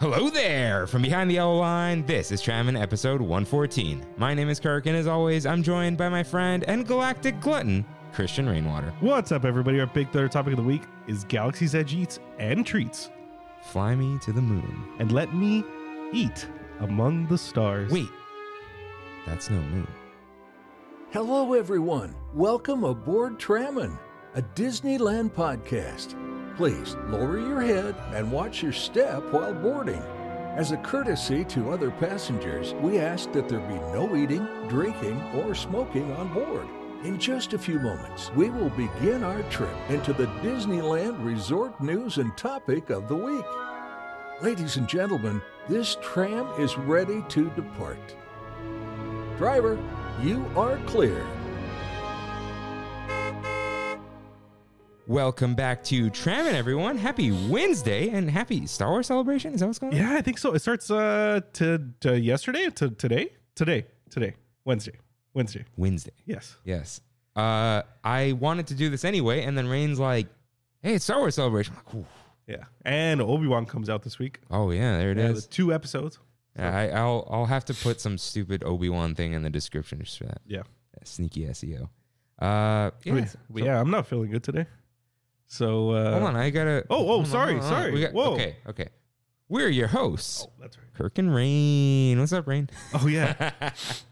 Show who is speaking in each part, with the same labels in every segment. Speaker 1: Hello there! From behind the yellow line, this is Tramon episode 114. My name is Kirk, and as always, I'm joined by my friend and galactic glutton, Christian Rainwater.
Speaker 2: What's up, everybody? Our big third topic of the week is Galaxy's Edge eats and treats.
Speaker 1: Fly me to the moon.
Speaker 2: And let me eat among the stars.
Speaker 1: Wait, that's no moon.
Speaker 3: Hello, everyone. Welcome aboard Tramon, a Disneyland podcast. Please lower your head and watch your step while boarding. As a courtesy to other passengers, we ask that there be no eating, drinking, or smoking on board. In just a few moments, we will begin our trip into the Disneyland Resort News and Topic of the Week. Ladies and gentlemen, this tram is ready to depart. Driver, you are clear.
Speaker 1: Welcome back to Tramon, everyone. Happy Wednesday and happy Star Wars celebration. Is that what's going on?
Speaker 2: Yeah, I think so. It starts uh to, to yesterday to today today today Wednesday Wednesday.
Speaker 1: Wednesday.
Speaker 2: Yes.
Speaker 1: Yes. Uh, I wanted to do this anyway, and then Rain's like, hey, it's Star Wars celebration. I'm like, "Ooh."
Speaker 2: Yeah. And Obi Wan comes out this week.
Speaker 1: oh, yeah, there it is.
Speaker 2: Yeah, the two episodes.
Speaker 1: Yeah, I, I'll I'll have to put some stupid Obi Wan thing in the description just for that.
Speaker 2: Yeah.
Speaker 1: Sneaky SEO. Uh, yeah.
Speaker 2: Yeah.
Speaker 1: so-
Speaker 2: yeah. I'm not feeling good today. So uh,
Speaker 1: Hold on, I gotta.
Speaker 2: Oh, oh,
Speaker 1: hold on,
Speaker 2: sorry,
Speaker 1: hold on, hold on.
Speaker 2: sorry.
Speaker 1: We got-
Speaker 2: Whoa.
Speaker 1: Okay, okay. We're your hosts,
Speaker 2: Oh, that's right.
Speaker 1: Kirk and Rain. What's up, Rain?
Speaker 2: Oh yeah.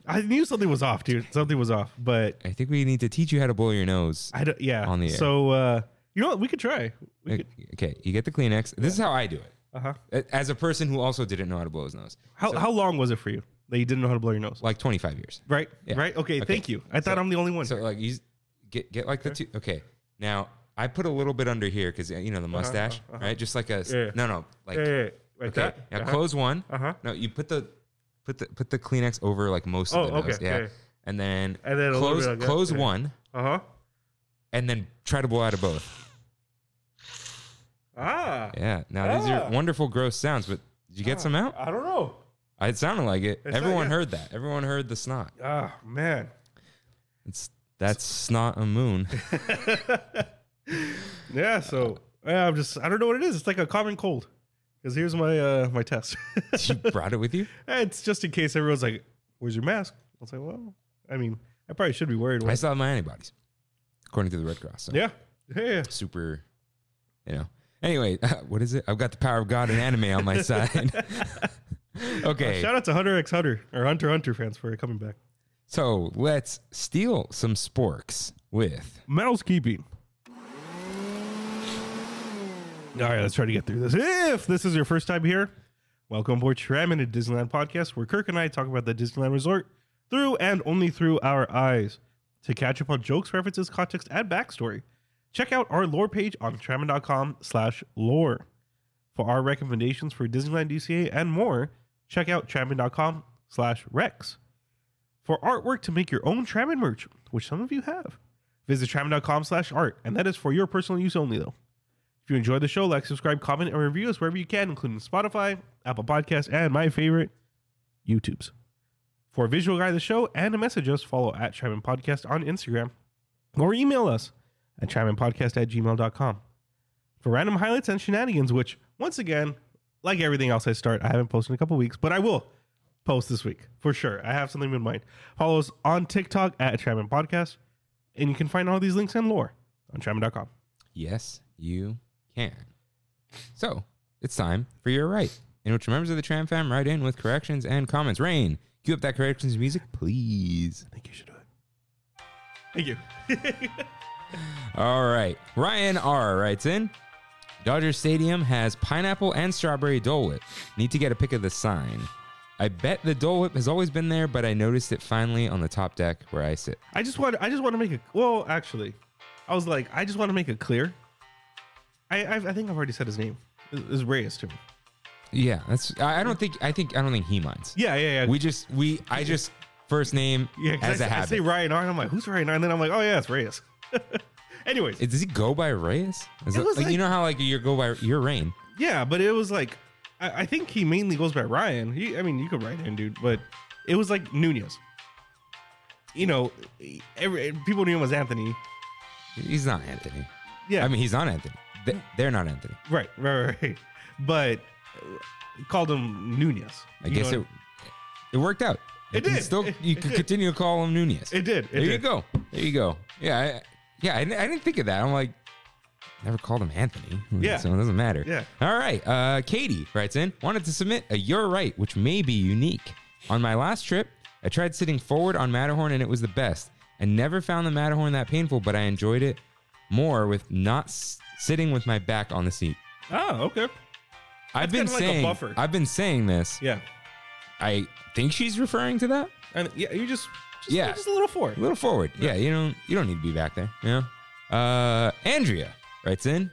Speaker 2: I knew something was off, dude. Something was off, but
Speaker 1: I think we need to teach you how to blow your nose.
Speaker 2: I don't. Yeah.
Speaker 1: On the air.
Speaker 2: So uh, you know what? We could try. We could.
Speaker 1: Uh, Okay, you get the Kleenex. This is how I do it.
Speaker 2: Uh huh.
Speaker 1: A- As a person who also didn't know how to blow his nose,
Speaker 2: How, how long was it for you that you didn't know how to blow your nose?
Speaker 1: like 25 years.
Speaker 2: right?
Speaker 1: Yeah.
Speaker 2: Right? Okay,
Speaker 1: Okay.
Speaker 2: thank you. I thought I'm the only one.
Speaker 1: So like you s- get get like the two. Okay, now I put a little bit under here because you know the mustache, right? Just like a s-
Speaker 2: Uh-huh, Yeah, yeah.
Speaker 1: no, no, like
Speaker 2: Yeah, yeah, yeah. Like
Speaker 1: okay.
Speaker 2: that?
Speaker 1: Now
Speaker 2: Uh-huh.
Speaker 1: close one.
Speaker 2: Uh-huh.
Speaker 1: No, you put the put the put the Kleenex over like most of
Speaker 2: Oh,
Speaker 1: the nose.
Speaker 2: okay,
Speaker 1: Yeah.
Speaker 2: yeah.
Speaker 1: And then
Speaker 2: And then a little
Speaker 1: close
Speaker 2: bit like that,
Speaker 1: close
Speaker 2: yeah.
Speaker 1: one,
Speaker 2: uh huh.
Speaker 1: and then try to blow out of both.
Speaker 2: Ah.
Speaker 1: Yeah. Now these
Speaker 2: Ah.
Speaker 1: are wonderful gross sounds, but did you get some out?
Speaker 2: I don't know.
Speaker 1: It sounded like it.
Speaker 2: It's not-
Speaker 1: Everyone
Speaker 2: yeah.
Speaker 1: heard that. Everyone heard the snot.
Speaker 2: Ah, man.
Speaker 1: It's that's snot a moon.
Speaker 2: Yeah, so yeah, I'm just I don't know what it is. It's like a common cold. Because here's my uh my test.
Speaker 1: you brought it with you.
Speaker 2: it's just in case everyone's like, Where's your mask? I was like, Well, I mean, I probably should be worried.
Speaker 1: I still have my antibodies, according to the Red Cross. So.
Speaker 2: yeah. Yeah, yeah.
Speaker 1: super, you know. Anyway, what is it? I've got the power of God and anime on my side. okay,
Speaker 2: Shout out to Hunter X Hunter or Hunter Hunter fans for coming back.
Speaker 1: so let's steal some sporks with.
Speaker 2: Metal's keeping. All right, let's try to get through this. If this is your first time here, welcome aboard Shramin at Disneyland Podcast, where Kirk and I talk about the Disneyland Resort through and only through our eyes. To catch up on jokes, references, context, and backstory, check out our lore page on Shramin.com slash lore. For our recommendations for Disneyland DCA and more, check out Shramin.com slash Rex. For artwork to make your own Shramin merch, which some of you have. Visit tramon.com slash art, and that is for your personal use only, though. If you enjoy the show, like, subscribe, comment, and review us wherever you can, including Spotify, Apple Podcasts, and my favorite, YouTube's. For a visual guide of the show and to message us, follow at Tramon Podcast on Instagram or email us at tramonpodcast at gmail.com. For random highlights and shenanigans, which, once again, like everything else I start, I haven't posted in a couple weeks, but I will post this week for sure. I have something in mind. Follow us on TikTok at Tramon Podcast. And you can find all these links and lore on Tramon.com.
Speaker 1: Yes, you can. So it's time for your right, in which members of the Tram Fam write in with corrections and comments. Rain, cue up that corrections music, please.
Speaker 2: I think you should do it. Thank you.
Speaker 1: All right. Ryan R writes in Dodger Stadium has pineapple and strawberry Dole Whip. Need to get a pic of the sign. I bet the Dole Whip has always been there, but I noticed it finally on the top deck where I sit.
Speaker 2: I just want I just want to make a well, actually. I was like, I just want to make it clear. I I, I think I've already said his name. It was Reyes to me.
Speaker 1: Yeah, that's. I I don't think. I think. I don't think he minds.
Speaker 2: Yeah, yeah, yeah.
Speaker 1: We just. We. I just first name
Speaker 2: yeah,
Speaker 1: as
Speaker 2: 'cause I,
Speaker 1: a
Speaker 2: I say
Speaker 1: habit.
Speaker 2: Ryan R, and I'm like, who's Ryan R? And then I'm like, oh yeah, it's Reyes. Anyways,
Speaker 1: Does he go by Reyes? Is
Speaker 2: It
Speaker 1: it-
Speaker 2: was
Speaker 1: like, you
Speaker 2: like-
Speaker 1: know how like you go by your Rain.
Speaker 2: yeah, but it was like I, I think he mainly goes by Ryan. He, I mean, you could write in, dude, but it was like Nunez. You know, every, people knew him as Anthony.
Speaker 1: He's not Anthony.
Speaker 2: Yeah,
Speaker 1: I mean, he's not Anthony. They- They're not Anthony.
Speaker 2: Right, right, right, right. But uh, called him Nunez.
Speaker 1: I guess it it worked out. You
Speaker 2: It
Speaker 1: can
Speaker 2: did.
Speaker 1: Still,
Speaker 2: It-
Speaker 1: you
Speaker 2: it
Speaker 1: can
Speaker 2: did.
Speaker 1: continue to call him Nunez.
Speaker 2: It did. It
Speaker 1: there you
Speaker 2: did.
Speaker 1: go. There you go. Yeah, I, yeah. I, I didn't think of that. I'm like, never called him Anthony. Hmm,
Speaker 2: Yeah.
Speaker 1: so it doesn't matter.
Speaker 2: Yeah.
Speaker 1: All right. Uh, Katie writes in wanted to submit a "You're Right," which may be unique. On my last trip, I tried sitting forward on Matterhorn, and it was the best. I never found the Matterhorn that painful, but I enjoyed it more with not s- sitting with my back on the seat.
Speaker 2: Oh, okay.
Speaker 1: I've been
Speaker 2: kinda like a
Speaker 1: saying,
Speaker 2: buffer.
Speaker 1: I've been saying this.
Speaker 2: Yeah.
Speaker 1: I think she's referring to that.
Speaker 2: And yeah, you just, just
Speaker 1: Yeah.
Speaker 2: just a little forward.
Speaker 1: A little forward. Yeah, you don't you don't need to be back there. Yeah. Uh Andrea writes in.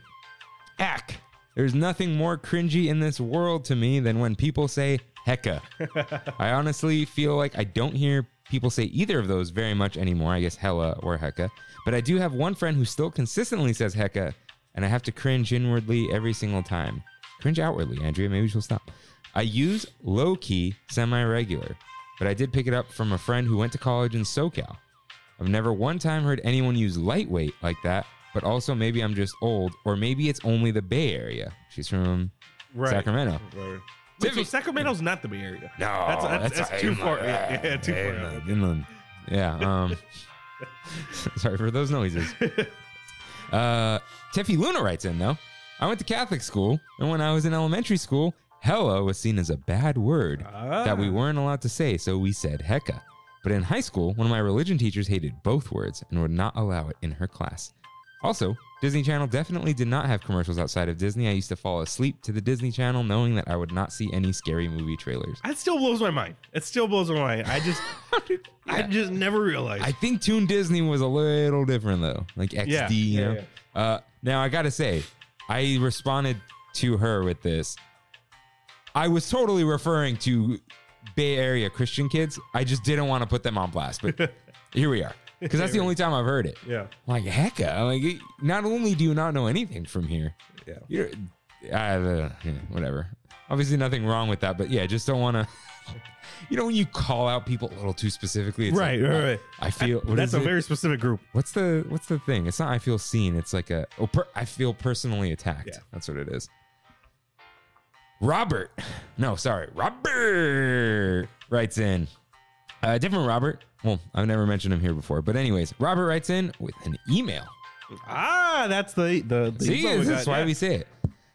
Speaker 1: Ack. There's nothing more cringy in this world to me than when people say hecka. I honestly feel like I don't hear people say either of those very much anymore. I guess hella or hecka. But I do have one friend who still consistently says hecka, and I have to cringe inwardly every single time. Cringe outwardly, Andrea. Maybe she'll stop. I use low key semi regular, but I did pick it up from a friend who went to college in SoCal. I've never one time heard anyone use lightweight like that, but also maybe I'm just old, or maybe it's only the Bay Area. She's from
Speaker 2: Right.
Speaker 1: Sacramento.
Speaker 2: Right. Wait, so
Speaker 1: Tiffy-
Speaker 2: Sacramento's not the Bay Area.
Speaker 1: No,
Speaker 2: that's that's, that's, too far. Yeah, yeah, too far. out.
Speaker 1: Inland, inland. Yeah. Um, sorry for those noises. Uh, Tiffy Luna writes in though. I went to Catholic school, and when I was in elementary school, hella was seen as a bad word that
Speaker 2: Ah.
Speaker 1: we weren't allowed to say, so we said hecka. But in high school, one of my religion teachers hated both words and would not allow it in her class. Also, Disney Channel definitely did not have commercials outside of Disney. I used to fall asleep to the Disney Channel knowing that I would not see any scary movie trailers.
Speaker 2: That still blows my mind. It still blows my mind. I just, I just never realized.
Speaker 1: I think Toon Disney was a little different though, like XD.
Speaker 2: Yeah,
Speaker 1: you
Speaker 2: yeah,
Speaker 1: know? Uh, now I gotta say, I responded to her with this. I was totally referring to Bay Area Christian kids. I just didn't want to put them on blast, but here we are because that's the only time I've heard it.
Speaker 2: yeah,
Speaker 1: Like hecka, I'm like it- not only do you not know anything from here,
Speaker 2: yeah.
Speaker 1: you're uh, uh, yeah, whatever. Obviously, nothing wrong with that, but yeah, just don't want to. You know when you call out people a little too specifically, it's
Speaker 2: Right,
Speaker 1: like,
Speaker 2: right, right.
Speaker 1: I feel what
Speaker 2: That's
Speaker 1: is
Speaker 2: a
Speaker 1: it?
Speaker 2: very specific group.
Speaker 1: What's the what's the thing? It's not I feel seen. It's like a oh, per, I feel personally attacked.
Speaker 2: Yeah.
Speaker 1: That's what it is. Robert, no, sorry, Robert writes in. Uh, different Robert. Well, I've never mentioned him here before, but anyways, Robert writes in with an email.
Speaker 2: Ah, that's the the. the
Speaker 1: See,
Speaker 2: what
Speaker 1: this
Speaker 2: got,
Speaker 1: is why
Speaker 2: yeah.
Speaker 1: we say it.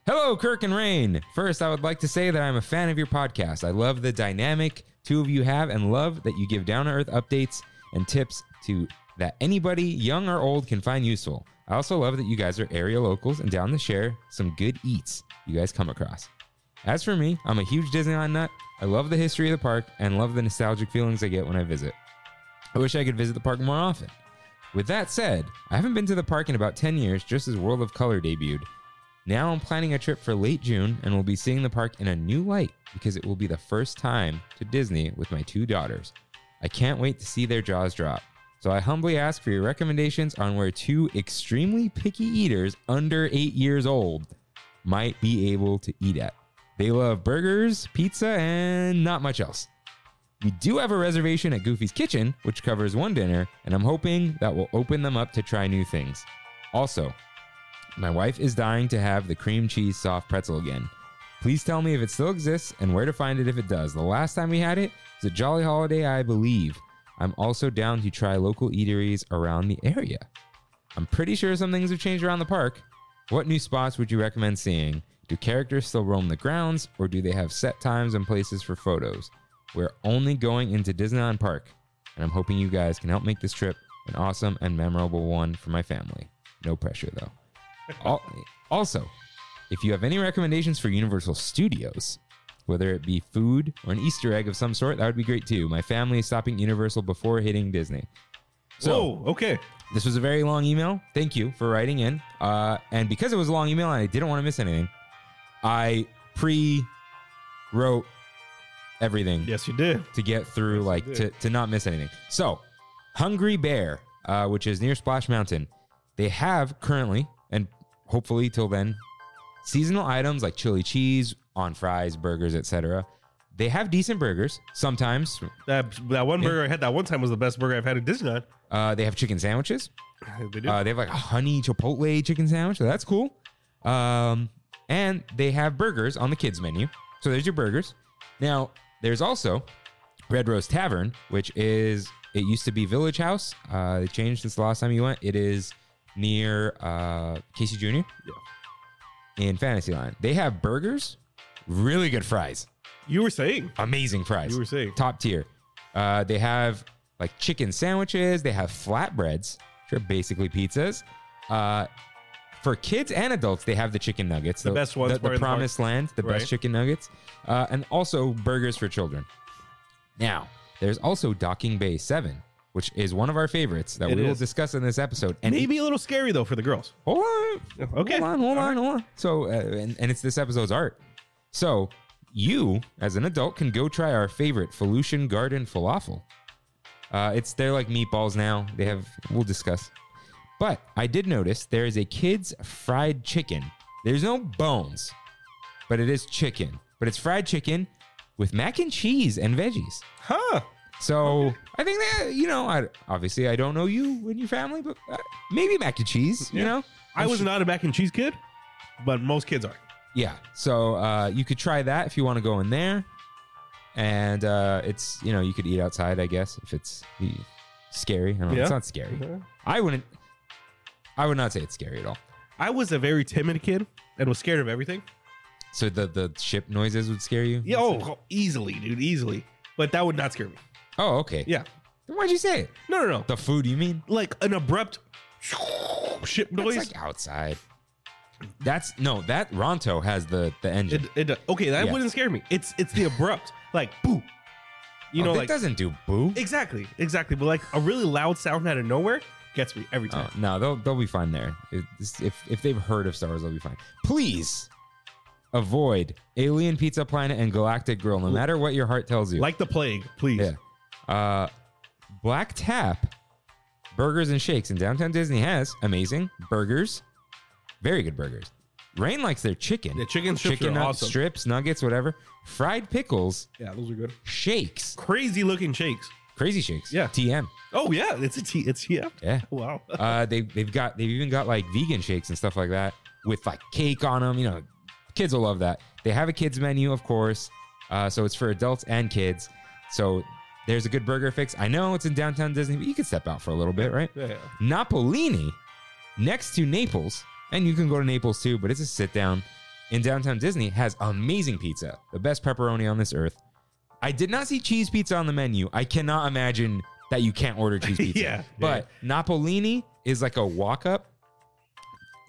Speaker 1: Hello, Kirk and Rain. First, I would like to say that I'm a fan of your podcast. I love the dynamic two of you have and love that you give down to earth updates and tips to that anybody, young or old, can find useful. I also love that you guys are area locals and down to share some good eats you guys come across. As for me, I'm a huge Disneyland nut. I love the history of the park and love the nostalgic feelings I get when I visit. I wish I could visit the park more often. With that said, I haven't been to the park in about 10 years, just as World of Color debuted. Now I'm planning a trip for late June and will be seeing the park in a new light because it will be the first time to Disney with my two daughters. I can't wait to see their jaws drop. So I humbly ask for your recommendations on where two extremely picky eaters under 8 years old might be able to eat at. They love burgers, pizza, and not much else. We do have a reservation at Goofy's Kitchen, which covers one dinner, and I'm hoping that will open them up to try new things. Also, my wife is dying to have the cream cheese soft pretzel again. Please tell me if it still exists and where to find it if it does. The last time we had it was a Jolly Holiday, I believe. I'm also down to try local eateries around the area. I'm pretty sure some things have changed around the park. What new spots would you recommend seeing? Do characters still roam the grounds, or do they have set times and places for photos? We're only going into Disneyland Park, and I'm hoping you guys can help make this trip an awesome and memorable one for my family. No pressure, though. Al- Also, if you have any recommendations for Universal Studios, whether it be food or an Easter egg of some sort, that would be great too. My family is stopping Universal before hitting Disney. So,
Speaker 2: Whoa, okay.
Speaker 1: this was a very long email. Thank you for writing in. Uh, and because it was a long email and I didn't want to miss anything, I pre wrote everything
Speaker 2: Yes, you did.
Speaker 1: to get through, like to, to not miss anything. So, Hungry Bear, uh, which is near Splash Mountain, they have currently, and hopefully till then, seasonal items like chili cheese on fries, burgers, etc. They have decent burgers sometimes.
Speaker 2: That that one burger I had that one time was the best burger I've had at Disneyland.
Speaker 1: Uh, they have chicken sandwiches.
Speaker 2: They did.
Speaker 1: Uh, they have like a honey chipotle chicken sandwich, so that's cool. Um, And they have burgers on the kids menu. So there's your burgers. Now, there's also Red Rose Tavern, which is it used to be Village House. Uh, it changed since the last time you went. It is near uh, Casey Jr. in Fantasyland. They have burgers, really good fries,
Speaker 2: You were saying.
Speaker 1: amazing fries.
Speaker 2: You were saying.
Speaker 1: top tier. Uh, they have like chicken sandwiches. They have flatbreads, which are basically pizzas. Uh, for kids and adults, they have the chicken nuggets. The,
Speaker 2: best ones
Speaker 1: The, the
Speaker 2: were in the park.
Speaker 1: promised land, the
Speaker 2: Right.
Speaker 1: best chicken nuggets, uh, and also burgers for children. Now, there's also Docking Bay 7, which is one of our favorites that
Speaker 2: It
Speaker 1: we will
Speaker 2: is.
Speaker 1: discuss in this episode. And
Speaker 2: Maybe a little scary though for the girls.
Speaker 1: hold on.
Speaker 2: Okay.
Speaker 1: Hold on, hold
Speaker 2: All
Speaker 1: on, hold on. So, uh, and, and it's this episode's art. So, you, as an adult, can go try our favorite Felucian Garden falafel. Uh, it's they're like meatballs now. They have we'll discuss. But I did notice there is a kids fried chicken. There's no bones, but it is chicken. But it's fried chicken with mac and cheese and veggies.
Speaker 2: Huh.
Speaker 1: So I think that you know, I, obviously I don't know you and your family, but uh, maybe mac and cheese. You
Speaker 2: Yeah.
Speaker 1: know,
Speaker 2: I
Speaker 1: I'm
Speaker 2: was not a mac and cheese kid, but most kids are.
Speaker 1: yeah. So uh, you could try that if you want to go in there. And uh, it's, you know, you could eat outside, I guess, if it's eh, scary. I don't know.
Speaker 2: Yeah.
Speaker 1: It's not scary. I wouldn't, I would not say it's scary at all.
Speaker 2: I was a very timid kid and was scared of everything.
Speaker 1: So the, the ship noises would scare you?
Speaker 2: Yeah, oh, easily, dude, easily. But that would not scare me.
Speaker 1: Oh, okay.
Speaker 2: Yeah.
Speaker 1: Then why'd you say it?
Speaker 2: No, no, no.
Speaker 1: The food, you mean?
Speaker 2: Like an abrupt ship
Speaker 1: That's
Speaker 2: noise.
Speaker 1: like outside. That's, no, that Ronto has the, the engine.
Speaker 2: it, it, okay, that
Speaker 1: Yeah.
Speaker 2: wouldn't scare me. It's it's the abrupt, like boo. You
Speaker 1: Oh,
Speaker 2: know,
Speaker 1: that
Speaker 2: like
Speaker 1: doesn't do boo.
Speaker 2: exactly, exactly. But like a really loud sound out of nowhere gets me every
Speaker 1: Oh,
Speaker 2: time.
Speaker 1: no, they'll they'll be fine there. If, if if they've heard of Star Wars, they'll be fine. Please avoid Alien Pizza Planet and Galactic Grill, no matter what your heart tells you.
Speaker 2: Like the plague, please.
Speaker 1: yeah, uh, Black Tap Burgers and Shakes in downtown Disney has amazing burgers, very good burgers. Rain likes their chicken.
Speaker 2: The chicken strips are
Speaker 1: nug-
Speaker 2: awesome.
Speaker 1: strips, nuggets, whatever. Fried pickles,
Speaker 2: Yeah, those are good.
Speaker 1: shakes,
Speaker 2: Crazy looking shakes.
Speaker 1: crazy shakes.
Speaker 2: Yeah.
Speaker 1: TM.
Speaker 2: Oh yeah, it's a T. It's yeah.
Speaker 1: Yeah.
Speaker 2: Wow.
Speaker 1: Uh, they they've got they've even got like vegan shakes and stuff like that with like cake on them. You know, kids will love that. They have a kids menu, of course, uh, so it's for adults and kids. So there's a good burger fix. I know it's in downtown Disney, but you can step out for a little bit, right?
Speaker 2: Yeah, yeah.
Speaker 1: Napolini, next to Naples, and you can go to Naples too, but it's a sit down in downtown Disney has amazing pizza, the best pepperoni on this earth. I did not see cheese pizza on the menu. I cannot imagine that you can't order cheese pizza.
Speaker 2: Yeah,
Speaker 1: but Napolini is like a walk up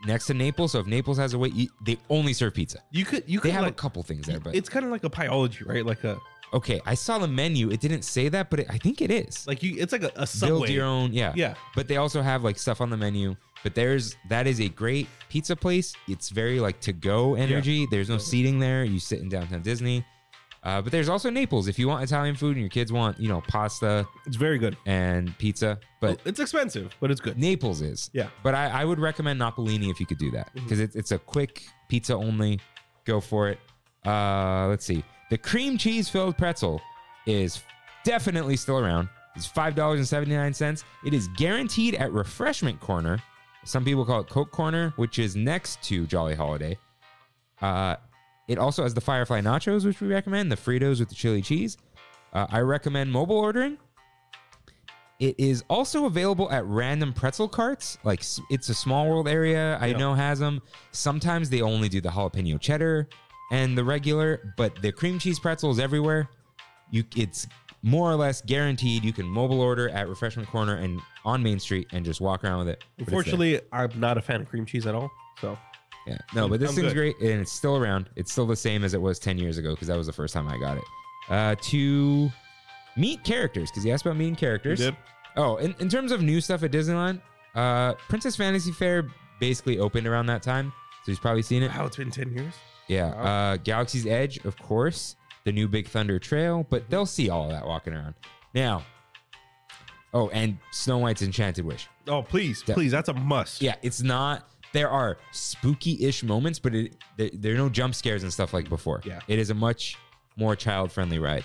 Speaker 1: next to Naples. So if Naples has a wait, you- they only serve pizza.
Speaker 2: You could you
Speaker 1: They
Speaker 2: could
Speaker 1: have
Speaker 2: like,
Speaker 1: a couple things there, but
Speaker 2: it's kind of like a pyology, right? Like a
Speaker 1: okay. I saw the menu. It didn't say that, but it, I think it is.
Speaker 2: like you. It's like a, a
Speaker 1: Build
Speaker 2: subway.
Speaker 1: your own, yeah.
Speaker 2: Yeah.
Speaker 1: But they also have like stuff on the menu. But there's that is a great pizza place. It's very like to go energy. There's no seating there. You sit in downtown Disney. Uh, but there's also Naples if you want Italian food and your kids want you know pasta
Speaker 2: It's very good.
Speaker 1: and pizza. But
Speaker 2: it's expensive, but it's good.
Speaker 1: Naples is
Speaker 2: Yeah.
Speaker 1: But I, I would recommend Napolini if you could do that because it's it's a quick pizza only. Go for it. Uh, let's see. The cream cheese filled pretzel is definitely still around. It's five dollars and seventy nine cents. It is guaranteed at Refreshment Corner. Some people call it Coke Corner, which is next to Jolly Holiday. Uh, it also has the Firefly Nachos, which we recommend. The Fritos with the chili cheese. Uh, I recommend mobile ordering. It is also available at random pretzel carts. Like s- it's a small world area. I
Speaker 2: Yeah.
Speaker 1: know has them. Sometimes they only do the jalapeno cheddar and the regular, but the cream cheese pretzel is everywhere. You, it's more or less guaranteed. You can mobile order at refreshment corner and on Main Street and just walk around with it. But it's there.
Speaker 2: Unfortunately, I'm not a fan of cream cheese at all. So
Speaker 1: Yeah. No, but this
Speaker 2: I'm
Speaker 1: thing's
Speaker 2: good.
Speaker 1: great and it's still around. It's still the same as it was 10 years ago because that was the first time I got it. Uh, to meet characters because you asked about meeting characters.
Speaker 2: did.
Speaker 1: Oh, in, in terms of new stuff at Disneyland, uh, Princess Fantasy Fair basically opened around that time. So you've probably seen it.
Speaker 2: wow, it's been ten years.
Speaker 1: Yeah. Uh, Galaxy's Edge, of course, the new Big Thunder Trail, but they'll see all of that walking around. Now, oh, and Snow White's Enchanted Wish.
Speaker 2: Oh please,
Speaker 1: Yeah.
Speaker 2: please, that's a must.
Speaker 1: Yeah, it's not. There are spooky-ish moments, but it, there, there are no jump scares and stuff like before.
Speaker 2: Yeah.
Speaker 1: it is a much more child-friendly ride.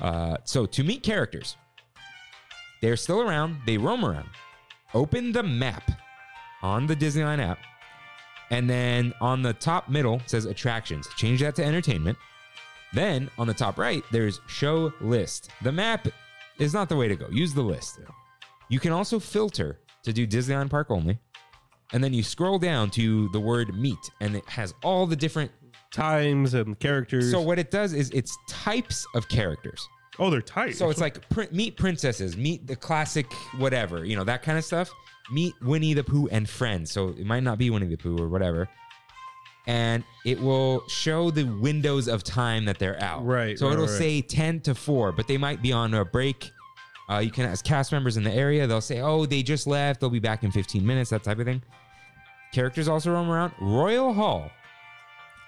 Speaker 1: Uh, so to meet characters, they're still around. They roam around. Open the map on the Disneyland app And then on the top middle says attractions. Change that to entertainment. Then on the top right, there's show list. The map is not the way to go. Use the list. You can also filter to do Disneyland Park only. And then you scroll down to the word meet, and it has all the different.
Speaker 2: Times and characters.
Speaker 1: So, what it does is it's types of characters.
Speaker 2: oh, they're tight.
Speaker 1: So it's like print, meet princesses, meet the classic whatever, you know, that kind of stuff. Meet Winnie the Pooh and friends. So it might not be Winnie the Pooh or whatever. And it will show the windows of time that they're out.
Speaker 2: Right,
Speaker 1: So
Speaker 2: right,
Speaker 1: it'll
Speaker 2: right.
Speaker 1: say 10 to 4, but they might be on a break. Uh, you can ask cast members in the area. They'll say, oh, they just left. They'll be back in 15 minutes, that type of thing. Characters also roam around. Royal Hall,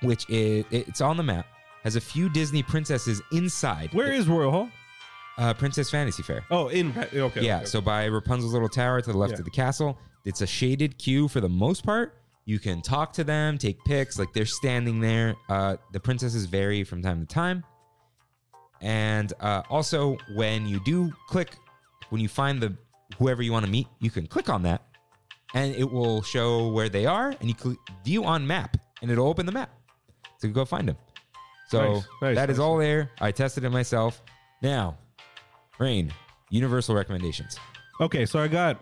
Speaker 1: which is, it's on the map, has a few Disney princesses inside.
Speaker 2: where is Royal Hall?
Speaker 1: Uh, Princess Fantasy Fair.
Speaker 2: Oh, in okay. okay,
Speaker 1: yeah,
Speaker 2: okay.
Speaker 1: so by Rapunzel's little tower to the left
Speaker 2: Yeah.
Speaker 1: of the castle, it's a shaded queue for the most part. You can talk to them, take pics, like they're standing there. Uh, the princesses vary from time to time. And uh, also, when you do click, when you find the whoever you want to meet, you can click on that, and it will show where they are, and you click view on map, and it'll open the map to go find them. So that
Speaker 2: Nice,
Speaker 1: is
Speaker 2: nice, nice.
Speaker 1: all there. I tested it myself. Now, Rain, universal recommendations.
Speaker 2: Okay, so I got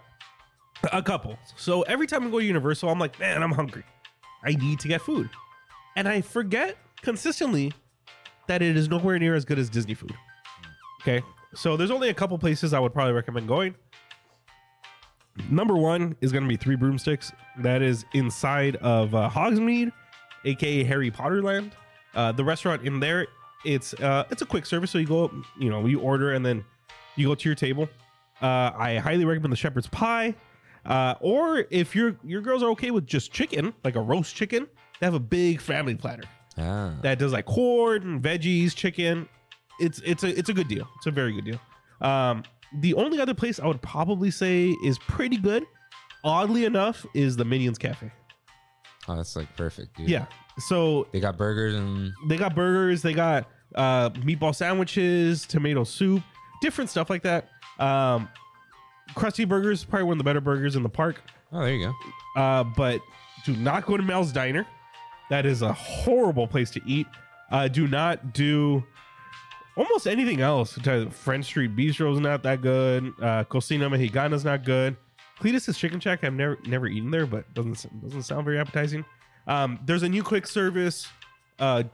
Speaker 2: a couple. So every time I go to Universal, I'm like, man, I'm hungry. I need to get food. And I forget consistently that it is nowhere near as good as Disney food. Okay, so there's only a couple places I would probably recommend going. Number one is going to be Three Broomsticks. That is inside of uh, Hogsmeade, aka Harry Potter Land. Uh, the restaurant in there, it's uh, it's a quick service. So you go, you know, you order and then you go to your table. Uh, I highly recommend the shepherd's pie. Uh, or if your your girls are okay with just chicken, like a roast chicken, they have a big family platter
Speaker 1: Ah,
Speaker 2: that does like corn and veggies, chicken. It's it's a it's a good deal. It's a very good deal. Um, the only other place I would probably say is pretty good, oddly enough, is the Minions Cafe.
Speaker 1: oh, that's like perfect, dude.
Speaker 2: Yeah. So
Speaker 1: They got burgers and
Speaker 2: they got burgers, they got uh, meatball sandwiches, tomato soup, different stuff like that. Um, Krusty Burgers is probably one of the better burgers in the park.
Speaker 1: oh, there you go.
Speaker 2: Uh, but do not go to Mel's Diner. That is a horrible place to eat. Uh, do not do almost anything else. French Street Bistro is not that good. Uh, Cocina Mexicana is not good. Cletus's Chicken Shack I've never never eaten there, but doesn't doesn't sound very appetizing. Um, there's a new quick service uh,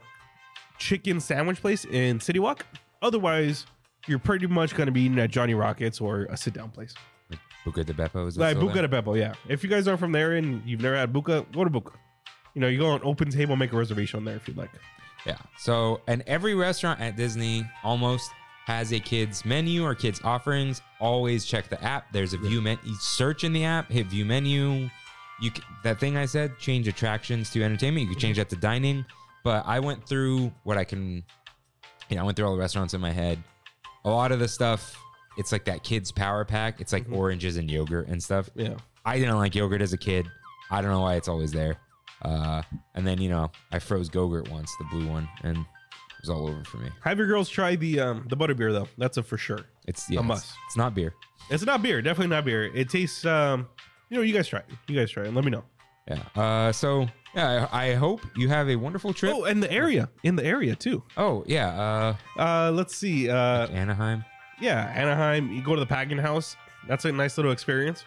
Speaker 2: chicken sandwich place in City Walk. Otherwise, you're pretty much going to be eating at Johnny Rockets or a sit down place.
Speaker 1: Like Buca de Beppo is that
Speaker 2: Like
Speaker 1: still
Speaker 2: Buca
Speaker 1: there?
Speaker 2: de Beppo, yeah. If you guys are from there and you've never had Buca, go to Buca. You know, you go on open table, make a reservation there if you'd like.
Speaker 1: Yeah. So, and every restaurant at Disney almost has a kids menu or kids offerings. Always check the app. There's a view menu. Search in the app. Hit view menu. You c that thing I said. Change attractions to entertainment. You can change that to dining. But I went through what I can. You know, I went through all the restaurants in my head. A lot of the stuff. It's like that kids power pack. It's like oranges and yogurt and stuff.
Speaker 2: Yeah.
Speaker 1: I didn't like yogurt as a kid. I don't know why it's always there. Uh, and then you know, I froze Gogurt once, the blue one, and it was all over for me.
Speaker 2: Have your girls try the um, the butter beer though. That's a for sure.
Speaker 1: It's yeah, it's-
Speaker 2: must.
Speaker 1: It's, not beer.
Speaker 2: It's not beer, definitely not beer. It tastes um you know, you guys try it. You guys try it and let me know.
Speaker 1: Yeah. Uh, so yeah, I, I hope you have a wonderful trip.
Speaker 2: Oh, and the area. In the area too.
Speaker 1: Oh, yeah.
Speaker 2: Uh let's see. Uh
Speaker 1: Uh, Anaheim.
Speaker 2: yeah, Anaheim, you go to the Pagan House. That's a nice little experience.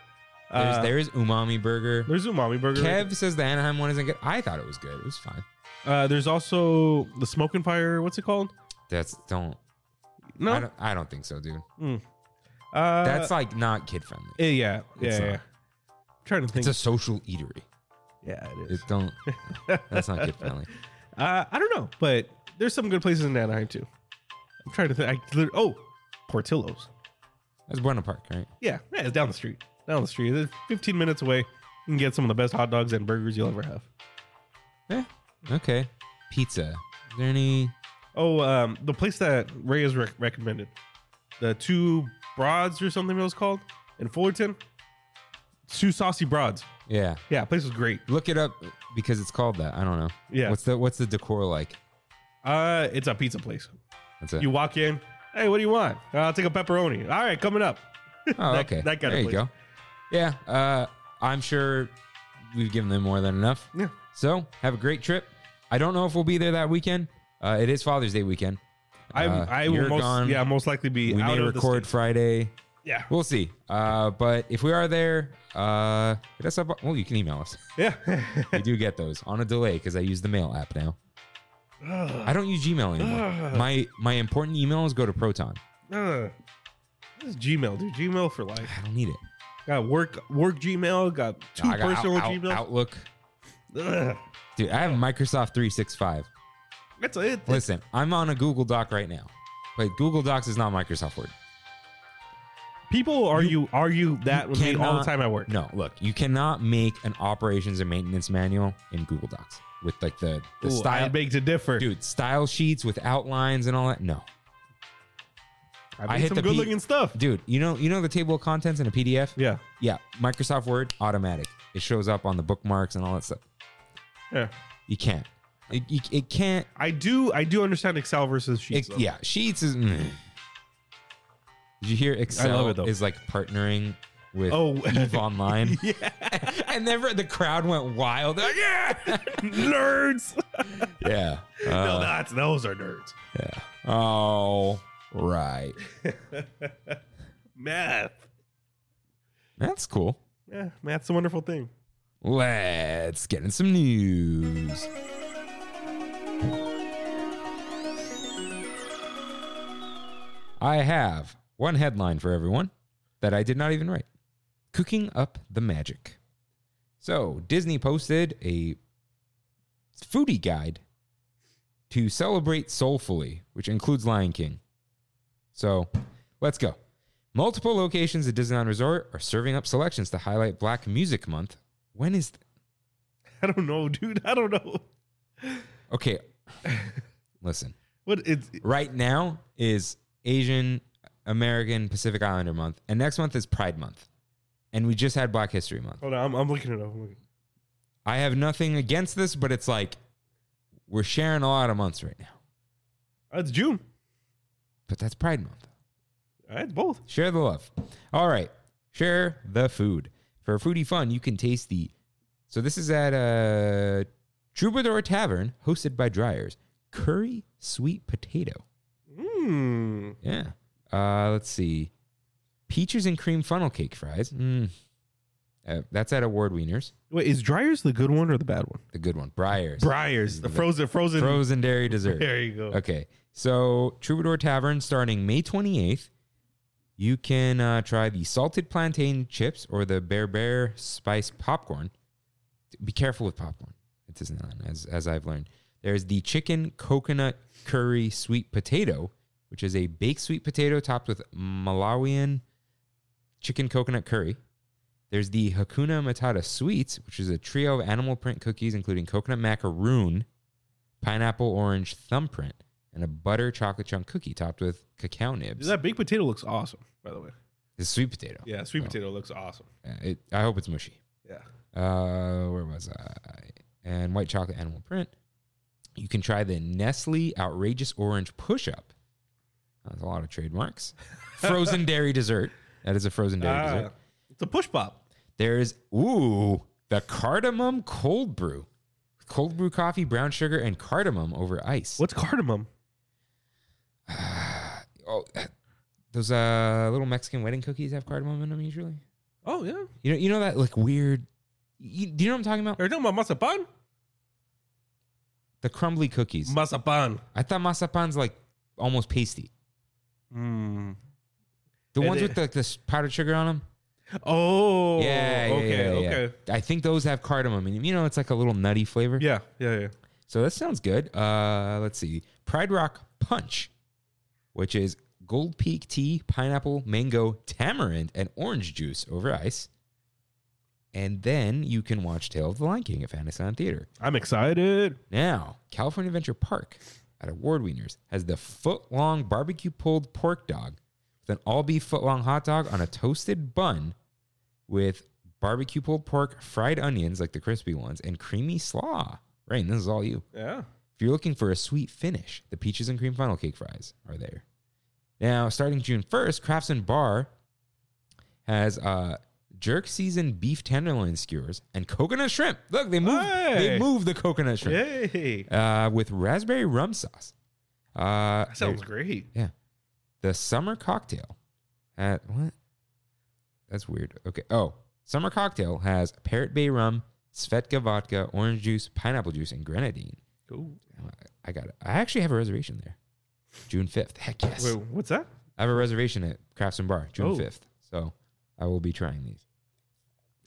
Speaker 1: There's
Speaker 2: Uh,
Speaker 1: there is umami burger.
Speaker 2: there's Umami Burger. right
Speaker 1: Kev says the Anaheim one isn't good. I thought it was good. It was fine.
Speaker 2: there. Uh, there's also the Smoke and Fire. What's it called?
Speaker 1: That's don't.
Speaker 2: No,
Speaker 1: I don't. I don't think so, dude.
Speaker 2: uh,
Speaker 1: That's like not kid friendly.
Speaker 2: Yeah, Eh, yeah,
Speaker 1: It's
Speaker 2: yeah.
Speaker 1: not.
Speaker 2: yeah. trying to think.
Speaker 1: It's a social eatery.
Speaker 2: yeah, it
Speaker 1: It don't. that's not kid friendly.
Speaker 2: Uh, I don't know, but there's some good places in Anaheim too. I'm trying to think. I, lit- oh, Portillo's.
Speaker 1: That's Buena Park, right?
Speaker 2: Yeah, yeah, it's down the street. Down the street. It's 15 minutes away. You can get some of the best hot dogs and burgers you'll ever have.
Speaker 1: Yeah. Okay. Pizza. Is there any?
Speaker 2: Oh, um, the place that Ray has rec- recommended, the two broads or something it was called in Fullerton, two saucy broads.
Speaker 1: Yeah.
Speaker 2: Yeah, place was great.
Speaker 1: Look it up because it's called that. I don't know.
Speaker 2: Yeah.
Speaker 1: What's the What's the decor like?
Speaker 2: Uh, it's a pizza place.
Speaker 1: That's it.
Speaker 2: You walk in. Hey, what do you want? Uh, I'll take a pepperoni. All right, coming up.
Speaker 1: oh,
Speaker 2: that-
Speaker 1: okay.
Speaker 2: that kind
Speaker 1: there
Speaker 2: of
Speaker 1: you go. Yeah. Uh, I'm sure we've given them more than enough.
Speaker 2: Yeah.
Speaker 1: So have a great trip. I don't know if we'll be there that weekend. Uh, it is Father's Day weekend.
Speaker 2: I'm,
Speaker 1: Uh,
Speaker 2: I will
Speaker 1: you're
Speaker 2: most,
Speaker 1: gone.
Speaker 2: yeah, most likely be
Speaker 1: We
Speaker 2: out
Speaker 1: may
Speaker 2: of
Speaker 1: record
Speaker 2: the state.
Speaker 1: Friday.
Speaker 2: yeah,
Speaker 1: We'll see. Uh, but if we are there, uh, hit us up. Well, you can email us.
Speaker 2: yeah.
Speaker 1: we do get those on a delay because I use the mail app now. I don't use Gmail anymore.
Speaker 2: Ugh.
Speaker 1: my my important emails go to Proton.
Speaker 2: Uh, this is Gmail, dude. Gmail for life.
Speaker 1: I don't need it.
Speaker 2: Got work, work Gmail. Got two
Speaker 1: I got out-
Speaker 2: personal
Speaker 1: out-
Speaker 2: Gmail.
Speaker 1: Outlook.
Speaker 2: Ugh.
Speaker 1: Dude, I have Microsoft 365.
Speaker 2: That's it.
Speaker 1: Listen, I'm on a Google Doc right now, but Google Docs is not Microsoft Word.
Speaker 2: People argue argue that
Speaker 1: you
Speaker 2: with me all the
Speaker 1: cannot-
Speaker 2: time at work.
Speaker 1: No, look, you cannot make an operations and maintenance manual in Google Docs with like the, the
Speaker 2: Ooh, I
Speaker 1: style.
Speaker 2: beg to differ.
Speaker 1: Dude, style sheets with outlines and all that. No.
Speaker 2: I,
Speaker 1: I
Speaker 2: made
Speaker 1: hit
Speaker 2: some
Speaker 1: the
Speaker 2: good
Speaker 1: P-
Speaker 2: looking stuff.
Speaker 1: Dude, you know you know the table of contents in a PDF?
Speaker 2: Yeah,
Speaker 1: Yeah, Microsoft Word automatic. It shows up on the bookmarks and all that stuff.
Speaker 2: yeah.
Speaker 1: You can't. It, you, it can't.
Speaker 2: I do. I do understand Excel versus sheets.
Speaker 1: It,
Speaker 2: though.
Speaker 1: yeah, Sheets is. mm. Did you hear Excel
Speaker 2: it, though.
Speaker 1: is like partnering with
Speaker 2: Oh.
Speaker 1: Eve Online?
Speaker 2: yeah.
Speaker 1: and then the crowd went wild. They're like, yeah,
Speaker 2: nerds.
Speaker 1: yeah.
Speaker 2: no,
Speaker 1: Uh,
Speaker 2: that's those are nerds.
Speaker 1: yeah. Oh, right.
Speaker 2: Math.
Speaker 1: That's cool.
Speaker 2: Yeah, math's a wonderful thing.
Speaker 1: Let's get in some news. I have one headline for everyone that I did not even write Cooking Up the Magic. So, Disney posted a foodie guide to celebrate soulfully, which includes Lion King. So, let's go. Multiple locations at Disneyland Resort are serving up selections to highlight Black Music Month. When is. th-
Speaker 2: I don't know, dude. I don't know.
Speaker 1: okay. Listen.
Speaker 2: What it's
Speaker 1: Right now is Asian American Pacific Islander month, and next month is Pride month. And we just had Black History month.
Speaker 2: hold on, I'm, I'm looking it up. I'm looking.
Speaker 1: I have nothing against this, but it's like we're sharing a lot of months right now.
Speaker 2: Uh, it's June.
Speaker 1: But that's Pride month.
Speaker 2: Uh, it's both.
Speaker 1: Share the love. All right. Share the food. For foodie fun, you can taste the. So this is at a Troubadour Tavern hosted by Dryers. Curry sweet potato.
Speaker 2: Mm.
Speaker 1: Yeah. Uh, let's see. Peaches and cream funnel cake fries. Mm. Uh, that's at Award Wieners.
Speaker 2: Wait, is Dryers the good one or the bad one?
Speaker 1: The good one. Briars.
Speaker 2: Briars, the frozen, frozen.
Speaker 1: Frozen dairy dessert.
Speaker 2: There you go.
Speaker 1: Okay. So Troubadour Tavern starting May 28th. You can uh, try the salted plantain chips or the Bear Bear spice popcorn. Be careful with popcorn. It doesn't as as I've learned. There's the chicken coconut curry sweet potato, which is a baked sweet potato topped with Malawian chicken coconut curry. There's the Hakuna Matata sweets, which is a trio of animal print cookies including coconut macaroon pineapple orange thumbprint, and a butter chocolate chunk cookie topped with cacao nibs.
Speaker 2: Dude, that baked potato looks awesome. By the way,
Speaker 1: It's sweet potato.
Speaker 2: yeah, sweet
Speaker 1: Oh.
Speaker 2: potato looks awesome.
Speaker 1: Uh, It, I hope it's mushy.
Speaker 2: Yeah.
Speaker 1: Uh, where was I? And white chocolate animal print. You can try the Nestle outrageous orange push up. That's a lot of trademarks. Frozen dairy dessert. That is a frozen dairy
Speaker 2: Ah,
Speaker 1: dessert.
Speaker 2: it's a push pop.
Speaker 1: There is ooh the cardamom cold brew, cold brew coffee, brown sugar, and cardamom over ice.
Speaker 2: What's cardamom?
Speaker 1: Oh, those uh little Mexican wedding cookies have cardamom in them usually.
Speaker 2: Oh yeah, are
Speaker 1: You know, you know that like weird. You, do you know what I'm talking about?
Speaker 2: you talking about masapan?
Speaker 1: The crumbly cookies.
Speaker 2: Masapan.
Speaker 1: I thought masapan's like almost pasty.
Speaker 2: Mm.
Speaker 1: The
Speaker 2: And
Speaker 1: ones
Speaker 2: they-
Speaker 1: with like this powdered sugar on them.
Speaker 2: Oh,
Speaker 1: yeah, yeah, yeah,
Speaker 2: okay,
Speaker 1: yeah.
Speaker 2: okay,
Speaker 1: I think those have cardamom in them. You know, it's like a little nutty flavor.
Speaker 2: yeah, yeah, yeah.
Speaker 1: So that sounds good. Uh, let's see. Pride Rock Punch, which is Gold Peak tea, pineapple, mango, tamarind, and orange juice over ice. And then you can watch Tale of the Lion King at Fantasyland Theater.
Speaker 2: I'm excited.
Speaker 1: Now, California Adventure Park at Award Wieners has the foot long barbecue pulled pork dog with an all beef foot long hot dog on a toasted bun with barbecue pulled pork, fried onions like the crispy ones, and creamy slaw. Rain, this is all you.
Speaker 2: Yeah.
Speaker 1: If you're looking for a sweet finish, the peaches and cream funnel cake fries are there. Now, starting June 1st, Crafts and Bar has uh, jerk seasoned beef tenderloin skewers, and coconut shrimp. Look, they moved,
Speaker 2: Hey.
Speaker 1: they moved the coconut shrimp
Speaker 2: Hey,
Speaker 1: uh, with raspberry rum sauce. Uh,
Speaker 2: that sounds great.
Speaker 1: yeah. The summer cocktail. At what? That's weird. Okay. Oh, summer cocktail has Parrot Bay rum, Svetka vodka, orange juice, pineapple juice, and grenadine.
Speaker 2: Cool.
Speaker 1: Oh, I got it. I actually have a reservation there. June 5th. Heck yes.
Speaker 2: Wait, what's that?
Speaker 1: I have a reservation at Crafts and Bar June
Speaker 2: Oh.
Speaker 1: 5th. So I will be trying these.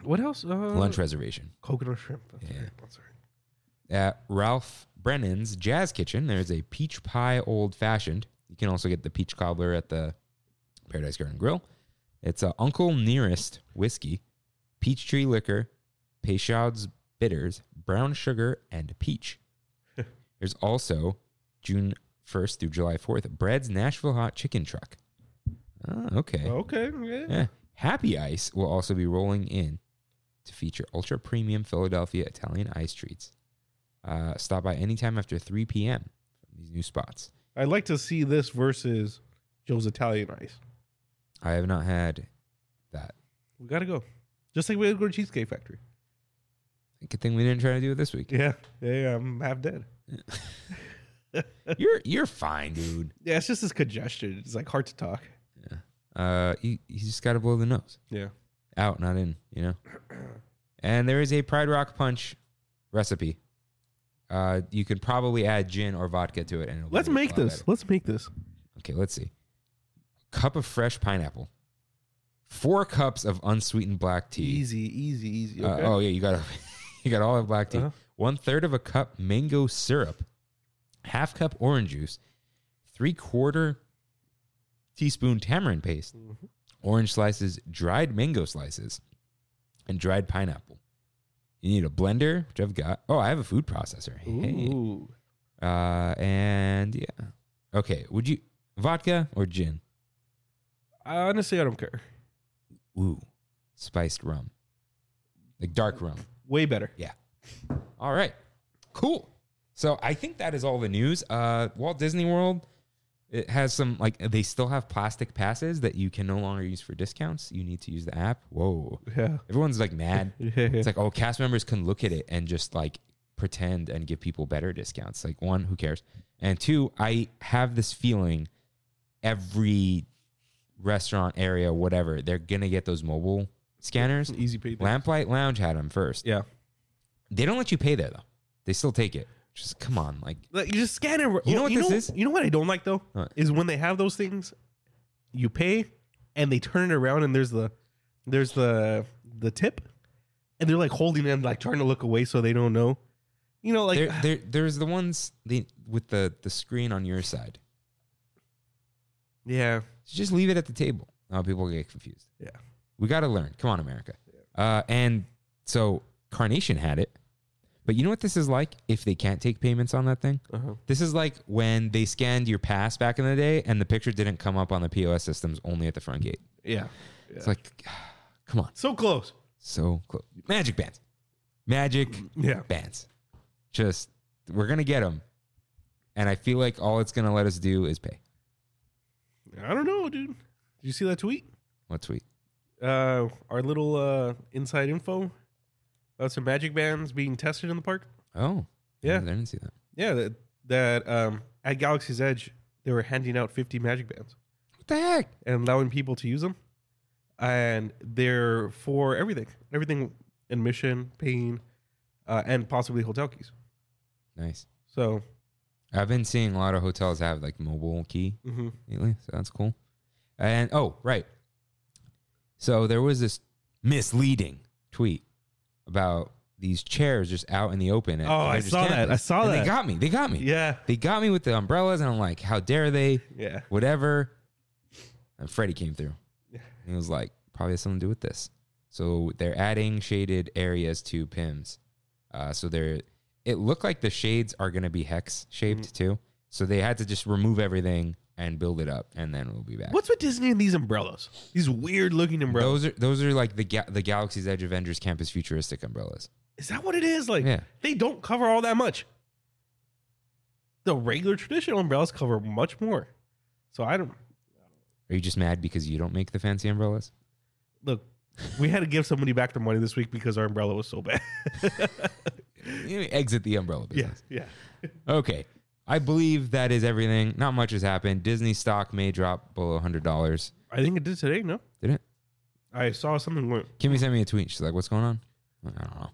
Speaker 2: What else? Uh,
Speaker 1: Lunch reservation
Speaker 2: Coconut shrimp. That's
Speaker 1: Yeah.
Speaker 2: right. That's right.
Speaker 1: at Ralph Brennan's Jazz Kitchen. There's a peach pie old fashioned. You can also get the peach cobbler at the Paradise Garden Grill. It's a Uncle Nearest whiskey, peach tree liquor, Peychaud's bitters, brown sugar, and peach. There's also June 1st through July 4th, Bread's Nashville Hot Chicken Truck. Ah, okay.
Speaker 2: Oh, Okay. Yeah.
Speaker 1: Yeah. Happy Ice will also be rolling in to feature ultra premium Philadelphia Italian ice treats. Uh, stop by anytime after 3 p.m. from these new spots.
Speaker 2: I'd like to see this versus Joe's Italian ice.
Speaker 1: I have not had that.
Speaker 2: We gotta go. Just like we had to go to Cheesecake Factory.
Speaker 1: Good thing we didn't try to do it this week.
Speaker 2: Yeah. Yeah. yeah, I'm half dead.
Speaker 1: You're you're fine, dude.
Speaker 2: Yeah. It's just this congestion. It's like hard to talk.
Speaker 1: Uh, you, you just got to blow the nose.
Speaker 2: Yeah.
Speaker 1: Out, not in, you know? And there is a Pride Rock Punch recipe. Uh, you could probably add gin or vodka to it. and it'll
Speaker 2: Let's
Speaker 1: be a
Speaker 2: make
Speaker 1: lot
Speaker 2: this.
Speaker 1: better.
Speaker 2: Let's make this.
Speaker 1: Okay, let's see. Cup of fresh pineapple. Four cups of unsweetened black tea.
Speaker 2: Easy, easy, easy.
Speaker 1: Uh,
Speaker 2: Okay.
Speaker 1: oh yeah, you got you got all the black tea.
Speaker 2: Uh-huh.
Speaker 1: One third of a cup mango syrup. Half cup orange juice. Three quarter teaspoon tamarind paste.
Speaker 2: Mhm.
Speaker 1: Orange slices, dried mango slices, and dried pineapple. You need a blender, which I've got. Oh, I have a food processor. oh, Hey.
Speaker 2: Ooh.
Speaker 1: Uh, and yeah. Okay. Would you vodka or gin?
Speaker 2: Honestly, I don't care.
Speaker 1: Ooh, spiced rum, like dark rum.
Speaker 2: Way better.
Speaker 1: Yeah. All right. Cool. So I think that is all the news. Uh, Walt Disney World. It has some like they still have plastic passes that you can no longer use for discounts. You need to use the app. Whoa.
Speaker 2: Yeah.
Speaker 1: Everyone's like mad.
Speaker 2: Yeah.
Speaker 1: It's like, oh, cast members can look at it and just like pretend and give people better discounts. Like, one, who cares? And two, I have this feeling every restaurant area, whatever, they're going to get those mobile scanners.
Speaker 2: easy pay. thing.
Speaker 1: Lamplight Lounge had them first.
Speaker 2: Yeah.
Speaker 1: They don't let you pay there, though. They still take it. Just come on. Like,
Speaker 2: Like, you just scan it. You
Speaker 1: know what this is?
Speaker 2: You know what I don't like though
Speaker 1: What?
Speaker 2: is when they have those things, you pay, and they turn it around, and there's the there's the the tip, and they're like holding it, and like trying to look away so they don't know. You know, like uh,
Speaker 1: there, there, there's the ones the, with the, the screen on your side.
Speaker 2: yeah,
Speaker 1: just leave it at the table. Oh, people get confused.
Speaker 2: yeah.
Speaker 1: We got to learn. Come on, America. Uh, and so Carnation had it. But you know what this is like if they can't take payments on that thing?
Speaker 2: Uh-huh.
Speaker 1: This is like when they scanned your pass back in the day and the picture didn't come up on the POS systems, only at the front gate.
Speaker 2: yeah,
Speaker 1: It's like, come on.
Speaker 2: So close.
Speaker 1: So close. Magic bands. Magic
Speaker 2: Yeah.
Speaker 1: bands. Just, we're going to get them. And I feel like all it's going to let us do is pay.
Speaker 2: I don't know, dude. Did you see that tweet?
Speaker 1: What tweet?
Speaker 2: Uh, our little uh inside info about some magic bands being tested in the park.
Speaker 1: Oh.
Speaker 2: Yeah.
Speaker 1: I didn't see that.
Speaker 2: Yeah, that that um at Galaxy's Edge they were handing out 50 magic bands.
Speaker 1: What the heck?
Speaker 2: and allowing people to use them. And they're for everything, everything admission, paying, uh, and possibly hotel keys.
Speaker 1: Nice.
Speaker 2: So,
Speaker 1: I've been seeing a lot of hotels have like mobile key
Speaker 2: mm-hmm.
Speaker 1: lately, so that's cool. And oh, right. So there was this misleading tweet about these chairs just out in the open. at
Speaker 2: Oh, I
Speaker 1: Avengers
Speaker 2: saw that.
Speaker 1: campus.
Speaker 2: I saw
Speaker 1: And They
Speaker 2: that.
Speaker 1: got me. They got me.
Speaker 2: yeah,
Speaker 1: They got me with the umbrellas, and I'm like, how dare they?
Speaker 2: yeah,
Speaker 1: Whatever. And Freddie came through. And he was like, probably has something to do with this. So they're adding shaded areas to PIMS. Uh, so they're it looked like the shades are gonna be hex shaped too. So they had to just remove everything and build it up, and then we'll be back.
Speaker 2: What's with Disney and these umbrellas? These weird looking umbrellas.
Speaker 1: Those are those are like the ga- the Galaxy's Edge Avengers Campus futuristic umbrellas.
Speaker 2: Is that what it is? Like,
Speaker 1: Yeah.
Speaker 2: they don't cover all that much. The regular traditional umbrellas cover much more. So I don't
Speaker 1: Are you just mad because you don't make the fancy umbrellas?
Speaker 2: look. We had to give somebody back their money this week because our umbrella was so bad.
Speaker 1: You Exit the umbrella business.
Speaker 2: yeah, yeah.
Speaker 1: Okay. I believe that is everything. Not much has happened. Disney stock may drop below $100.
Speaker 2: I think it did today. No,
Speaker 1: Did it?
Speaker 2: I saw something went
Speaker 1: Kimmy sent me a tweet. She's like, what's going on? I don't know.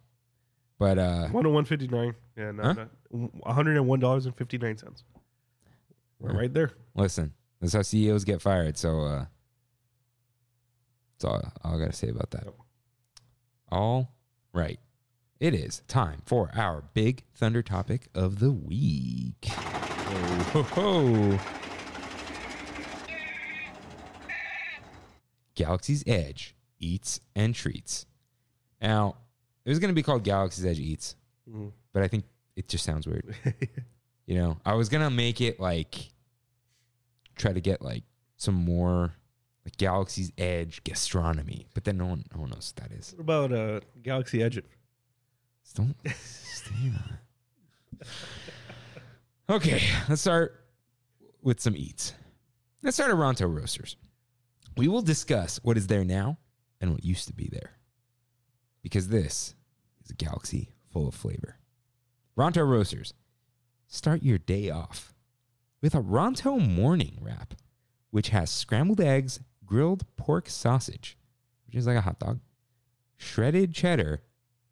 Speaker 1: But uh,
Speaker 2: one hundred one fifty nine. Yeah, no,
Speaker 1: Huh?
Speaker 2: not one hundred and one dollars and fifty nine cents. We're
Speaker 1: Huh.
Speaker 2: right there.
Speaker 1: listen, that's how CEOs get fired. So uh, that's all, all I got to say about that.
Speaker 2: Yep.
Speaker 1: All right. It is time for our big thunder topic of the week. Oh, ho, ho. Galaxy's Edge eats and treats. Now, it was going to be called Galaxy's Edge Eats,
Speaker 2: Mhm.
Speaker 1: but I think it just sounds weird. You know, I was gonna make it like try to get like some more like Galaxy's Edge gastronomy, but then no one no one knows what that is.
Speaker 2: what about uh, Galaxy Edge?
Speaker 1: So don't stay on it. Okay, let's start with some eats. Let's start at Ronto Roasters. We will discuss what is there now and what used to be there. Because this is a galaxy full of flavor. Ronto Roasters, start your day off with a Ronto morning wrap, which has scrambled eggs, grilled pork sausage, which is like a hot dog, shredded cheddar,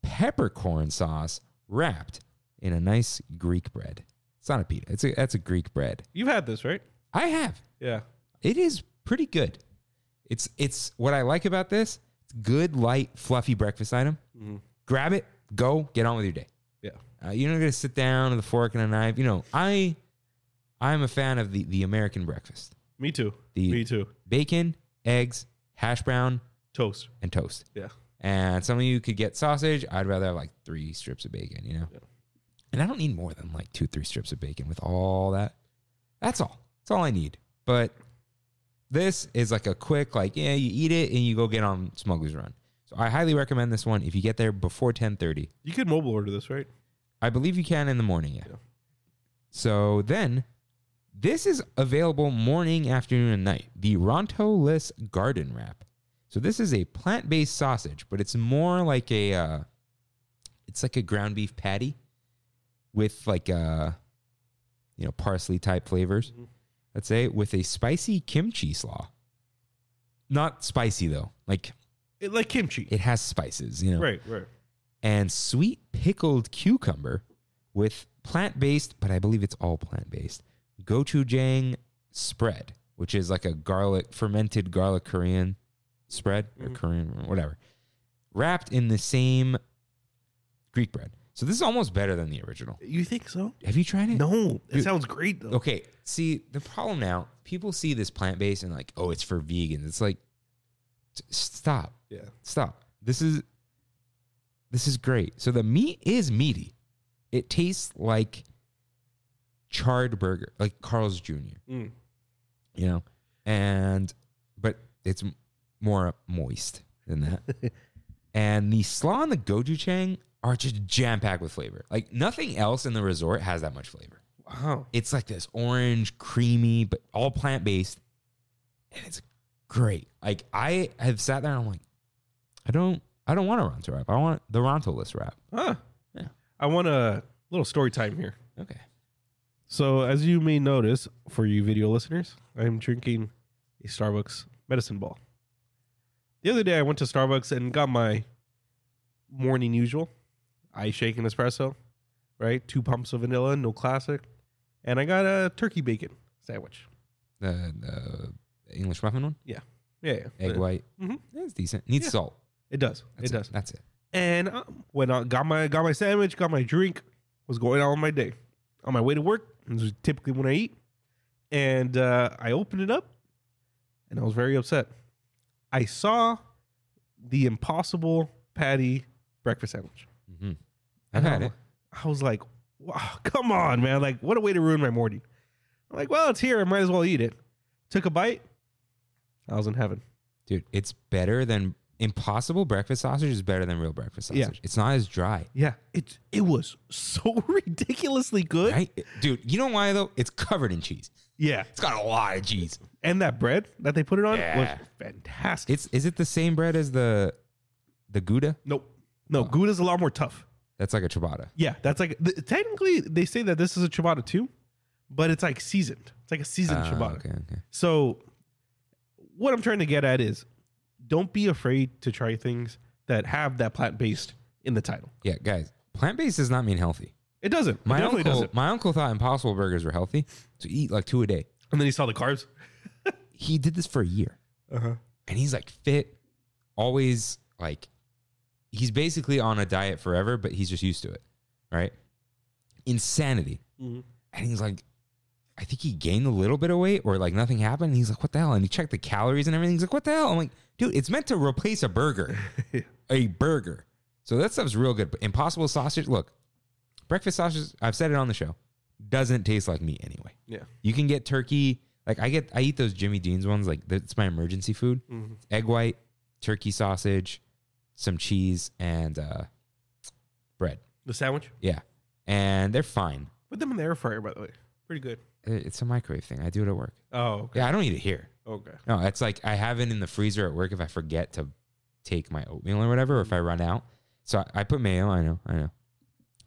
Speaker 1: peppercorn sauce wrapped in a nice Greek bread. It's not a pita. It's a that's a Greek bread.
Speaker 2: You've had this, right?
Speaker 1: I have.
Speaker 2: Yeah.
Speaker 1: It is pretty good. It's it's what I like about this. It's good, light, fluffy breakfast item.
Speaker 2: Mhm.
Speaker 1: Grab it, go, get on with your day.
Speaker 2: Yeah.
Speaker 1: Uh, you're not gonna sit down with a fork and a knife. You know, I I'm a fan of the the American breakfast:
Speaker 2: Me too.
Speaker 1: The-
Speaker 2: Me too.
Speaker 1: bacon, eggs, hash brown,
Speaker 2: Toast.
Speaker 1: and toast.
Speaker 2: Yeah.
Speaker 1: And some of you could get sausage. I'd rather have like three strips of bacon, you know?
Speaker 2: Yeah.
Speaker 1: And I don't need more than like two, three strips of bacon with all that. That's all. That's all I need. But this is like a quick, like, yeah, you eat it and you go get on Smuggler's Run. So I highly recommend this one if you get there before 1030.
Speaker 2: You could mobile order this, right?
Speaker 1: I believe you can in the morning, yeah.
Speaker 2: Yeah.
Speaker 1: So then this is available morning, afternoon, and night. The Ronto-less garden wrap. So this is a plant-based sausage, but it's more like a uh, it's like a ground beef patty with like uh you know parsley type flavors.
Speaker 2: Mhm.
Speaker 1: Let's say with a spicy kimchi slaw. Not spicy though. Like
Speaker 2: It, like kimchi.
Speaker 1: it has spices, you know
Speaker 2: Right. Right.
Speaker 1: and sweet pickled cucumber with plant based, but I believe it's all plant based, gochujang spread, which is like a garlic, fermented garlic Korean spread or
Speaker 2: Mhm.
Speaker 1: Korean, whatever, wrapped in the same Greek bread. So this is almost better than the original.
Speaker 2: You think so?
Speaker 1: Have you tried it?
Speaker 2: No. It
Speaker 1: Dude.
Speaker 2: sounds great though.
Speaker 1: Okay. See, the problem now, people see this plant based and like, oh, it's for vegans. It's like, t- stop
Speaker 2: Yeah.
Speaker 1: stop. This is this is great. So the meat is meaty. It tastes like charred burger, like Carl's Jr.
Speaker 2: Mm.
Speaker 1: You know, and but it's m- more moist than that. and the slaw and the gochujang are just jam packed with flavor. Like nothing else in the resort has that much flavor.
Speaker 2: Wow.
Speaker 1: It's like this orange, creamy, but all plant based. And it's great. Like I have sat there and I'm like, I don't I don't want a Ronto wrap. I want the Ronto list wrap.
Speaker 2: Huh.
Speaker 1: Yeah.
Speaker 2: I want a little story time here.
Speaker 1: Okay.
Speaker 2: So, as you may notice, for you video listeners, I am drinking a Starbucks medicine ball. The other day, I went to Starbucks and got my morning usual ice shake and espresso, right? Two pumps of vanilla, no classic. And I got a turkey bacon sandwich.
Speaker 1: The the English muffin one?
Speaker 2: Yeah, yeah.
Speaker 1: Egg white.
Speaker 2: Mhm.
Speaker 1: That's decent. Needs
Speaker 2: Yeah.
Speaker 1: salt.
Speaker 2: It does.
Speaker 1: That's
Speaker 2: it does.
Speaker 1: That's it.
Speaker 2: And um, when I got my got my sandwich, got my drink, was going on my day. On my way to work, this is typically when I eat. And uh, I opened it up, and I was very upset. I saw the Impossible Patty breakfast sandwich.
Speaker 1: hmm I've had it.
Speaker 2: I was like, wow, come on, man. Like, what a way to ruin my morning. I'm like, well, it's here. I might as well eat it. Took a bite. I was in heaven.
Speaker 1: Dude, it's better than impossible breakfast sausage is better than real breakfast sausage.
Speaker 2: Yeah.
Speaker 1: It's not as dry.
Speaker 2: Yeah. It, it was so ridiculously good.
Speaker 1: Right? Dude, you know why though? It's covered in cheese.
Speaker 2: Yeah.
Speaker 1: It's got a lot of cheese.
Speaker 2: And that bread that they put it on
Speaker 1: Yeah.
Speaker 2: was fantastic.
Speaker 1: It's is it the same bread as the The Gouda?
Speaker 2: Nope.
Speaker 1: Oh.
Speaker 2: No, Gouda's a lot more tough.
Speaker 1: That's like a ciabatta.
Speaker 2: Yeah, that's like th- technically they say that this is a ciabatta too, but it's like seasoned. It's like a seasoned
Speaker 1: Ah,
Speaker 2: ciabatta.
Speaker 1: okay, okay.
Speaker 2: So, what I'm trying to get at is, don't be afraid to try things that have that plant based in the title.
Speaker 1: Yeah, guys, plant based does not mean healthy.
Speaker 2: It doesn't. it
Speaker 1: My
Speaker 2: definitely
Speaker 1: uncle,
Speaker 2: doesn't.
Speaker 1: my uncle thought Impossible Burgers were healthy, so he eat like two a day.
Speaker 2: And then he saw the carbs.
Speaker 1: He did this for a year,
Speaker 2: Uh huh.
Speaker 1: and he's like fit, always like, he's basically on a diet forever, but he's just used to it, right? Insanity, and he's like, I think he gained a little bit of weight, or like nothing happened. And he's like, what the hell? And he checked the calories and everything. He's like, what the hell? I'm like, dude, it's meant to replace a burger, a burger. So that stuff's real good. But Impossible sausage, look, breakfast sausage. I've said it on the show, doesn't taste like meat anyway.
Speaker 2: Yeah.
Speaker 1: You can get turkey. Like I get, I eat those Jimmy Dean's ones. Like that's my emergency food.
Speaker 2: Mhm.
Speaker 1: Egg white, turkey sausage, some cheese, and uh, bread.
Speaker 2: The sandwich.
Speaker 1: Yeah, and they're fine.
Speaker 2: Put them in the air fryer, by the way. Pretty good.
Speaker 1: It- It's a microwave thing. I do it at work.
Speaker 2: Oh, okay.
Speaker 1: Yeah, I don't eat it here.
Speaker 2: Okay.
Speaker 1: No, it's like I have it in the freezer at work if I forget to take my oatmeal or whatever, or if I run out. So I, I put mayo. I know, I know.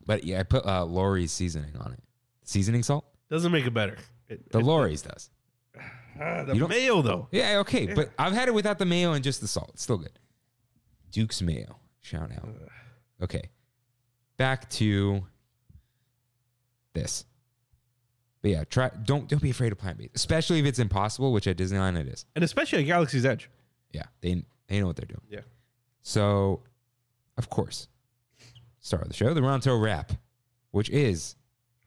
Speaker 1: But yeah, I put uh, Lori's seasoning on it. Seasoning salt.
Speaker 2: Doesn't make it better. It,
Speaker 1: The
Speaker 2: it-
Speaker 1: Lori's does.
Speaker 2: ah, the
Speaker 1: you don't-
Speaker 2: mayo though.
Speaker 1: Yeah, okay. But I've had it without the mayo and just the salt. It's still good. Duke's mayo. Shout out. Okay. Back to this. But yeah, try don't don't be afraid of plant based, especially if it's impossible, which at Disneyland it is.
Speaker 2: And especially at Galaxy's Edge.
Speaker 1: Yeah, they they know what they're doing.
Speaker 2: Yeah.
Speaker 1: So, of course, star of the show, the Ronto wrap, which is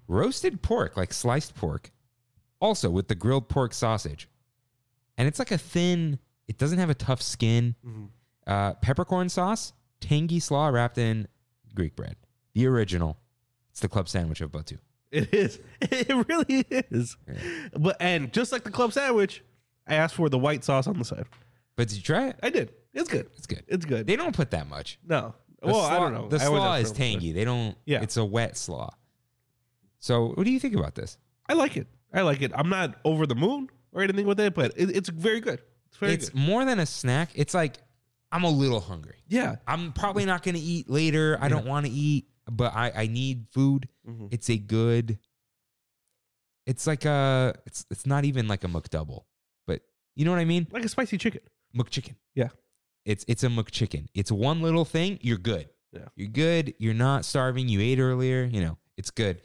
Speaker 1: roasted pork, like sliced pork, also with the grilled pork sausage. And it's like a thin, it doesn't have a tough skin. Uh, peppercorn sauce, tangy slaw wrapped in Greek bread. The original. It's the club sandwich of Batu.
Speaker 2: It is. It really is. But and just like the club sandwich, I asked for the white sauce on the side.
Speaker 1: But did you try it?
Speaker 2: I did. It's good.
Speaker 1: It's good.
Speaker 2: It's good.
Speaker 1: They don't put that much.
Speaker 2: no.
Speaker 1: The
Speaker 2: well, I
Speaker 1: slaw-
Speaker 2: don't know.
Speaker 1: The
Speaker 2: I always
Speaker 1: slaw
Speaker 2: ask
Speaker 1: is
Speaker 2: for them.
Speaker 1: tangy. They don't.
Speaker 2: Yeah.
Speaker 1: It's a wet slaw. So, what do you think about this?
Speaker 2: I like it. I like it. I'm not over the moon or anything with it, but it, it's very good. It's very
Speaker 1: it's
Speaker 2: good.
Speaker 1: more than a snack. It's like I'm a little hungry.
Speaker 2: Yeah.
Speaker 1: I'm probably not going to eat later. I don't want to eat, but I I need food.
Speaker 2: Mhm.
Speaker 1: It's a good. It's like a. It's it's not even like a McDouble, but you know what I mean.
Speaker 2: Like a spicy chicken.
Speaker 1: McChicken.
Speaker 2: Yeah.
Speaker 1: It's it's a McChicken. It's one little thing. You're good.
Speaker 2: Yeah.
Speaker 1: You're good. You're not starving. You ate earlier. You know it's good.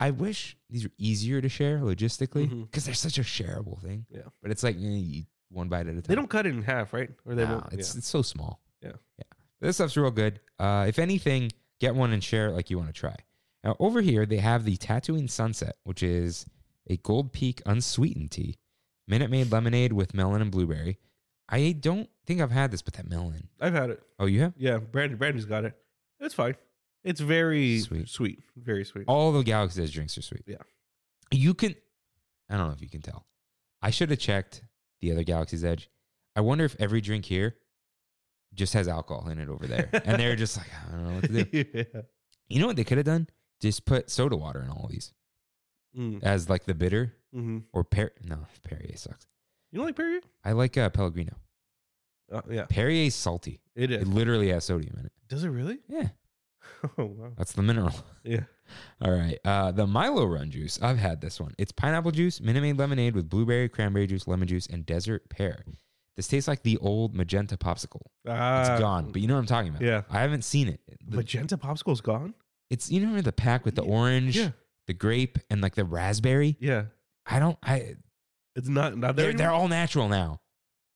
Speaker 1: I wish these were easier to share logistically because
Speaker 2: Mhm.
Speaker 1: they're such a shareable thing.
Speaker 2: Yeah.
Speaker 1: But it's like eh, you eat one bite at a time.
Speaker 2: They don't cut it in half, right? Or they
Speaker 1: No,
Speaker 2: won't.
Speaker 1: it's
Speaker 2: yeah.
Speaker 1: it's so small.
Speaker 2: Yeah.
Speaker 1: yeah. This stuff's real good. Uh, if anything, get one and share it like you want to try. Now over here they have the Tatooine Sunset, which is a Gold Peak unsweetened tea, Minute Maid lemonade with melon and blueberry. I don't think I've had this, but that melon.
Speaker 2: I've had it.
Speaker 1: Oh, you have?
Speaker 2: Yeah. Brandon Brandon's got it. It's fine. It's very
Speaker 1: Sweet.
Speaker 2: sweet. Very sweet.
Speaker 1: All the Galaxy Edge drinks are sweet.
Speaker 2: Yeah.
Speaker 1: You can. I don't know if you can tell. I should have checked the other Galaxy's Edge. I wonder if every drink here just has alcohol in it over there, and they're just like, I don't know what to do.
Speaker 2: yeah.
Speaker 1: You know what they could have done? Just put soda water in all of these
Speaker 2: Mm.
Speaker 1: as like the bitter
Speaker 2: hmm
Speaker 1: or per. No, Perrier sucks.
Speaker 2: You don't like Perrier?
Speaker 1: I like uh, Pellegrino.
Speaker 2: Uh, yeah.
Speaker 1: Perrier's salty.
Speaker 2: It
Speaker 1: It
Speaker 2: is.
Speaker 1: literally has sodium in it.
Speaker 2: Does it really?
Speaker 1: Yeah,
Speaker 2: Oh wow.
Speaker 1: that's the mineral.
Speaker 2: Yeah.
Speaker 1: All right. Uh, the Milo Run juice. I've had this one. It's pineapple juice, Minute Maid lemonade with blueberry, cranberry juice, lemon juice, and desert pear. This tastes like the old magenta popsicle. It's
Speaker 2: Ah,
Speaker 1: gone, but you know what I'm talking about.
Speaker 2: yeah.
Speaker 1: I haven't seen it. The-
Speaker 2: magenta popsicle's gone.
Speaker 1: It's you know the pack with the
Speaker 2: Yeah.
Speaker 1: orange,
Speaker 2: Yeah.
Speaker 1: the grape, and like the raspberry.
Speaker 2: Yeah.
Speaker 1: I don't. I
Speaker 2: It's not not there.
Speaker 1: they're, they're
Speaker 2: anymore?
Speaker 1: all natural now.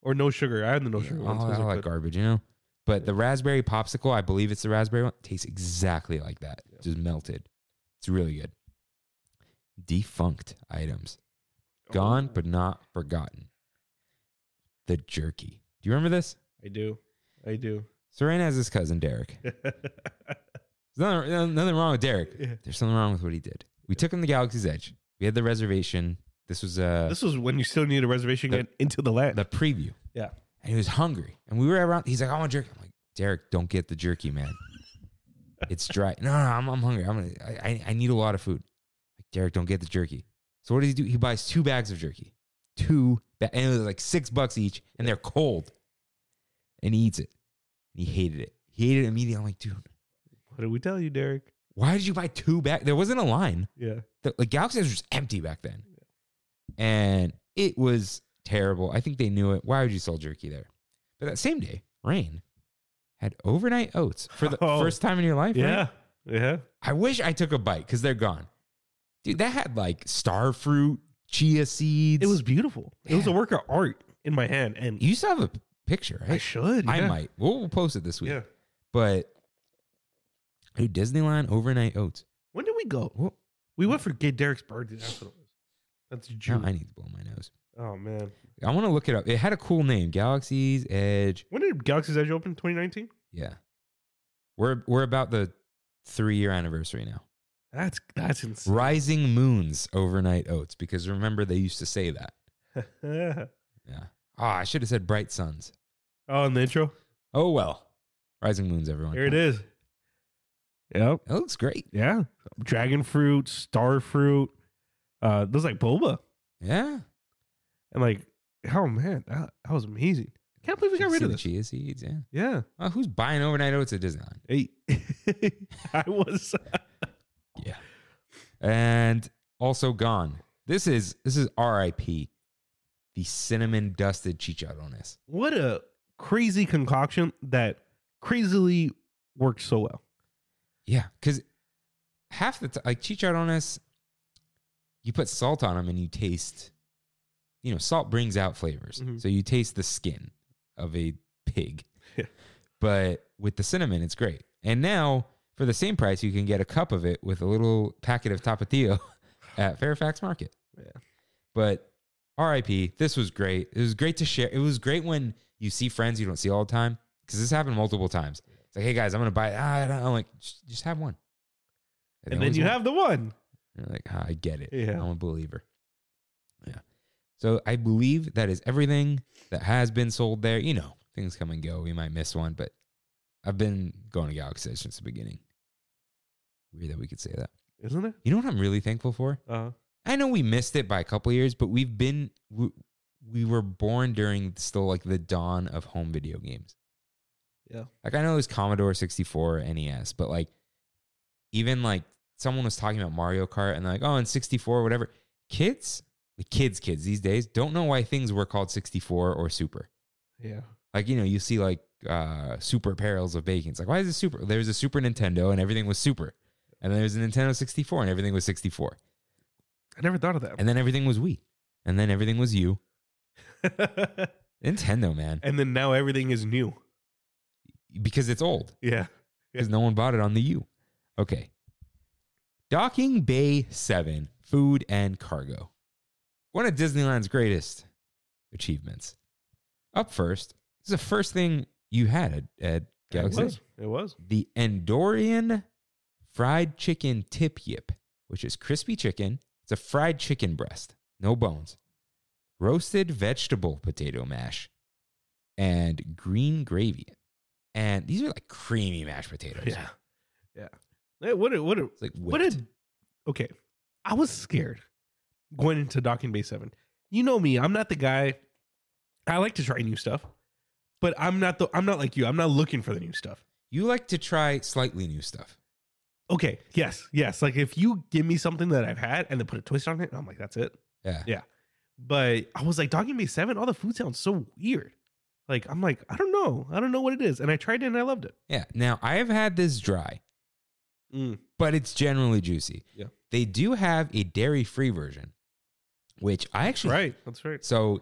Speaker 2: or no sugar. I had the no
Speaker 1: Yeah,
Speaker 2: sugar.
Speaker 1: all,
Speaker 2: ones. Those
Speaker 1: all
Speaker 2: are
Speaker 1: that
Speaker 2: good.
Speaker 1: garbage, you know. But the raspberry popsicle, I believe it's the raspberry one, tastes exactly like that. Just melted. It's really good. Defunct items.
Speaker 2: Oh,
Speaker 1: Gone but not forgotten. The jerky. Do you remember this?
Speaker 2: I do. I do.
Speaker 1: Serena has his cousin Derek. There's nothing, nothing wrong with Derek.
Speaker 2: Yeah.
Speaker 1: There's something wrong with what he did. We took him to Galaxy's Edge. We had the reservation. This was uh
Speaker 2: this was when you still needed a reservation to
Speaker 1: The-
Speaker 2: get into the land.
Speaker 1: the preview.
Speaker 2: yeah.
Speaker 1: and he was hungry. And we were around. He's like, I want jerky. I'm like, Derek, don't get the jerky, man. it's dry. No, no, I'm, I'm hungry. I'm gonna, I, I- I need a lot of food. Like, Derek, don't get the jerky. So what does he do? He buys two bags of jerky, two, ba- and it was like six bucks each, and they're cold. And he eats it. and he hated it. He hated it immediately. I'm like, dude,
Speaker 2: What did we tell you, Derek?
Speaker 1: why did you buy two back? There wasn't a line.
Speaker 2: Yeah.
Speaker 1: The, the Galaxy Edge was just empty back then, and it was terrible. I think they knew it. Why would you sell jerky there? But that same day, Rain had overnight oats for the
Speaker 2: Oh.
Speaker 1: first time in your life. right?
Speaker 2: Yeah. Yeah.
Speaker 1: I wish I took a bite because they're gone. Dude, that had like star fruit, chia seeds.
Speaker 2: It was beautiful. It was a
Speaker 1: Yeah.
Speaker 2: work of art in my hand, and
Speaker 1: You still have a p- picture, right?
Speaker 2: I should.
Speaker 1: I
Speaker 2: yeah.
Speaker 1: might. We'll, we'll post it this week.
Speaker 2: Yeah.
Speaker 1: But dude, Disneyland overnight oats.
Speaker 2: When did we go?
Speaker 1: Whoa.
Speaker 2: We went for Gay Derek's birthday. That's what it was. That's
Speaker 1: Now
Speaker 2: June.
Speaker 1: I need to blow my nose.
Speaker 2: oh man.
Speaker 1: I want to look it up. It had a cool name, Galaxy's Edge.
Speaker 2: When did Galaxy's Edge open? 2019.
Speaker 1: Yeah, we're we're about the three year anniversary now.
Speaker 2: That's that's insane.
Speaker 1: Rising Moons overnight oats because remember they used to say that.
Speaker 2: oh,
Speaker 1: Yeah. Ah, I should have said Bright Suns.
Speaker 2: in the intro.
Speaker 1: Oh well. Rising Moons, everyone.
Speaker 2: Here it is. Yep.
Speaker 1: That looks great.
Speaker 2: Yeah. Dragon fruit, star fruit. Uh, those like boba.
Speaker 1: Yeah.
Speaker 2: And like, oh man, that, that was amazing. Can't believe we got
Speaker 1: You
Speaker 2: rid
Speaker 1: see
Speaker 2: of
Speaker 1: the
Speaker 2: this.
Speaker 1: chia seeds. Yeah.
Speaker 2: Yeah.
Speaker 1: Uh, who's buying overnight oats at Disneyland?
Speaker 2: Hey. I was
Speaker 1: Yeah. And also gone. This is this is R.I.P. The cinnamon dusted chicharrones.
Speaker 2: what a crazy concoction that crazily worked so well.
Speaker 1: Yeah, because half the time, like chicharrones, you put salt on them and you taste. You know, salt brings out flavors,
Speaker 2: Mhm.
Speaker 1: so you taste the skin of a pig.
Speaker 2: Yeah.
Speaker 1: But with the cinnamon, it's great. And now, for the same price, you can get a cup of it with a little packet of tapatio at Fairfax Market.
Speaker 2: Yeah.
Speaker 1: But RIP, this was great. It was great to share. It was great when you see friends you don't see all the time because this happened multiple times. It's like, hey guys, I'm gonna buy. It. Ah, I don't, I'm like, just, just have one.
Speaker 2: And,
Speaker 1: they
Speaker 2: then
Speaker 1: always
Speaker 2: you
Speaker 1: win.
Speaker 2: have the one.
Speaker 1: And you're like, ah, I get it.
Speaker 2: Yeah.
Speaker 1: I'm a believer. Yeah. So I believe that is everything that has been sold there. You know, things come and go. We might miss one, but I've been going to Galaxy Edge since the beginning. Weird that we could say that.
Speaker 2: Isn't it?
Speaker 1: You know what I'm really thankful for?
Speaker 2: Uh
Speaker 1: I know we missed it by a couple years, but we've been we, we were born during still like the dawn of home video games.
Speaker 2: Yeah.
Speaker 1: Like I know it was Commodore 64, or NES, but like even like someone was talking about Mario Kart and like, oh, in 64 or whatever. Kids, the kids kids these days don't know why things were called 64 or super.
Speaker 2: yeah.
Speaker 1: Like, you know, you see like uh super perils of baking. It's like, why is it super? There was a Super Nintendo and everything was super. And then there was a Nintendo 64 and everything was 64.
Speaker 2: I never thought of that.
Speaker 1: And then everything was we. And then everything was you.
Speaker 2: And,
Speaker 1: Nintendo, man.
Speaker 2: then now everything is new.
Speaker 1: Because it's old.
Speaker 2: Yeah.
Speaker 1: Because no one bought it on the U. Okay. Docking Bay 7, food and cargo. One of Disneyland's greatest achievements. Up first, this is the first thing you had at, at Galaxy.
Speaker 2: It was. It was.
Speaker 1: the Andorian fried chicken tip yip, which is crispy chicken. It's a fried chicken breast, no bones, roasted vegetable potato mash, and green gravy. And these are like creamy mashed potatoes.
Speaker 2: Yeah. Yeah. Hey, what a, what a,
Speaker 1: It's like
Speaker 2: what
Speaker 1: whipped.
Speaker 2: a, okay. I was scared going into Docking Bay 7. You know me, I'm not the guy. I like to try new stuff, but I'm not the, I'm not like you. I'm not looking for the new stuff.
Speaker 1: you like to try slightly new stuff.
Speaker 2: Okay. Yes. Yes. Like if you give me something that I've had and then put a twist on it, I'm like, that's it.
Speaker 1: Yeah.
Speaker 2: Yeah. But I was like, Dogging Bay 7, all the food sounds so weird. Like, I'm like, I don't know. I don't know what it is. And I tried it and I loved it.
Speaker 1: Yeah. Now, I have had this dry,
Speaker 2: Mm,
Speaker 1: but it's generally juicy.
Speaker 2: Yeah.
Speaker 1: They do have a dairy free version, which I actually
Speaker 2: Right. That's right.
Speaker 1: So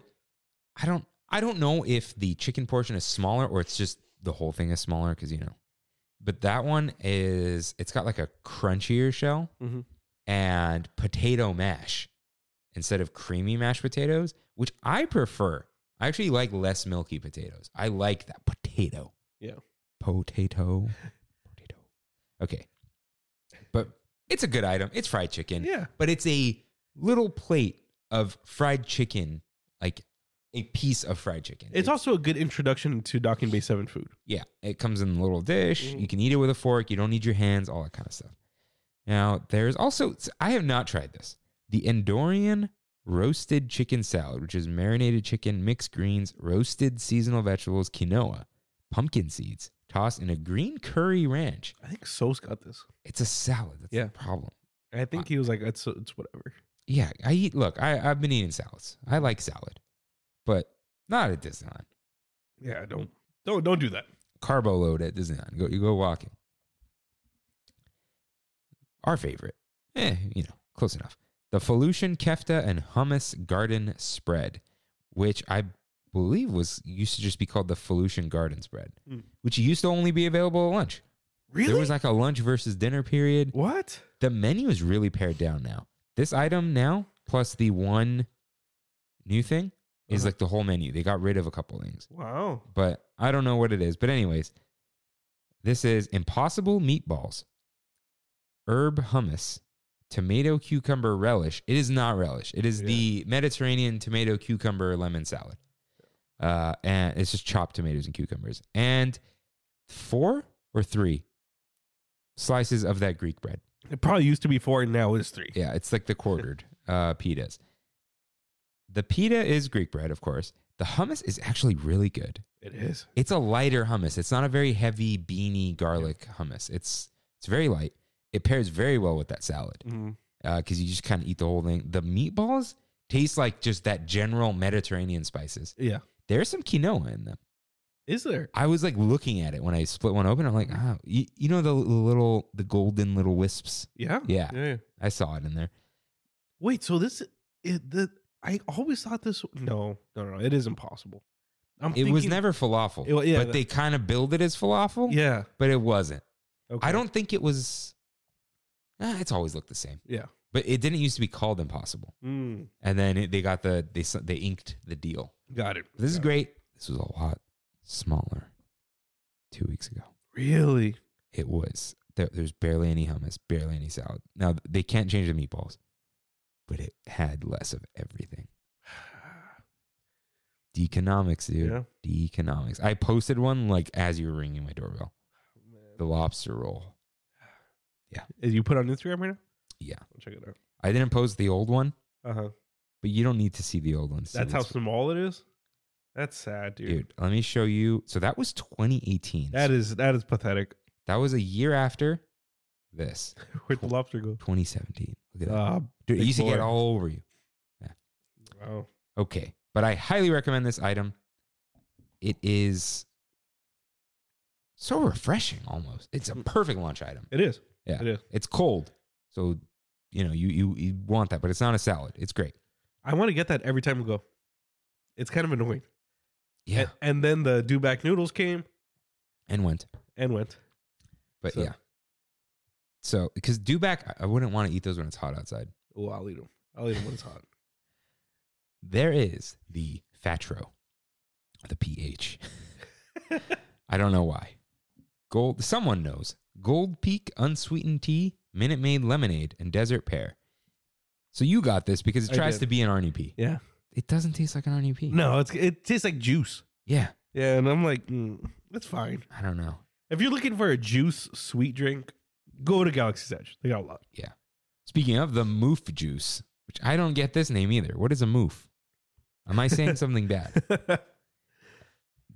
Speaker 1: I don't I don't know if the chicken portion is smaller or it's just the whole thing is smaller because you know. But that one is it's got like a crunchier shell
Speaker 2: Mhm.
Speaker 1: and potato mash instead of creamy mashed potatoes, which I prefer. I actually like less milky potatoes. I like that potato.
Speaker 2: Yeah.
Speaker 1: Potato. potato. Okay. But it's a good item. It's fried chicken
Speaker 2: Yeah.
Speaker 1: but it's a little plate of fried chicken, like a piece of fried chicken.
Speaker 2: It's also a good introduction to Docking Bay 7 food.
Speaker 1: yeah, it comes in a little dish.
Speaker 2: Mhm.
Speaker 1: You can eat it with a fork. You don't need your hands, all that kind of stuff. Now, there's also I have not tried this. The Andorian roasted chicken salad, which is marinated chicken, mixed greens, roasted seasonal vegetables, quinoa, pumpkin seeds, tossed in a green curry ranch.
Speaker 2: I think So's got this.
Speaker 1: It's a salad. That's
Speaker 2: Yeah.
Speaker 1: the problem.
Speaker 2: I think he was like, it's, it's whatever.
Speaker 1: Yeah, I eat. Look, I, I've been eating salads. I like salad, but not at Disneyland.
Speaker 2: Yeah, don't don't don't do that.
Speaker 1: Carbo load at Disneyland. Go, you go walking. Our favorite, eh? You know, close enough. The Felucian kefta and hummus garden spread, which I believe was used to just be called the Felucian garden spread,
Speaker 2: Mm.
Speaker 1: which used to only be available at lunch. There was like a lunch versus dinner period.
Speaker 2: what?
Speaker 1: the menu is really pared down now. This item now plus the one new thing is
Speaker 2: Uh-huh.
Speaker 1: like the whole menu. They got rid of a couple things,
Speaker 2: Wow.
Speaker 1: but I don't know what it is. But anyways, this is impossible meatballs, herb hummus, tomato cucumber relish. It is not relish. It is
Speaker 2: Yeah.
Speaker 1: the Mediterranean tomato cucumber lemon salad. Uh, and it's just chopped tomatoes and cucumbers and four or three slices of that Greek bread.
Speaker 2: It probably used to be four, and now it's three.
Speaker 1: Yeah, it's like the quartered uh, pitas. The pita is Greek bread, of course. The hummus is actually really good.
Speaker 2: It is.
Speaker 1: It's a lighter hummus. It's not a very heavy beany garlic hummus. It's it's very light. It pairs very well with that salad
Speaker 2: Mm-hmm.
Speaker 1: because you just kind of eat the whole thing. The meatballs taste like just that general Mediterranean spices.
Speaker 2: Yeah.
Speaker 1: There's some quinoa in them.
Speaker 2: Is there?
Speaker 1: I was like looking at it when I split one open. I'm like, ah, you, you know the little the golden little wisps.
Speaker 2: Yeah.
Speaker 1: Yeah.
Speaker 2: yeah.
Speaker 1: I saw it in there.
Speaker 2: Wait. So this it the I always thought this. No. No. No. It is impossible. I'm
Speaker 1: It was
Speaker 2: thinking-
Speaker 1: never falafel,
Speaker 2: It wa- yeah,
Speaker 1: but
Speaker 2: that-
Speaker 1: they kind of billed it as falafel.
Speaker 2: Yeah.
Speaker 1: but it wasn't.
Speaker 2: Okay.
Speaker 1: I don't think it was. Ah, it's always looked the same,
Speaker 2: Yeah.
Speaker 1: but it didn't used to be called Impossible.
Speaker 2: Mm.
Speaker 1: And then it, they got the they s- they inked the deal.
Speaker 2: Got it.
Speaker 1: This is
Speaker 2: Got it.
Speaker 1: great. This was a lot smaller. Two weeks ago,
Speaker 2: Really.
Speaker 1: it was there, there's barely any hummus, barely any salad. Now they can't change the meatballs, but it had less of everything. D economics, dude.
Speaker 2: Yeah.
Speaker 1: D economics. I posted one like as you were ringing my doorbell. The lobster roll.
Speaker 2: Is you put on Instagram right now?
Speaker 1: Yeah.
Speaker 2: I'll check it out.
Speaker 1: I didn't post the old one,
Speaker 2: Uh huh.
Speaker 1: but you don't need to see the old ones. to see
Speaker 2: That's how
Speaker 1: this one.
Speaker 2: small it is. That's sad, dude.
Speaker 1: dude. Let me show you. So that was 2018.
Speaker 2: That is that is pathetic.
Speaker 1: that was a year after this,
Speaker 2: Where'd the lobster go?
Speaker 1: 2017. Look at that.
Speaker 2: Uh,
Speaker 1: dude, it
Speaker 2: big
Speaker 1: used to get
Speaker 2: boy.
Speaker 1: all over you.
Speaker 2: wow.
Speaker 1: Okay, but I highly recommend this item. It is so refreshing, almost. It's
Speaker 2: Mm.
Speaker 1: a perfect lunch item.
Speaker 2: It is.
Speaker 1: Yeah.
Speaker 2: It is.
Speaker 1: It's cold, so you know you you, you want that, but it's not a salad. It's great.
Speaker 2: I want to get that every time we go. It's kind of annoying.
Speaker 1: Yeah,
Speaker 2: A- And, then the do back noodles came
Speaker 1: and went.
Speaker 2: and went.
Speaker 1: But
Speaker 2: So-
Speaker 1: yeah. So, because dewback, I- I wouldn't want to eat those when it's hot outside.
Speaker 2: Oh, I'll eat them. I'll eat them when it's hot.
Speaker 1: There is the fatro, the pH. I don't know why. Gold. Someone knows. Gold Peak unsweetened tea, Minute Maid lemonade, and desert pear. So you got this because it
Speaker 2: I
Speaker 1: tries to
Speaker 2: did.
Speaker 1: be an RNP.
Speaker 2: Yeah.
Speaker 1: It doesn't taste like an RNP.
Speaker 2: No, it's it tastes like juice.
Speaker 1: Yeah.
Speaker 2: Yeah, and I'm like, mm, that's fine.
Speaker 1: I don't know.
Speaker 2: If you're looking for a juice sweet drink, go to Galaxy's Edge. They got a lot.
Speaker 1: Speaking of the moof juice, which I don't get this name either. What is a moof? Am I saying something bad?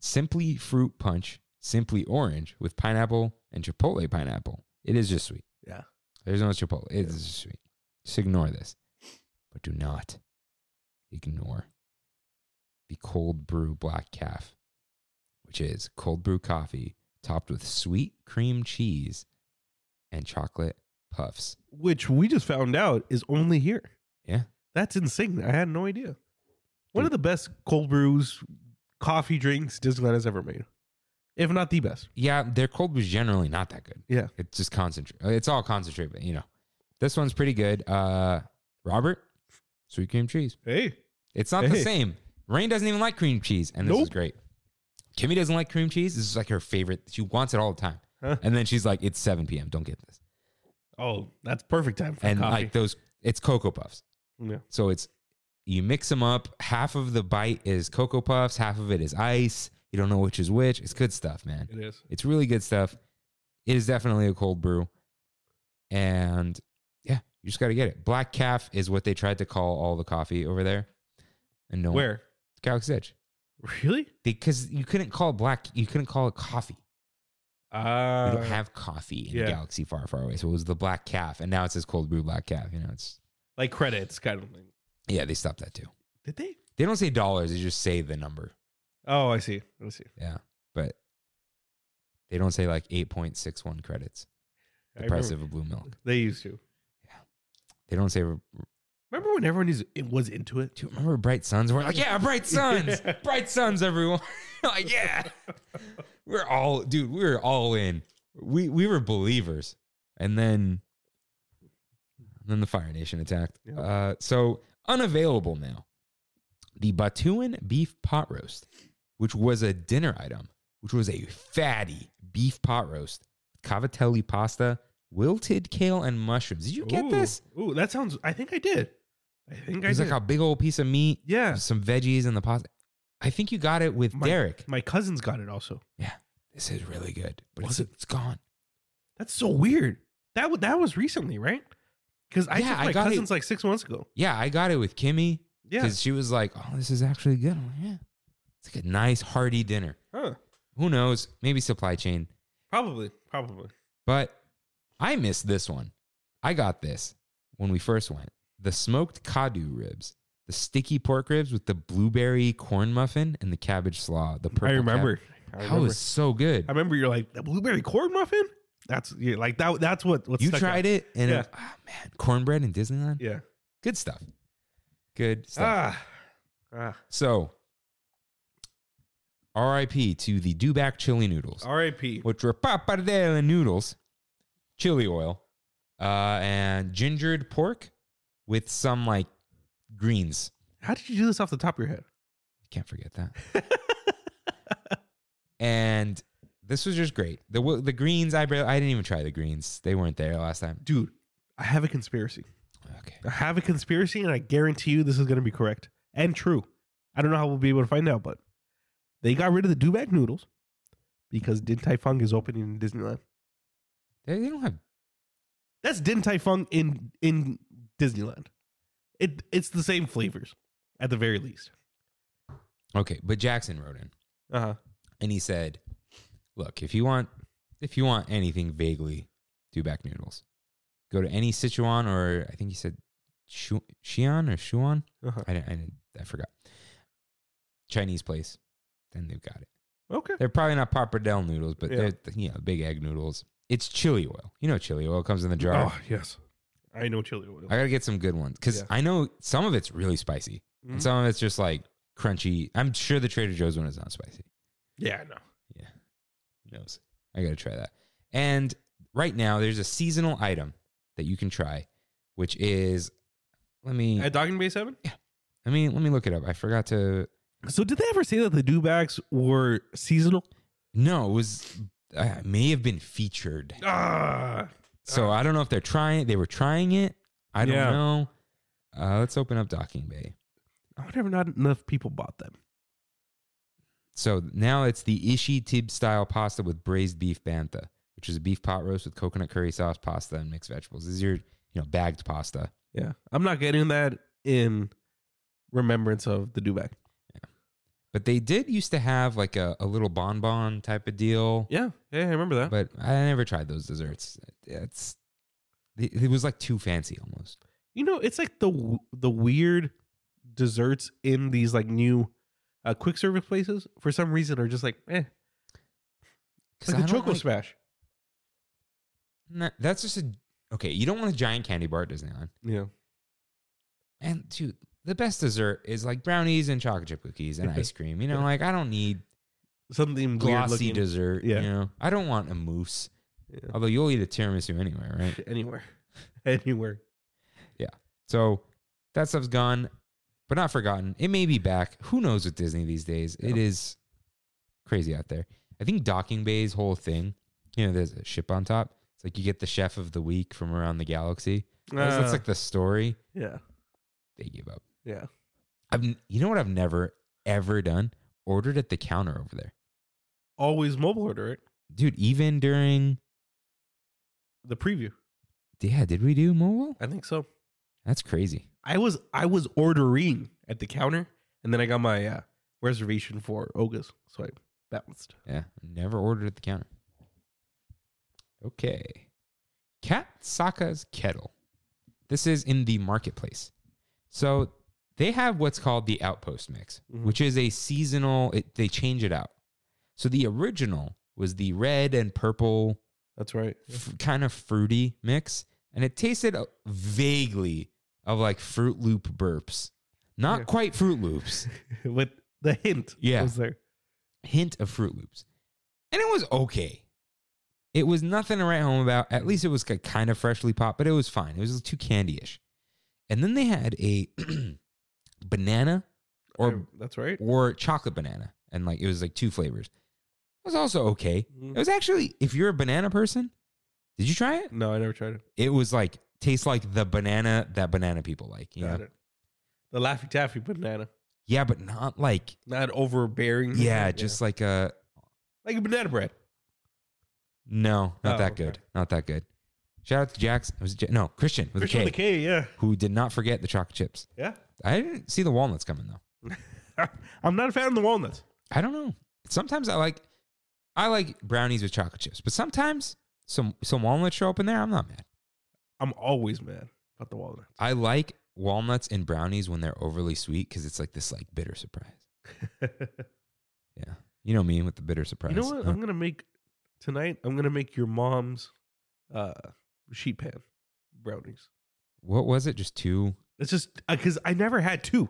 Speaker 1: Simply fruit punch, simply orange with pineapple and chipotle pineapple. It is just sweet.
Speaker 2: Yeah.
Speaker 1: There's no chipotle. It is just sweet. Just ignore this. But do not ignore the cold brew black calf, which is cold brew coffee topped with sweet cream cheese and chocolate puffs.
Speaker 2: Which we just found out is only here.
Speaker 1: Yeah.
Speaker 2: That's insane. I had no idea. One of the best cold brews, coffee drinks Disneyland has ever made, if not the best.
Speaker 1: Yeah, their cold was generally not that good.
Speaker 2: Yeah.
Speaker 1: It's just concentrate. It's all concentrate, but you know. This one's pretty good. Uh Robert, sweet cream cheese.
Speaker 2: Hey,
Speaker 1: It's not the
Speaker 2: Hey.
Speaker 1: same. Rain doesn't even like cream cheese, and this is
Speaker 2: Nope.
Speaker 1: great. Kimmy doesn't like cream cheese. This is like her favorite. She wants it all the time.
Speaker 2: Huh.
Speaker 1: And then she's like, it's 7 p.m. Don't get this.
Speaker 2: oh, that's perfect time for
Speaker 1: And
Speaker 2: coffee.
Speaker 1: like those, it's Cocoa Puffs.
Speaker 2: yeah.
Speaker 1: So it's you mix them up. Half of the bite is Cocoa Puffs, half of it is ice. You don't know which is which. It's good stuff, man.
Speaker 2: It is.
Speaker 1: It's really good stuff. It is definitely a cold brew. And yeah, you just got to get it. Black Calf is what they tried to call all the coffee over there. And no one-
Speaker 2: Where?
Speaker 1: Galaxy's Edge.
Speaker 2: Really?
Speaker 1: Because you couldn't call it black, you couldn't call it coffee.
Speaker 2: Ah,
Speaker 1: we don't have coffee in
Speaker 2: yeah.
Speaker 1: a galaxy far, far away. So it was the black calf, and now it says cold brew black calf. You know, it's
Speaker 2: like credits kind of thing.
Speaker 1: yeah, they stopped that too.
Speaker 2: Did they?
Speaker 1: They don't say dollars; they just say the number.
Speaker 2: Oh, I see. I see.
Speaker 1: Yeah, but they don't say like eight point six one credits, the
Speaker 2: I
Speaker 1: price
Speaker 2: remember-
Speaker 1: of a blue milk.
Speaker 2: they used to.
Speaker 1: They don't say.
Speaker 2: Remember when everyone is, it was into it?
Speaker 1: Do you remember Bright Suns? We're like, yeah, Bright Suns,
Speaker 2: Yeah.
Speaker 1: Bright Suns, everyone. like, yeah, we're all, dude, we were all in. We we were believers, and then, then the Fire Nation attacked.
Speaker 2: Yeah.
Speaker 1: Uh, so unavailable now. The Batuan beef pot roast, which was a dinner item, which was a fatty beef pot roast, cavatelli pasta, wilted kale, and mushrooms. Did you get
Speaker 2: Ooh.
Speaker 1: this?
Speaker 2: Ooh, that sounds. I think I did. I think
Speaker 1: It
Speaker 2: I
Speaker 1: was
Speaker 2: did.
Speaker 1: like a big old piece of meat
Speaker 2: yeah,
Speaker 1: some veggies and the pasta. I think you got it with
Speaker 2: My-
Speaker 1: Derek.
Speaker 2: my cousins got it also.
Speaker 1: This is really good, but
Speaker 2: Was
Speaker 1: it's, it's gone.
Speaker 2: That's so weird. That w- that was recently, right? Because I
Speaker 1: Yeah,
Speaker 2: took
Speaker 1: I
Speaker 2: my
Speaker 1: got it-
Speaker 2: cousins like six months ago.
Speaker 1: Yeah, I got it with Kimmy
Speaker 2: Yeah.
Speaker 1: because she was like, "Oh, this is actually good." I'm like, "Yeah, it's like a nice hearty dinner."
Speaker 2: Huh.
Speaker 1: Who knows? Maybe supply chain,
Speaker 2: Probably. Probably.
Speaker 1: but I missed this one. I got this when we first went. The smoked kadu ribs, the sticky pork ribs with the blueberry corn muffin and the cabbage slaw. The purple
Speaker 2: I
Speaker 1: cab-
Speaker 2: remember. I
Speaker 1: that
Speaker 2: remember.
Speaker 1: was so good.
Speaker 2: I remember you're like the blueberry corn muffin. That's you like that. That's what. what
Speaker 1: You
Speaker 2: stuck
Speaker 1: tried
Speaker 2: out.
Speaker 1: it, and
Speaker 2: Yeah.
Speaker 1: it, ah, man, cornbread in Disneyland.
Speaker 2: Yeah.
Speaker 1: Good stuff. Good stuff.
Speaker 2: Ah. Ah.
Speaker 1: So, R.I.P. to the Dubak chili noodles,
Speaker 2: R.I.P.
Speaker 1: which were pappardelle noodles, chili oil, uh, and gingered pork with some like greens.
Speaker 2: How did you do this off the top of your head?
Speaker 1: Can't forget that. and this was just great. The w- the greens, I barely, I didn't even try the greens. They weren't there last time.
Speaker 2: Dude, I have a conspiracy.
Speaker 1: Okay.
Speaker 2: I have a conspiracy, and I guarantee you this is going to be correct and true. I don't know how we'll be able to find out, but they got rid of the Dubak noodles because Din Tai Fung is opening in Disneyland.
Speaker 1: They, they don't have.
Speaker 2: That's Din Tai Fung in in Disneyland. It it's the same flavors at the very least.
Speaker 1: Okay, but Jackson wrote in.
Speaker 2: Uh huh.
Speaker 1: and he said, "Look, if you want, if you want anything vaguely Dubak noodles, go to any Sichuan or I think he said Shu- Xi'an or Shuan.
Speaker 2: Uh-huh.
Speaker 1: I didn't, I, didn't, I forgot Chinese place. Then they've got it.
Speaker 2: Okay.
Speaker 1: They're probably not pappardelle noodles, but
Speaker 2: Yeah.
Speaker 1: they're you know big egg noodles. It's chili oil. You know, chili oil comes in the jar.
Speaker 2: Oh yes, I know chili oil.
Speaker 1: I gotta get some good ones because
Speaker 2: Oh. Yeah.
Speaker 1: I know some of it's really spicy
Speaker 2: Mhm.
Speaker 1: and some of it's just like crunchy. I'm sure the Trader Joe's one is not spicy.
Speaker 2: yeah, I know.
Speaker 1: Who knows? I got to try that. And right now, there's a seasonal item that you can try, which is let me
Speaker 2: At Dogging Bay Seven.
Speaker 1: let me let me look it up. I forgot to.
Speaker 2: So did they ever say that the Dubacks were seasonal?
Speaker 1: No, it was I may have been featured.
Speaker 2: Ah,
Speaker 1: So I don't know if they're trying. They were trying it. I don't
Speaker 2: Yeah.
Speaker 1: know. Uh, let's open up Docking Bay.
Speaker 2: I wonder if not enough people bought them.
Speaker 1: So now it's the Ishi Tib style pasta with braised beef bantha, which is a beef pot roast with coconut curry sauce, pasta, and mixed vegetables. This is your you know bagged pasta.
Speaker 2: Yeah, I'm not getting that in remembrance of the Dubac.
Speaker 1: But they did used to have like a, a little bonbon type of deal.
Speaker 2: Yeah, yeah, I remember that.
Speaker 1: But I never tried those desserts. It's it, it was like too fancy almost.
Speaker 2: you know, it's like the w- the weird desserts in these like new uh, quick service places for some reason are just like eh,
Speaker 1: 'Cause
Speaker 2: like
Speaker 1: I
Speaker 2: the
Speaker 1: don't
Speaker 2: Choco
Speaker 1: like-
Speaker 2: Smash.
Speaker 1: Nah, that's just a okay. You don't want a giant candy bar at Disneyland.
Speaker 2: Yeah,
Speaker 1: And dude, the best dessert is like brownies and chocolate chip cookies and ice cream. You know, like I don't need
Speaker 2: something weird
Speaker 1: glossy
Speaker 2: looking
Speaker 1: dessert.
Speaker 2: Yeah.
Speaker 1: You know, I don't want a mousse.
Speaker 2: Yeah.
Speaker 1: Although you'll eat a tiramisu anyway, right?
Speaker 2: anywhere, anywhere.
Speaker 1: So that stuff's gone, but not forgotten. It may be back. Who knows with Disney these days? It
Speaker 2: Yeah.
Speaker 1: is crazy out there. I think Docking Bay's whole thing, you know, there's a ship on top. It's like you get the chef of the week from around the galaxy. That's, that's
Speaker 2: Uh,
Speaker 1: like the story.
Speaker 2: yeah,
Speaker 1: They give up.
Speaker 2: yeah.
Speaker 1: I've, n- you know what I've never, ever done? Ordered at the counter over there.
Speaker 2: Always mobile order it.
Speaker 1: Dude, even during,
Speaker 2: The preview.
Speaker 1: yeah, did we do mobile?
Speaker 2: I think so.
Speaker 1: That's crazy.
Speaker 2: I was I was ordering at the counter, and then I got my uh, reservation for Ogas, so I bounced.
Speaker 1: Yeah, never ordered at the counter. Okay. Kat Saka's Kettle. This is in the marketplace. So they have what's called the Outpost Mix, which is a seasonal, it, they change it out. So the original was the red and purple
Speaker 2: That's right.
Speaker 1: f- kind of fruity mix, and it tasted uh, vaguely of like Fruit Loop burps. Not
Speaker 2: Yeah.
Speaker 1: quite Fruit Loops,
Speaker 2: With the hint
Speaker 1: Yeah.
Speaker 2: was there.
Speaker 1: hint of Fruit Loops. And it was okay. It was nothing to write home about. At least it was ki- kind of freshly popped, but it was fine. It was too candyish. And then they had a banana or
Speaker 2: Yeah, that's right.
Speaker 1: or chocolate banana, and like it was like two flavors. It was also okay. It was actually, if you're a banana person, did you try it?
Speaker 2: No, I never tried it.
Speaker 1: It was like tastes like the banana that banana people like. You
Speaker 2: Got
Speaker 1: know?
Speaker 2: it. The Laffy Taffy banana,
Speaker 1: Yeah, but not like
Speaker 2: not overbearing.
Speaker 1: yeah, just like a
Speaker 2: like a banana bread.
Speaker 1: no, not
Speaker 2: Oh,
Speaker 1: that
Speaker 2: okay.
Speaker 1: good, not that good. Shout out to Jax. It was J- no Christian with
Speaker 2: Christian
Speaker 1: a K,
Speaker 2: with the K, yeah,
Speaker 1: who did not forget the chocolate chips.
Speaker 2: yeah.
Speaker 1: I didn't see the walnuts coming though.
Speaker 2: I'm not a fan of the walnuts.
Speaker 1: I don't know. Sometimes I like I like brownies with chocolate chips, but sometimes some some walnuts show up in there. I'm not mad.
Speaker 2: I'm always mad about the walnut.
Speaker 1: I like walnuts and brownies when they're overly sweet because it's like this like bitter surprise. Yeah, you know me with the bitter surprise.
Speaker 2: you know what?
Speaker 1: huh?
Speaker 2: I'm gonna make tonight. I'm gonna make your mom's uh, sheet pan brownies.
Speaker 1: What was it? Just two?
Speaker 2: It's just because I never had two.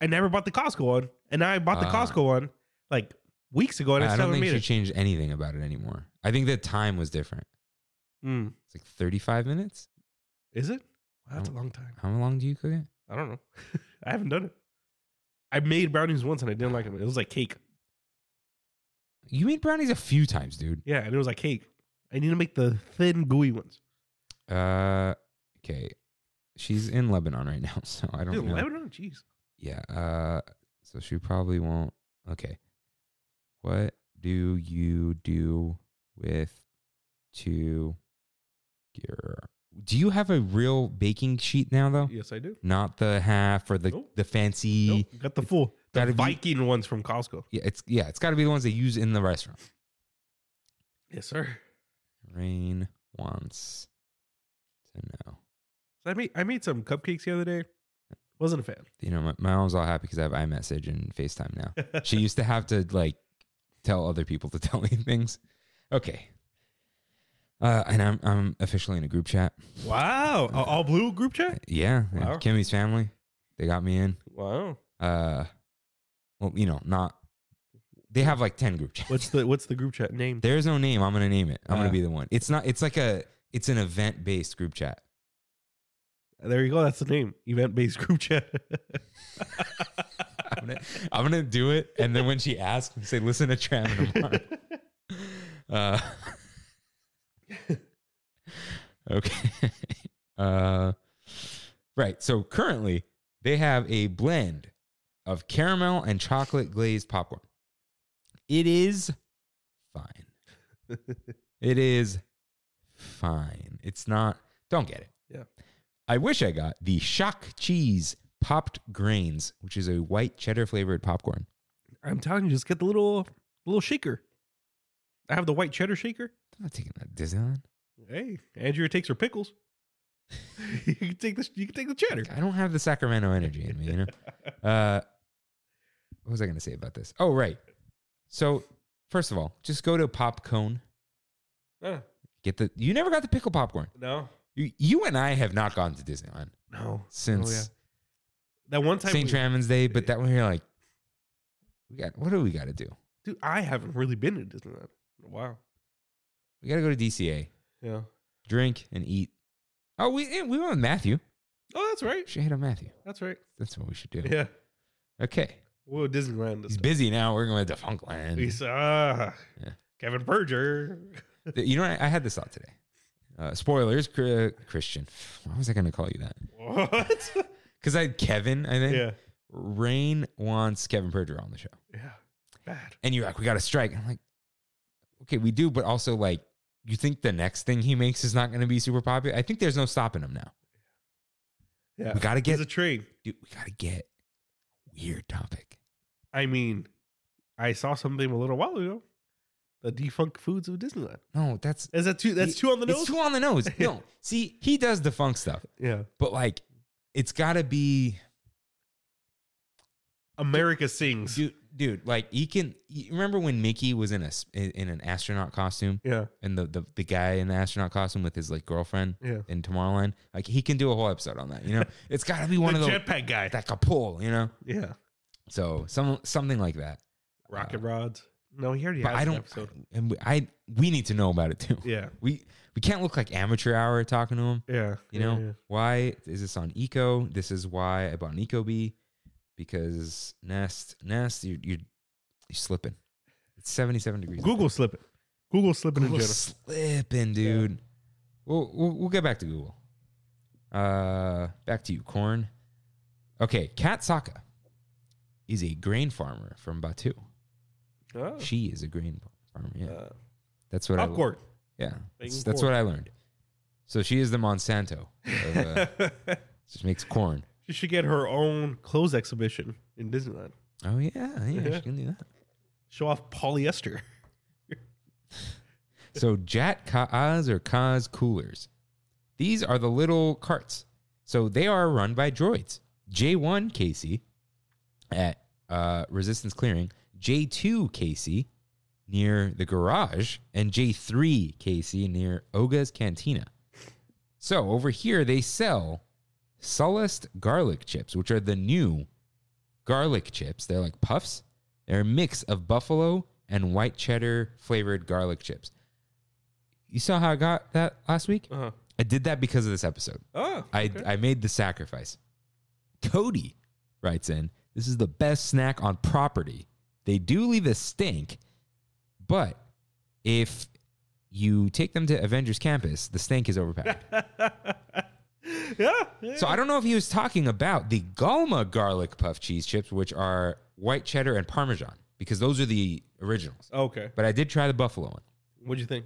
Speaker 2: I never bought the Costco one, and now I bought the
Speaker 1: Ah.
Speaker 2: Costco one like weeks ago, and I,
Speaker 1: I
Speaker 2: still
Speaker 1: don't
Speaker 2: haven't
Speaker 1: think
Speaker 2: made
Speaker 1: she
Speaker 2: it.
Speaker 1: changed anything about it anymore. I think the time was different.
Speaker 2: Mm.
Speaker 1: It's like 35 minutes.
Speaker 2: Is it? Wow, that's a
Speaker 1: Oh.
Speaker 2: long time.
Speaker 1: How long do you cook it?
Speaker 2: I don't know. I haven't done it. I made brownies once and I didn't like them. It was like cake.
Speaker 1: You made brownies a few times, dude.
Speaker 2: Yeah, and it was like cake. I need to make the thin, gooey ones.
Speaker 1: Uh, okay. She's in Lebanon right now, so I don't
Speaker 2: Dude,
Speaker 1: know.
Speaker 2: Lebanon, jeez.
Speaker 1: Yeah. Uh, so she probably won't. Okay. What do you do with two gear? Do you have a real baking sheet now, though?
Speaker 2: Yes, I do.
Speaker 1: Not the half or the
Speaker 2: Nope.
Speaker 1: Oh. the fancy.
Speaker 2: Nope, got the full, the
Speaker 1: gotta be-
Speaker 2: Viking ones from Costco.
Speaker 1: Yeah, it's yeah, it's got to be the ones they use in the restaurant.
Speaker 2: Yes, sir.
Speaker 1: Rain wants to know.
Speaker 2: I made I made some cupcakes the other day. Wasn't a fan.
Speaker 1: You know, my, my mom's all happy because I have iMessage and FaceTime now. she used to have to like tell other people to tell me things. Okay. Uh, and I'm I'm officially in a group chat.
Speaker 2: Wow, a all blue group chat.
Speaker 1: Yeah, yeah,
Speaker 2: Wow.
Speaker 1: Kimmy's family, they got me in.
Speaker 2: Wow.
Speaker 1: Uh, well, you know, not. They have like ten group chats.
Speaker 2: What's the what's the group chat name?
Speaker 1: There's no name. I'm gonna name it. I'm
Speaker 2: Ah.
Speaker 1: gonna be the one. It's not. It's like a. It's an event based group chat.
Speaker 2: There you go. That's the name. Event based group chat.
Speaker 1: I'm gonna, I'm gonna do it, and then when she asks, say, "Listen to Tram and Amar." Uh, okay. Uh, right. So currently, they have a blend of caramel and chocolate glazed popcorn. It is fine. it is fine. It's not. Don't get it.
Speaker 2: Yeah.
Speaker 1: I wish I got the shock cheese popped grains, which is a white cheddar flavored popcorn.
Speaker 2: I'm telling you, just get the little little shaker. I have the white cheddar shaker.
Speaker 1: I'm not taking that to Disneyland.
Speaker 2: Hey, Andrea takes her pickles. you can take the you can take the cheddar.
Speaker 1: I don't have the Sacramento energy in me, you know. Uh, what was I going to say about this? Oh, right. So, first of all, just go to Popcone.
Speaker 2: Uh,
Speaker 1: Get the. You never got the pickle popcorn.
Speaker 2: no,
Speaker 1: You, you and I have not gone to Disneyland
Speaker 2: no.
Speaker 1: since
Speaker 2: Oh, That one time,
Speaker 1: St.
Speaker 2: we-
Speaker 1: Tramon's Day, but that one you're like, we got. What do we got to do?
Speaker 2: dude, I haven't really been to Disneyland. in a while.
Speaker 1: We got to go to DCA,
Speaker 2: Yeah.
Speaker 1: drink and eat. Oh, we eh, we went with Matthew.
Speaker 2: Oh, that's right.
Speaker 1: We should hit on Matthew.
Speaker 2: That's right.
Speaker 1: That's what we should do.
Speaker 2: Yeah.
Speaker 1: Okay,
Speaker 2: Well, Disneyland.
Speaker 1: he's
Speaker 2: This
Speaker 1: busy now. We're going to Defunctland.
Speaker 2: He's ah,
Speaker 1: Yeah.
Speaker 2: Kevin Berger.
Speaker 1: Th- You know, what? I, I had this thought today. Uh, spoilers, Cr- Christian. Why was I going to call you that?
Speaker 2: What?
Speaker 1: Because I had Kevin, I think.
Speaker 2: yeah.
Speaker 1: Rain wants Kevin Perger on the show.
Speaker 2: Yeah. Bad.
Speaker 1: And you're like, we got to strike. I'm like, okay, we do. But also, like, you think the next thing he makes is not going to be super popular? I think there's no stopping him now.
Speaker 2: Yeah.
Speaker 1: We got to
Speaker 2: He's
Speaker 1: get,
Speaker 2: a trade.
Speaker 1: dude, we got to get weird topic.
Speaker 2: I mean, I saw something a little while ago. the defunct foods of Disneyland.
Speaker 1: No, that's
Speaker 2: Is that too? That's
Speaker 1: He-
Speaker 2: too on the nose.
Speaker 1: It's too on the nose. No, see, he does the funk stuff,
Speaker 2: yeah,
Speaker 1: but like, it's got to be,
Speaker 2: America sings.
Speaker 1: dude. Dude, like he can. You remember when Mickey was in a s- in in an astronaut costume,
Speaker 2: yeah,
Speaker 1: and the, the the guy in the astronaut costume with his like girlfriend
Speaker 2: yeah.
Speaker 1: in Tomorrowland, like he can do a whole episode on that. You know, it's got to be one
Speaker 2: the
Speaker 1: of those
Speaker 2: jetpack guy.
Speaker 1: that can pull. You know,
Speaker 2: yeah,
Speaker 1: so some something like that.
Speaker 2: rocket rods. No, he already
Speaker 1: but
Speaker 2: has
Speaker 1: I
Speaker 2: an
Speaker 1: don't.
Speaker 2: episode.
Speaker 1: and we, I we need to know about it too.
Speaker 2: Yeah,
Speaker 1: We we can't look like amateur hour talking to him.
Speaker 2: yeah.
Speaker 1: You
Speaker 2: yeah,
Speaker 1: know
Speaker 2: yeah.
Speaker 1: why is this on Eco? This is why I bought an Eco Bee because Nest, Nest, you you you're slipping. It's 77 degrees.
Speaker 2: Google slip it. Google slip it in
Speaker 1: Google
Speaker 2: general.
Speaker 1: slipping, dude. We'll, we'll we'll get back to Google. Uh, back to you, Corn. Okay, Kat Saka is a grain farmer from Batu.
Speaker 2: Oh.
Speaker 1: She is a grain farmer. Yeah,
Speaker 2: Uh,
Speaker 1: that's what I.
Speaker 2: awkward.
Speaker 1: Yeah,
Speaker 2: Bacon
Speaker 1: that's, that's what I learned. So she is the Monsanto. Of, uh, just makes corn.
Speaker 2: she should get her own clothes exhibition in Disneyland.
Speaker 1: Oh yeah, yeah,
Speaker 2: Yeah.
Speaker 1: she can do that.
Speaker 2: Show off polyester.
Speaker 1: So Jat Kaaz or Kaz coolers. These are the little carts. So they are run by droids. J1 Casey at uh, Resistance Clearing, J2 Casey near the garage, and J3 Casey near Oga's Cantina. So over here they sell Sullust garlic chips, which are the new garlic chips. They're like puffs. They're a mix of buffalo and white cheddar flavored garlic chips. You saw how I got that last week?
Speaker 2: Uh-huh.
Speaker 1: I did that because of this episode.
Speaker 2: Oh,
Speaker 1: I, I made the sacrifice. Cody writes in this is the best snack on property. They do leave a stink, but if you take them to Avengers Campus, the stink is overpowered.
Speaker 2: yeah,
Speaker 1: So I don't know if he was talking about the Galma garlic puff cheese chips, which are white cheddar and parmesan, because those are the originals.
Speaker 2: okay.
Speaker 1: But I did try the buffalo one.
Speaker 2: What'd you think?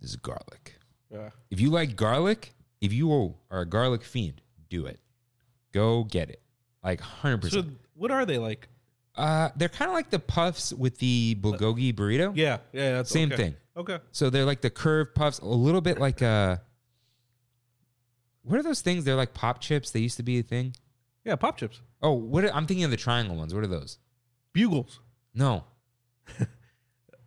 Speaker 1: This is garlic.
Speaker 2: Uh,
Speaker 1: If you like garlic, if you are a garlic fiend, do it. Go get it. Like 100%.
Speaker 2: so what are they like?
Speaker 1: uh, they're kind of like the puffs with the bulgogi burrito.
Speaker 2: Yeah, yeah, that's
Speaker 1: Same
Speaker 2: okay.
Speaker 1: thing.
Speaker 2: Okay.
Speaker 1: So they're like the curved puffs, a little bit like uh What are those things? They're like pop chips. They used to be a thing.
Speaker 2: Yeah, pop chips,
Speaker 1: Oh, what are, I'm thinking of the triangle ones. What are those?
Speaker 2: bugles,
Speaker 1: No,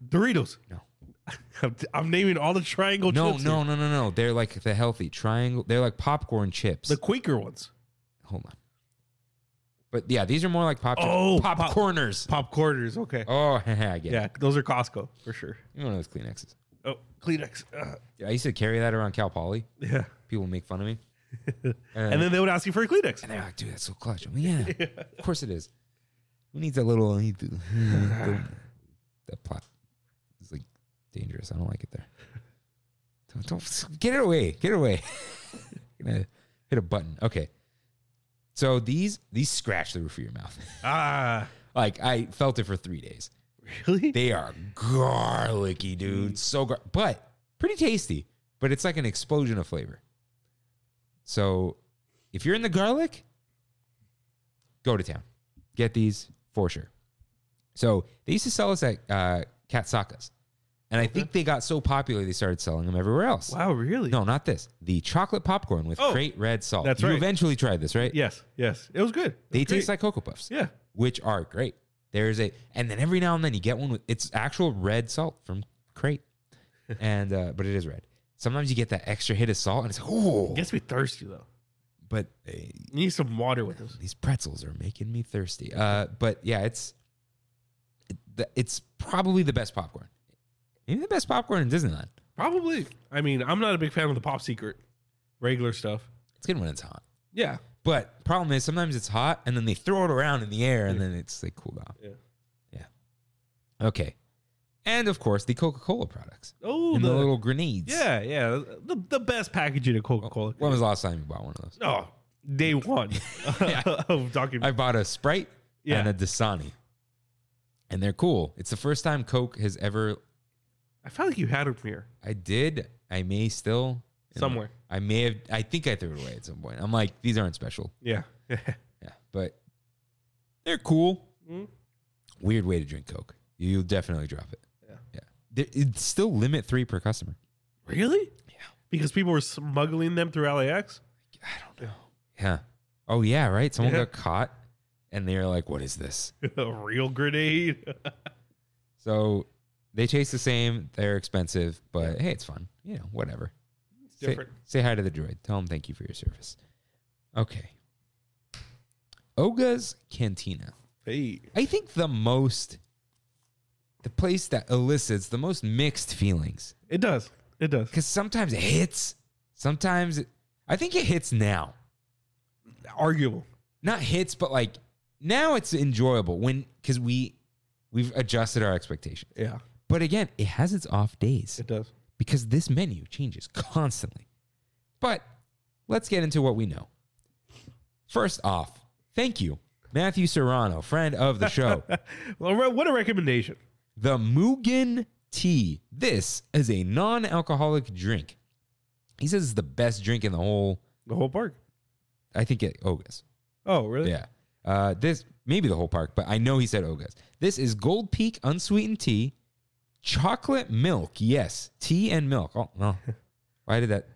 Speaker 2: Doritos.
Speaker 1: No.
Speaker 2: I'm, I'm naming all the triangle
Speaker 1: no,
Speaker 2: chips.
Speaker 1: no, no,
Speaker 2: here.
Speaker 1: no, no. They're like the healthy triangle. They're like popcorn chips.
Speaker 2: the Quaker ones,
Speaker 1: Hold on. But yeah, these are more like pop.
Speaker 2: Oh,
Speaker 1: chips.
Speaker 2: pop-
Speaker 1: popcorners.
Speaker 2: popcorners. Okay.
Speaker 1: oh, I get
Speaker 2: yeah,
Speaker 1: it.
Speaker 2: those are Costco for sure.
Speaker 1: You're one of those Kleenexes.
Speaker 2: Oh, Kleenex. Uh,
Speaker 1: Dude, I used to carry that around Cal Poly.
Speaker 2: yeah.
Speaker 1: People make fun of me.
Speaker 2: And then they would ask you for a Kleenex.
Speaker 1: And they're like, dude, that's so clutch. I'm like, yeah, of course it is. Who needs a little we need the, the, that plot? It's like dangerous. I don't like it there. Don't, don't get it away. Get it away. Gonna hit a button. Okay. So these these scratch the roof of your mouth.
Speaker 2: Ah,
Speaker 1: like I felt it for three days.
Speaker 2: really?
Speaker 1: They are garlicky, dude. So gar- but pretty tasty. But it's like an explosion of flavor. So if you're in the garlic, go to town. Get these for sure. So they used to sell us at uh, Katsaka's. And I think they got so popular they started selling them everywhere else.
Speaker 2: wow, really?
Speaker 1: No, not this. The chocolate popcorn with
Speaker 2: Oh,
Speaker 1: crate red salt.
Speaker 2: that's
Speaker 1: you
Speaker 2: right.
Speaker 1: eventually tried this, right?
Speaker 2: Yes, yes. It was good. It
Speaker 1: They
Speaker 2: was
Speaker 1: taste
Speaker 2: great.
Speaker 1: like Cocoa Puffs
Speaker 2: yeah.
Speaker 1: which are great. There's a, and then every now and then you get one with it's actual red salt from crate, and uh, but it is red. Sometimes you get that extra hit of salt, and it's like, oh,
Speaker 2: Gets me thirsty though.
Speaker 1: but uh,
Speaker 2: Need some water with this.
Speaker 1: these pretzels are making me thirsty. Uh, but yeah, it's it, the- it's probably the best popcorn, maybe the best popcorn in Disneyland.
Speaker 2: Probably. I mean, I'm not a big fan of the Pop Secret, regular stuff.
Speaker 1: It's good when it's hot,
Speaker 2: Yeah.
Speaker 1: but problem is sometimes it's hot, and then they throw it around in the air, and then it's like cooled off.
Speaker 2: Yeah.
Speaker 1: Yeah, okay, and of course the Coca Cola products
Speaker 2: Oh,
Speaker 1: and
Speaker 2: the,
Speaker 1: the little grenades.
Speaker 2: yeah, yeah. The, the best packaging of Coca Cola.
Speaker 1: When was the last time you bought one of those?
Speaker 2: Oh, day one of document.
Speaker 1: I bought a Sprite
Speaker 2: Yeah.
Speaker 1: and a Dasani. And they're cool. It's the first time Coke has ever
Speaker 2: I felt like you had it from here.
Speaker 1: I did. I may still
Speaker 2: Somewhere.
Speaker 1: I may have I think I threw it away at some point. I'm like, these aren't special.
Speaker 2: Yeah.
Speaker 1: Yeah. But they're cool.
Speaker 2: Mm.
Speaker 1: Weird way to drink Coke. You'll definitely drop it.
Speaker 2: Yeah.
Speaker 1: there, it's still limit three per customer.
Speaker 2: Really? Yeah. Because people were smuggling them through LAX.
Speaker 1: I don't know. Yeah. Oh yeah, right. Someone
Speaker 2: Yeah.
Speaker 1: got caught, and they're like, "What is this?"
Speaker 2: A real grenade.
Speaker 1: So they taste the same. They're expensive, but hey, it's fun. You know, whatever.
Speaker 2: It's
Speaker 1: Say-
Speaker 2: different.
Speaker 1: Say, hi to the droid. Tell him thank you for your service. Okay. Oga's Cantina.
Speaker 2: Hey.
Speaker 1: I think the most, the place that elicits the most mixed feelings.
Speaker 2: It does. It does.
Speaker 1: Because sometimes it hits. Sometimes it, I think it hits now.
Speaker 2: Arguable.
Speaker 1: Not hits, but like now it's enjoyable when because we we've adjusted our expectation.
Speaker 2: Yeah.
Speaker 1: But again, it has its off days.
Speaker 2: It does.
Speaker 1: because this menu changes constantly. But let's get into what we know. First off, thank you, Matthew Serrano, friend of the show.
Speaker 2: Well, re- what a recommendation.
Speaker 1: the Mugen Tea. This is a non alcoholic drink. He says it's the best drink in the whole,
Speaker 2: The whole park.
Speaker 1: I think it Ogas.
Speaker 2: Oh, really?
Speaker 1: Yeah. Uh, this, maybe the whole park, but I know he said Ogas. This is Gold Peak unsweetened tea, chocolate milk. Yes, tea and milk. Oh, no. Why did that?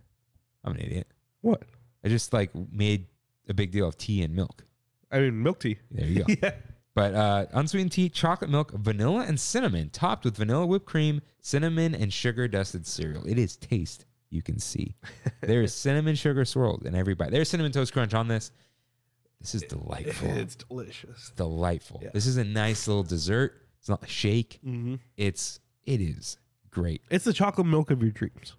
Speaker 1: I'm an idiot.
Speaker 2: What?
Speaker 1: I just like made a big deal of tea and milk.
Speaker 2: I mean, milk tea.
Speaker 1: There you go.
Speaker 2: yeah.
Speaker 1: but uh, unsweetened tea, chocolate milk, vanilla, and cinnamon, topped with vanilla whipped cream, cinnamon, and sugar dusted cereal. It is taste you can see. There is cinnamon sugar swirled in every bite. There's cinnamon toast crunch on this. This is delightful.
Speaker 2: It's delicious.
Speaker 1: delightful.
Speaker 2: Yeah.
Speaker 1: This is a nice little dessert. It's not a shake.
Speaker 2: hmm
Speaker 1: It's it is great.
Speaker 2: It's the chocolate milk of your dreams.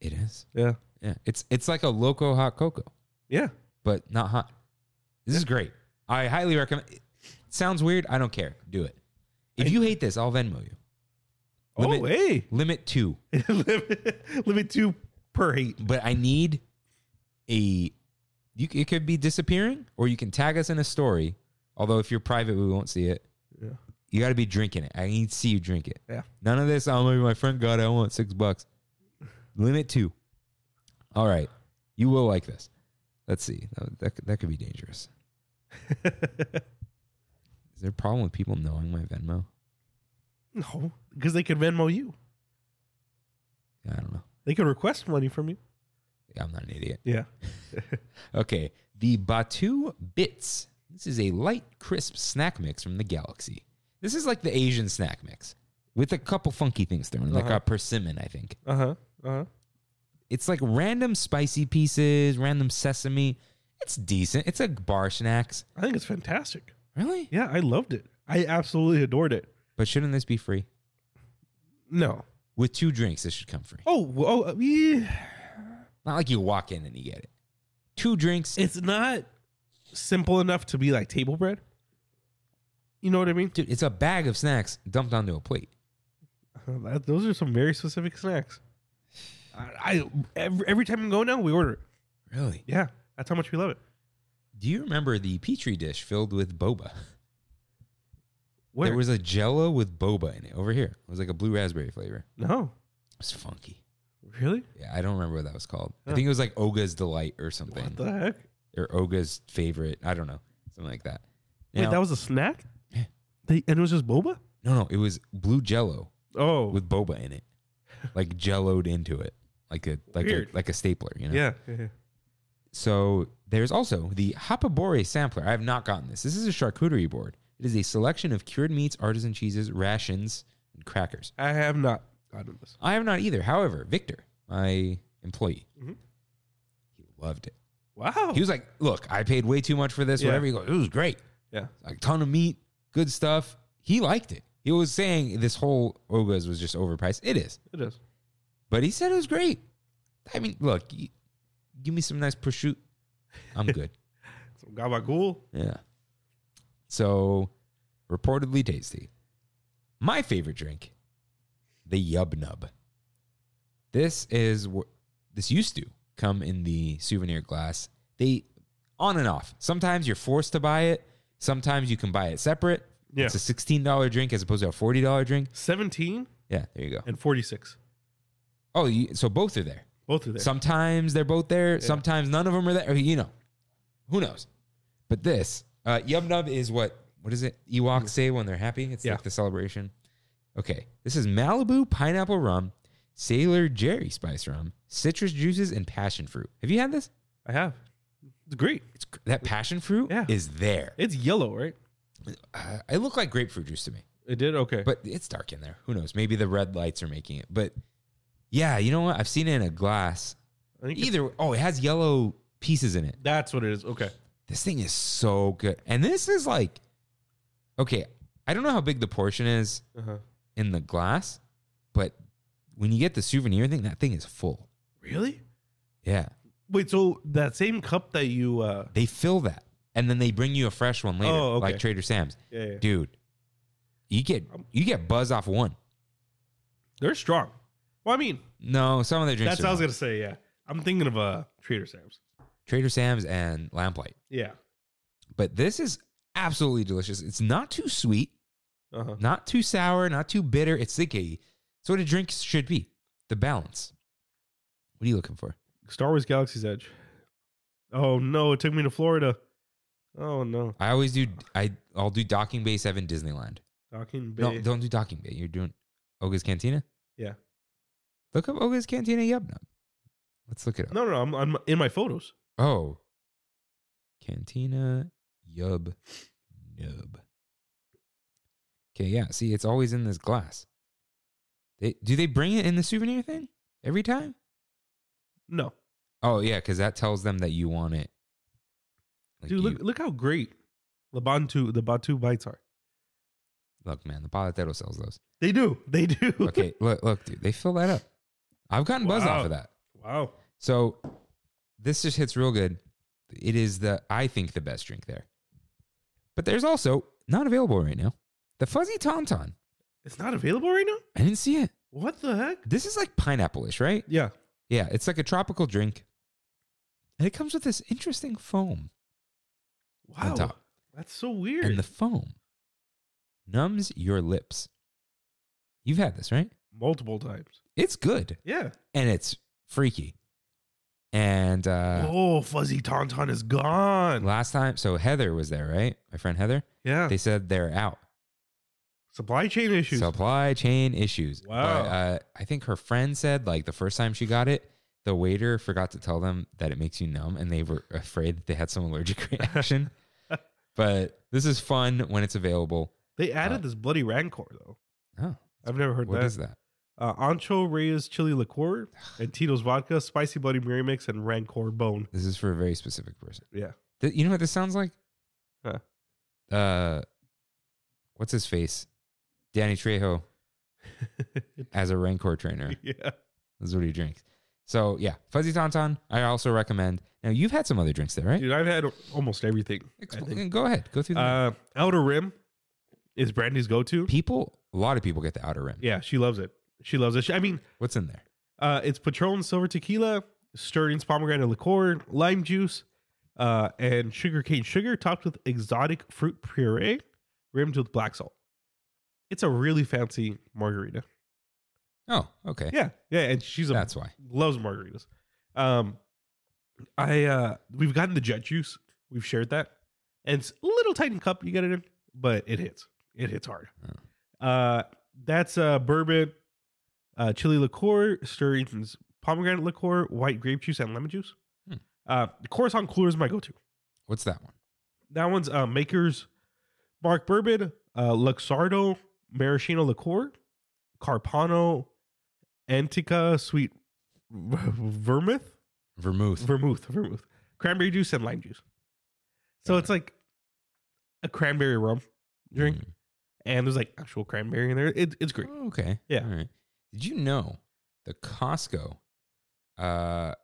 Speaker 1: It is.
Speaker 2: Yeah.
Speaker 1: Yeah. It's it's like a loco hot cocoa.
Speaker 2: Yeah.
Speaker 1: but not hot. This is great. I highly recommend. It sounds weird. I don't care. Do it. If you hate this, I'll Venmo you.
Speaker 2: Oh,
Speaker 1: Limit,
Speaker 2: hey.
Speaker 1: limit two,
Speaker 2: limit, limit two per eight.
Speaker 1: but I need a. You, c- it could be disappearing, or you can tag us in a story. Although if you're private, we won't see it.
Speaker 2: Yeah.
Speaker 1: You got to be drinking it. I need to see you drink it.
Speaker 2: Yeah.
Speaker 1: None of this. Oh, maybe my friend got it. I want six bucks. Limit two. All right. You will like this. Let's see. That, that, could- that could be dangerous. Is there a problem with people knowing my Venmo?
Speaker 2: no, because they could Venmo you.
Speaker 1: I don't know.
Speaker 2: They could request money from you.
Speaker 1: I'm not an idiot.
Speaker 2: Yeah.
Speaker 1: Okay. The Batu Bits. This is a light, crisp snack mix from the galaxy. This is like the Asian snack mix with a couple funky things thrown, in, like
Speaker 2: Uh-huh.
Speaker 1: a persimmon, I think.
Speaker 2: Uh huh. Uh huh.
Speaker 1: It's like random spicy pieces, random sesame. It's decent. It's like bar snacks.
Speaker 2: I think it's fantastic.
Speaker 1: Really?
Speaker 2: Yeah, I loved it. I absolutely adored it.
Speaker 1: But shouldn't this be free?
Speaker 2: No.
Speaker 1: With two drinks, this should come free.
Speaker 2: Oh, w- oh, uh, yeah.
Speaker 1: Not like you walk in and you get it. Two drinks.
Speaker 2: it's not simple enough to be like table bread. You know what I mean?
Speaker 1: Dude, it's a bag of snacks dumped onto a plate.
Speaker 2: Uh, that- those are some very specific snacks. I, I every, every time we go now, we order it.
Speaker 1: Really?
Speaker 2: Yeah, that's how much we love it.
Speaker 1: Do you remember the petri dish filled with boba?
Speaker 2: Where?
Speaker 1: There was a jello with boba in it over here. It was like a blue raspberry flavor.
Speaker 2: no,
Speaker 1: It was funky.
Speaker 2: really?
Speaker 1: Yeah, I don't remember what that was called. I
Speaker 2: Huh.
Speaker 1: think it was like Oga's Delight or something.
Speaker 2: What the heck?
Speaker 1: or Oga's favorite. I don't know. Something like that. Now-
Speaker 2: Wait, that was a snack?
Speaker 1: Yeah.
Speaker 2: They, and it was just boba?
Speaker 1: no, no, it was blue jello
Speaker 2: Oh,
Speaker 1: with boba in it. Like jelloed into it. Like a like
Speaker 2: Weird.
Speaker 1: a like a stapler, you know?
Speaker 2: yeah. yeah, yeah.
Speaker 1: So there's also the Hapabore sampler. I have not gotten this. This is a charcuterie board. It is a selection of cured meats, artisan cheeses, rations, and crackers.
Speaker 2: I have not gotten this.
Speaker 1: I have not either. However, Victor, my employee,
Speaker 2: Mhm.
Speaker 1: he loved it.
Speaker 2: Wow.
Speaker 1: He was like, "Look, I paid way too much for this.
Speaker 2: Yeah.
Speaker 1: Whatever." He goes, "It was great.
Speaker 2: yeah.
Speaker 1: Like ton of meat, good stuff." He liked it. He was saying this whole Oga's was just overpriced. It is,
Speaker 2: It is.
Speaker 1: but he said it was great. I mean, look, y give me some nice prosciutto. I'm good.
Speaker 2: Some gabagool.
Speaker 1: yeah. So, reportedly tasty. My favorite drink, the Yub Nub. This is wh- this used to come in the souvenir glass. They on and off. Sometimes you're forced to buy it. Sometimes you can buy it separate.
Speaker 2: Yeah.
Speaker 1: It's a sixteen dollar drink as opposed to a forty dollar drink.
Speaker 2: 17
Speaker 1: Yeah, there you go.
Speaker 2: and 46.
Speaker 1: Oh, you, so both are there.
Speaker 2: Both are there.
Speaker 1: Sometimes they're both there. Sometimes none of them are there. Or, You know, who knows? But this uh, Yum Nub is what what is it? Ewoks say when they're happy. It's
Speaker 2: Yeah.
Speaker 1: like the celebration. Okay, this is Malibu pineapple rum, Sailor Jerry spice rum, citrus juices, and passion fruit. Have you had this?
Speaker 2: I have. It's great.
Speaker 1: It's gr- that passion fruit
Speaker 2: Yeah.
Speaker 1: is there.
Speaker 2: It's yellow, right?
Speaker 1: Uh, it looked like grapefruit juice to me,
Speaker 2: It did okay.
Speaker 1: but it's dark in there. Who knows? Maybe the red lights are making it. But yeah, you know what? I've seen it in a glass.
Speaker 2: I think it's-
Speaker 1: Either oh, it has yellow pieces in it.
Speaker 2: that's what it is. Okay.
Speaker 1: This thing is so good, and this is like okay. I don't know how big the portion is
Speaker 2: Uh-huh.
Speaker 1: in the glass, but when you get the souvenir thing, that thing is full.
Speaker 2: Really?
Speaker 1: Yeah.
Speaker 2: Wait. So that same cup that you. uh
Speaker 1: They fill that and then they bring you a fresh one later,
Speaker 2: Oh, okay.
Speaker 1: like Trader Sam's.
Speaker 2: Yeah. yeah. Um,
Speaker 1: Dude, you get you get buzz off one.
Speaker 2: They're strong. Well, I mean,
Speaker 1: No, some of their drinks.
Speaker 2: that's
Speaker 1: are
Speaker 2: what I was
Speaker 1: not.
Speaker 2: gonna say. Yeah. I'm thinking of uh Trader Sam's.
Speaker 1: Trader Sam's and Lamplight.
Speaker 2: Yeah.
Speaker 1: But this is absolutely delicious. It's not too sweet,
Speaker 2: Uh huh.
Speaker 1: not too sour, not too bitter. It's like a it's what a drink should be. The balance. What are you looking for?
Speaker 2: Star Wars Galaxy's Edge. Oh no! It took me to Florida. Oh no!
Speaker 1: I always do I I'll do Docking Bay 7 Disneyland.
Speaker 2: Docking Bay.
Speaker 1: No, don't do Docking Bay. You're doing Oga's Cantina?
Speaker 2: Yeah.
Speaker 1: Look up Oga's Cantina Yub Nub. Let's look it up.
Speaker 2: No, no, I'm, I'm in my photos.
Speaker 1: Oh. Cantina Yub Nub. Okay, yeah. See, it's always in this glass. They do they bring it in the souvenir thing every time?
Speaker 2: No,
Speaker 1: Oh yeah, because that tells them that you want it. Like
Speaker 2: dude,
Speaker 1: you-
Speaker 2: look look how great the Bantu the Batu bites are.
Speaker 1: look, man, the Paletero sells those.
Speaker 2: They do, they do.
Speaker 1: Okay, look, look, dude, they fill that up. I've gotten buzz off
Speaker 2: Wow.
Speaker 1: of that.
Speaker 2: Wow.
Speaker 1: So this just hits real good. It is the I think the best drink there. But there's also not available right now. The fuzzy tauntaun.
Speaker 2: It's not available right now.
Speaker 1: I didn't see it.
Speaker 2: What the heck?
Speaker 1: This is like pineapple-ish, right?
Speaker 2: Yeah.
Speaker 1: Yeah, it's like a tropical drink. And it comes with this interesting foam. On
Speaker 2: Wow.
Speaker 1: top.
Speaker 2: That's so weird.
Speaker 1: And the foam numbs your lips. You've had this, right?
Speaker 2: Multiple times.
Speaker 1: It's good.
Speaker 2: Yeah.
Speaker 1: And it's freaky. And uh
Speaker 2: oh, fuzzy tauntaun is gone.
Speaker 1: last time, so Heather was there, right? My friend Heather.
Speaker 2: yeah.
Speaker 1: They said they're out.
Speaker 2: Supply chain issues.
Speaker 1: Supply chain issues.
Speaker 2: Wow.
Speaker 1: But, uh, I think her friend said like the first time she got it, the waiter forgot to tell them that it makes you numb, and they were afraid that they had some allergic reaction. but this is fun when it's available.
Speaker 2: they added
Speaker 1: Uh,
Speaker 2: this bloody rancor though.
Speaker 1: Oh,
Speaker 2: I've never heard
Speaker 1: what
Speaker 2: that.
Speaker 1: is that?
Speaker 2: Uh, Ancho Reyes chili liqueur and Tito's vodka, spicy bloody mary mix, and rancor bone.
Speaker 1: This is for a very specific person.
Speaker 2: Yeah.
Speaker 1: Th- you know what this sounds like?
Speaker 2: Huh.
Speaker 1: Uh, what's his face? Danny Trejo as a Rancor trainer.
Speaker 2: yeah.
Speaker 1: That's what he drinks. So yeah, Fuzzy Tauntaun. I also recommend. Now you've had some other drinks there, right?
Speaker 2: Dude, I've had almost everything. I
Speaker 1: Expl-
Speaker 2: think.
Speaker 1: Go ahead. Go through the
Speaker 2: Uh, Outer Rim is Brandy's go-to.
Speaker 1: people. A lot of people get the outer rim.
Speaker 2: Yeah, she loves it. She loves it. She- I mean,
Speaker 1: What's in there?
Speaker 2: uh, it's Patron Silver Tequila, Stirrings Pomegranate Liqueur, Lime Juice, uh, and Sugarcane Sugar, topped with exotic fruit puree, rimmed with black salt. It's a really fancy margarita.
Speaker 1: Oh, okay.
Speaker 2: Yeah, yeah, and she's a
Speaker 1: That's why.
Speaker 2: loves margaritas. Um, I uh, we've gotten the jet juice. We've shared that, and it's a little tiny cup you get it in, but it hits. It hits hard. Uh, that's uh bourbon, uh, chili liqueur, stirrings, pomegranate liqueur, white grape juice, and lemon juice.
Speaker 1: Hmm.
Speaker 2: Uh, the Coruscant cooler is my go-to.
Speaker 1: What's that one?
Speaker 2: That one's uh, Maker's Mark Bourbon, uh, Luxardo, Maraschino Liqueur, Carpano, Antica Sweet Vermouth,
Speaker 1: Vermouth.
Speaker 2: Vermouth, Vermouth, Cranberry Juice, and Lime Juice. So it's like a cranberry rum drink,
Speaker 1: Mm. Oh,
Speaker 2: and there's like actual cranberry in there. It, it's great.
Speaker 1: Okay.
Speaker 2: Yeah.
Speaker 1: All right. Did you know the Costco uh,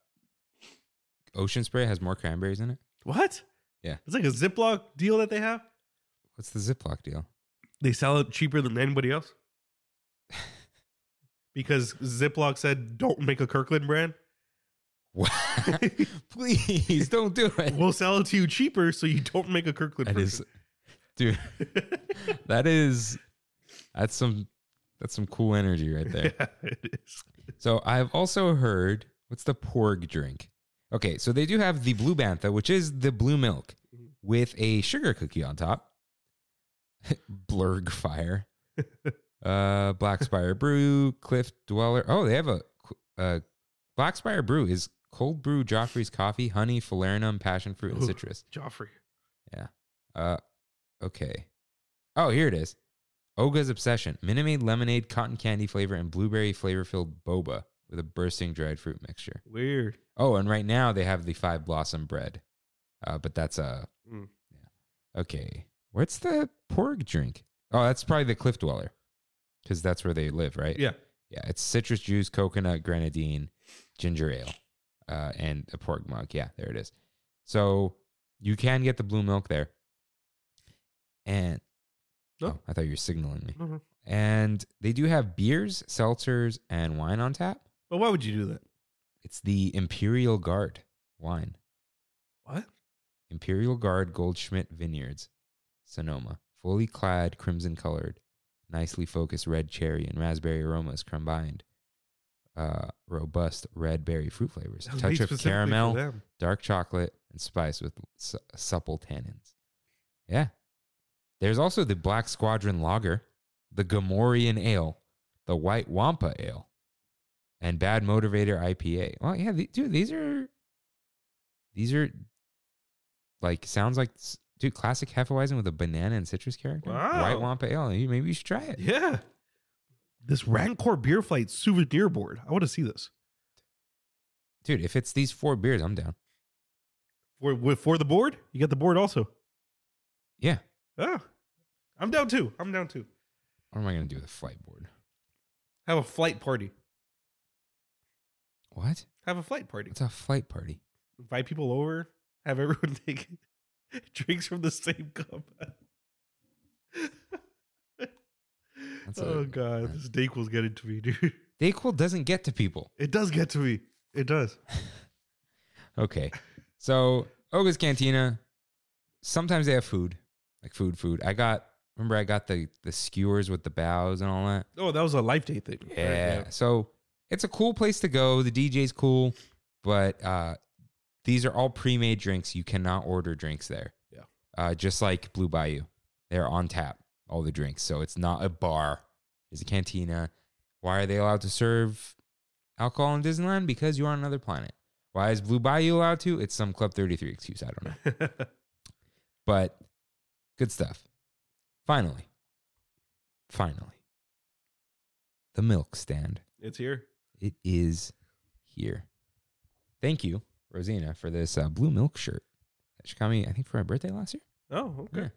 Speaker 1: ocean spray has more cranberries in it?
Speaker 2: What?
Speaker 1: Yeah.
Speaker 2: It's like a Ziploc deal that they have.
Speaker 1: What's the Ziploc deal?
Speaker 2: They sell it cheaper than anybody else. Because Ziploc said, don't make a Kirkland brand.
Speaker 1: What? Please don't do it.
Speaker 2: we'll sell it to you cheaper so you don't make a Kirkland
Speaker 1: That is,
Speaker 2: version.
Speaker 1: dude. That is, that's some, that's some cool energy right there.
Speaker 2: yeah, it is.
Speaker 1: So I've also heard what's the porg drink? Okay, so they do have the blue bantha, which is the blue milk with a sugar cookie on top. Blurg fire. Uh, Black Spire Brew, Cliff Dweller. Oh, they have a uh, Black Spire Brew is cold brew Joffrey's coffee, honey, falernum, passion fruit, and
Speaker 2: Ooh.
Speaker 1: citrus.
Speaker 2: Joffrey.
Speaker 1: Uh, okay. Oh, here it is. Oga's Obsession, Minimade lemonade, cotton candy flavor, and blueberry flavor filled boba with a bursting dried fruit mixture.
Speaker 2: Weird.
Speaker 1: Oh, and right now they have the five blossom bread, uh, but that's uh,
Speaker 2: Mm.
Speaker 1: yeah. Okay, what's the porg drink? Oh, that's probably the cliff dweller, because that's where they live, right?
Speaker 2: Yeah.
Speaker 1: yeah. It's citrus juice, coconut, grenadine, ginger ale, uh, and a pork mug. Yeah, there it is. So you can get the blue milk there, and
Speaker 2: No.
Speaker 1: oh, I thought you were signaling me.
Speaker 2: Mhm.
Speaker 1: And they do have beers, seltzers, and wine on tap.
Speaker 2: But why would you do that?
Speaker 1: It's the Imperial Guard wine.
Speaker 2: What?
Speaker 1: Imperial Guard Goldschmidt Vineyards, Sonoma. Fully clad, crimson colored, nicely focused red cherry and raspberry aromas combined. Uh, robust red berry fruit flavors,
Speaker 2: That was made
Speaker 1: touch of
Speaker 2: specifically for
Speaker 1: caramel,
Speaker 2: them.
Speaker 1: dark chocolate, and spice with su- supple tannins. Yeah. There's also the Black Squadron Lager, the Gamorrean Ale, the White Wampa Ale, and Bad Motivator IPA. Well, yeah, the, dude, these are these are like sounds like s- dude classic Hefeweizen with a banana and citrus character.
Speaker 2: Wow.
Speaker 1: White Wampa Ale. You- Maybe you should try it.
Speaker 2: Yeah. This Rancor beer flight souvenir board. I want to see this
Speaker 1: Dude, if it's these four beers, I'm down.
Speaker 2: for with- for the board. You got the board also.
Speaker 1: Yeah.
Speaker 2: Oh, I'm down too. I'm down too.
Speaker 1: What am I gonna do with a flight board?
Speaker 2: Have a flight party.
Speaker 1: What?
Speaker 2: Have a flight party.
Speaker 1: It's a flight party.
Speaker 2: Invite people over. Have everyone take drinks from the same cup. oh
Speaker 1: a-
Speaker 2: god, this Dayquil's getting to me, dude.
Speaker 1: Dayquil doesn't get to people.
Speaker 2: It does get to me. It does.
Speaker 1: Okay. So Oga's Cantina. Sometimes they have food, like food, food. I got. Remember, I got the the skewers with the bows and all that.
Speaker 2: Oh, that was a life date thing. right?
Speaker 1: Yeah. So it's a cool place to go. The DJ's cool, but uh, these are all pre-made drinks. You cannot order drinks there.
Speaker 2: Yeah.
Speaker 1: Uh, just like Blue Bayou, they're on tap. All the drinks. So it's not a bar. It's a cantina. Why are they allowed to serve alcohol in Disneyland? Because you're on another planet. Why is Blue Bayou allowed to? It's some Club 33 excuse. I don't know. But good stuff. Finally. Finally. The milk stand.
Speaker 2: it's here.
Speaker 1: It is here. Thank you, Rosina, for this uh, blue milk shirt that she got me, I think, for my birthday last year.
Speaker 2: Oh, okay.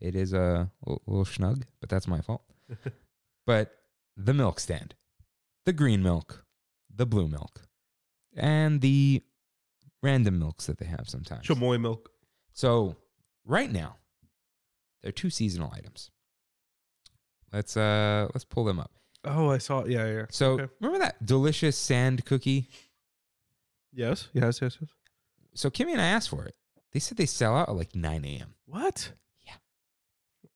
Speaker 1: It is a little, little snug, but that's my fault. but the milk stand, the green milk, the blue milk, and the random milks that they have sometimes.
Speaker 2: Chamoy milk.
Speaker 1: So right now, there are two seasonal items. Let's uh let's pull them up.
Speaker 2: Oh, I saw. Yeah, yeah.
Speaker 1: So
Speaker 2: Okay.
Speaker 1: remember that delicious sand cookie?
Speaker 2: yes, yes, yes, yes.
Speaker 1: So Kimmy and I asked for it. They said they sell out at like 9 a.m.
Speaker 2: What?
Speaker 1: Yeah.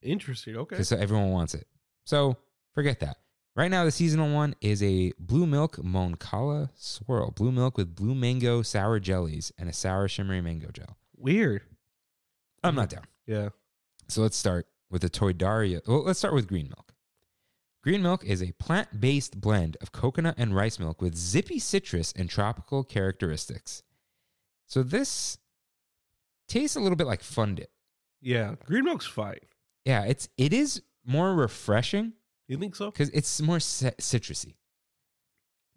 Speaker 2: Interesting. Okay.
Speaker 1: because everyone wants it. So forget that. Right now, the seasonal one is a blue milk moncala swirl, blue milk with blue mango sour jellies and a sour shimmery mango gel.
Speaker 2: Weird.
Speaker 1: I'm not down.
Speaker 2: Yeah.
Speaker 1: So let's start with the Toydaria. Well, let's start with green milk. Green milk is a plant based blend of coconut and rice milk with zippy citrus and tropical characteristics. So this tastes a little bit like Fun Dip.
Speaker 2: Yeah. Green milk's fine.
Speaker 1: Yeah, it's it is more refreshing
Speaker 2: You think so?
Speaker 1: because it's more ci- citrusy,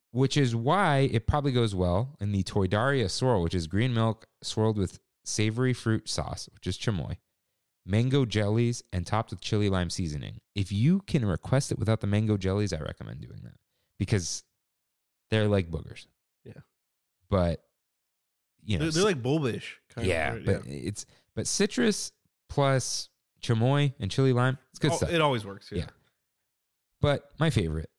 Speaker 1: which is why it probably goes well in the Toydaria swirl, which is green milk swirled with savory fruit sauce, which is chamoy, mango jellies, and topped with chili lime seasoning. If you can request it without the mango jellies, I recommend doing that because they're like boogers.
Speaker 2: Yeah.
Speaker 1: But, you know,
Speaker 2: They're, they're like bulbish. Kind
Speaker 1: yeah,
Speaker 2: Of,
Speaker 1: but it's, but citrus plus chamoy and chili lime, it's good
Speaker 2: Oh,
Speaker 1: stuff.
Speaker 2: It always works. Yeah.
Speaker 1: Yeah. But my favorite,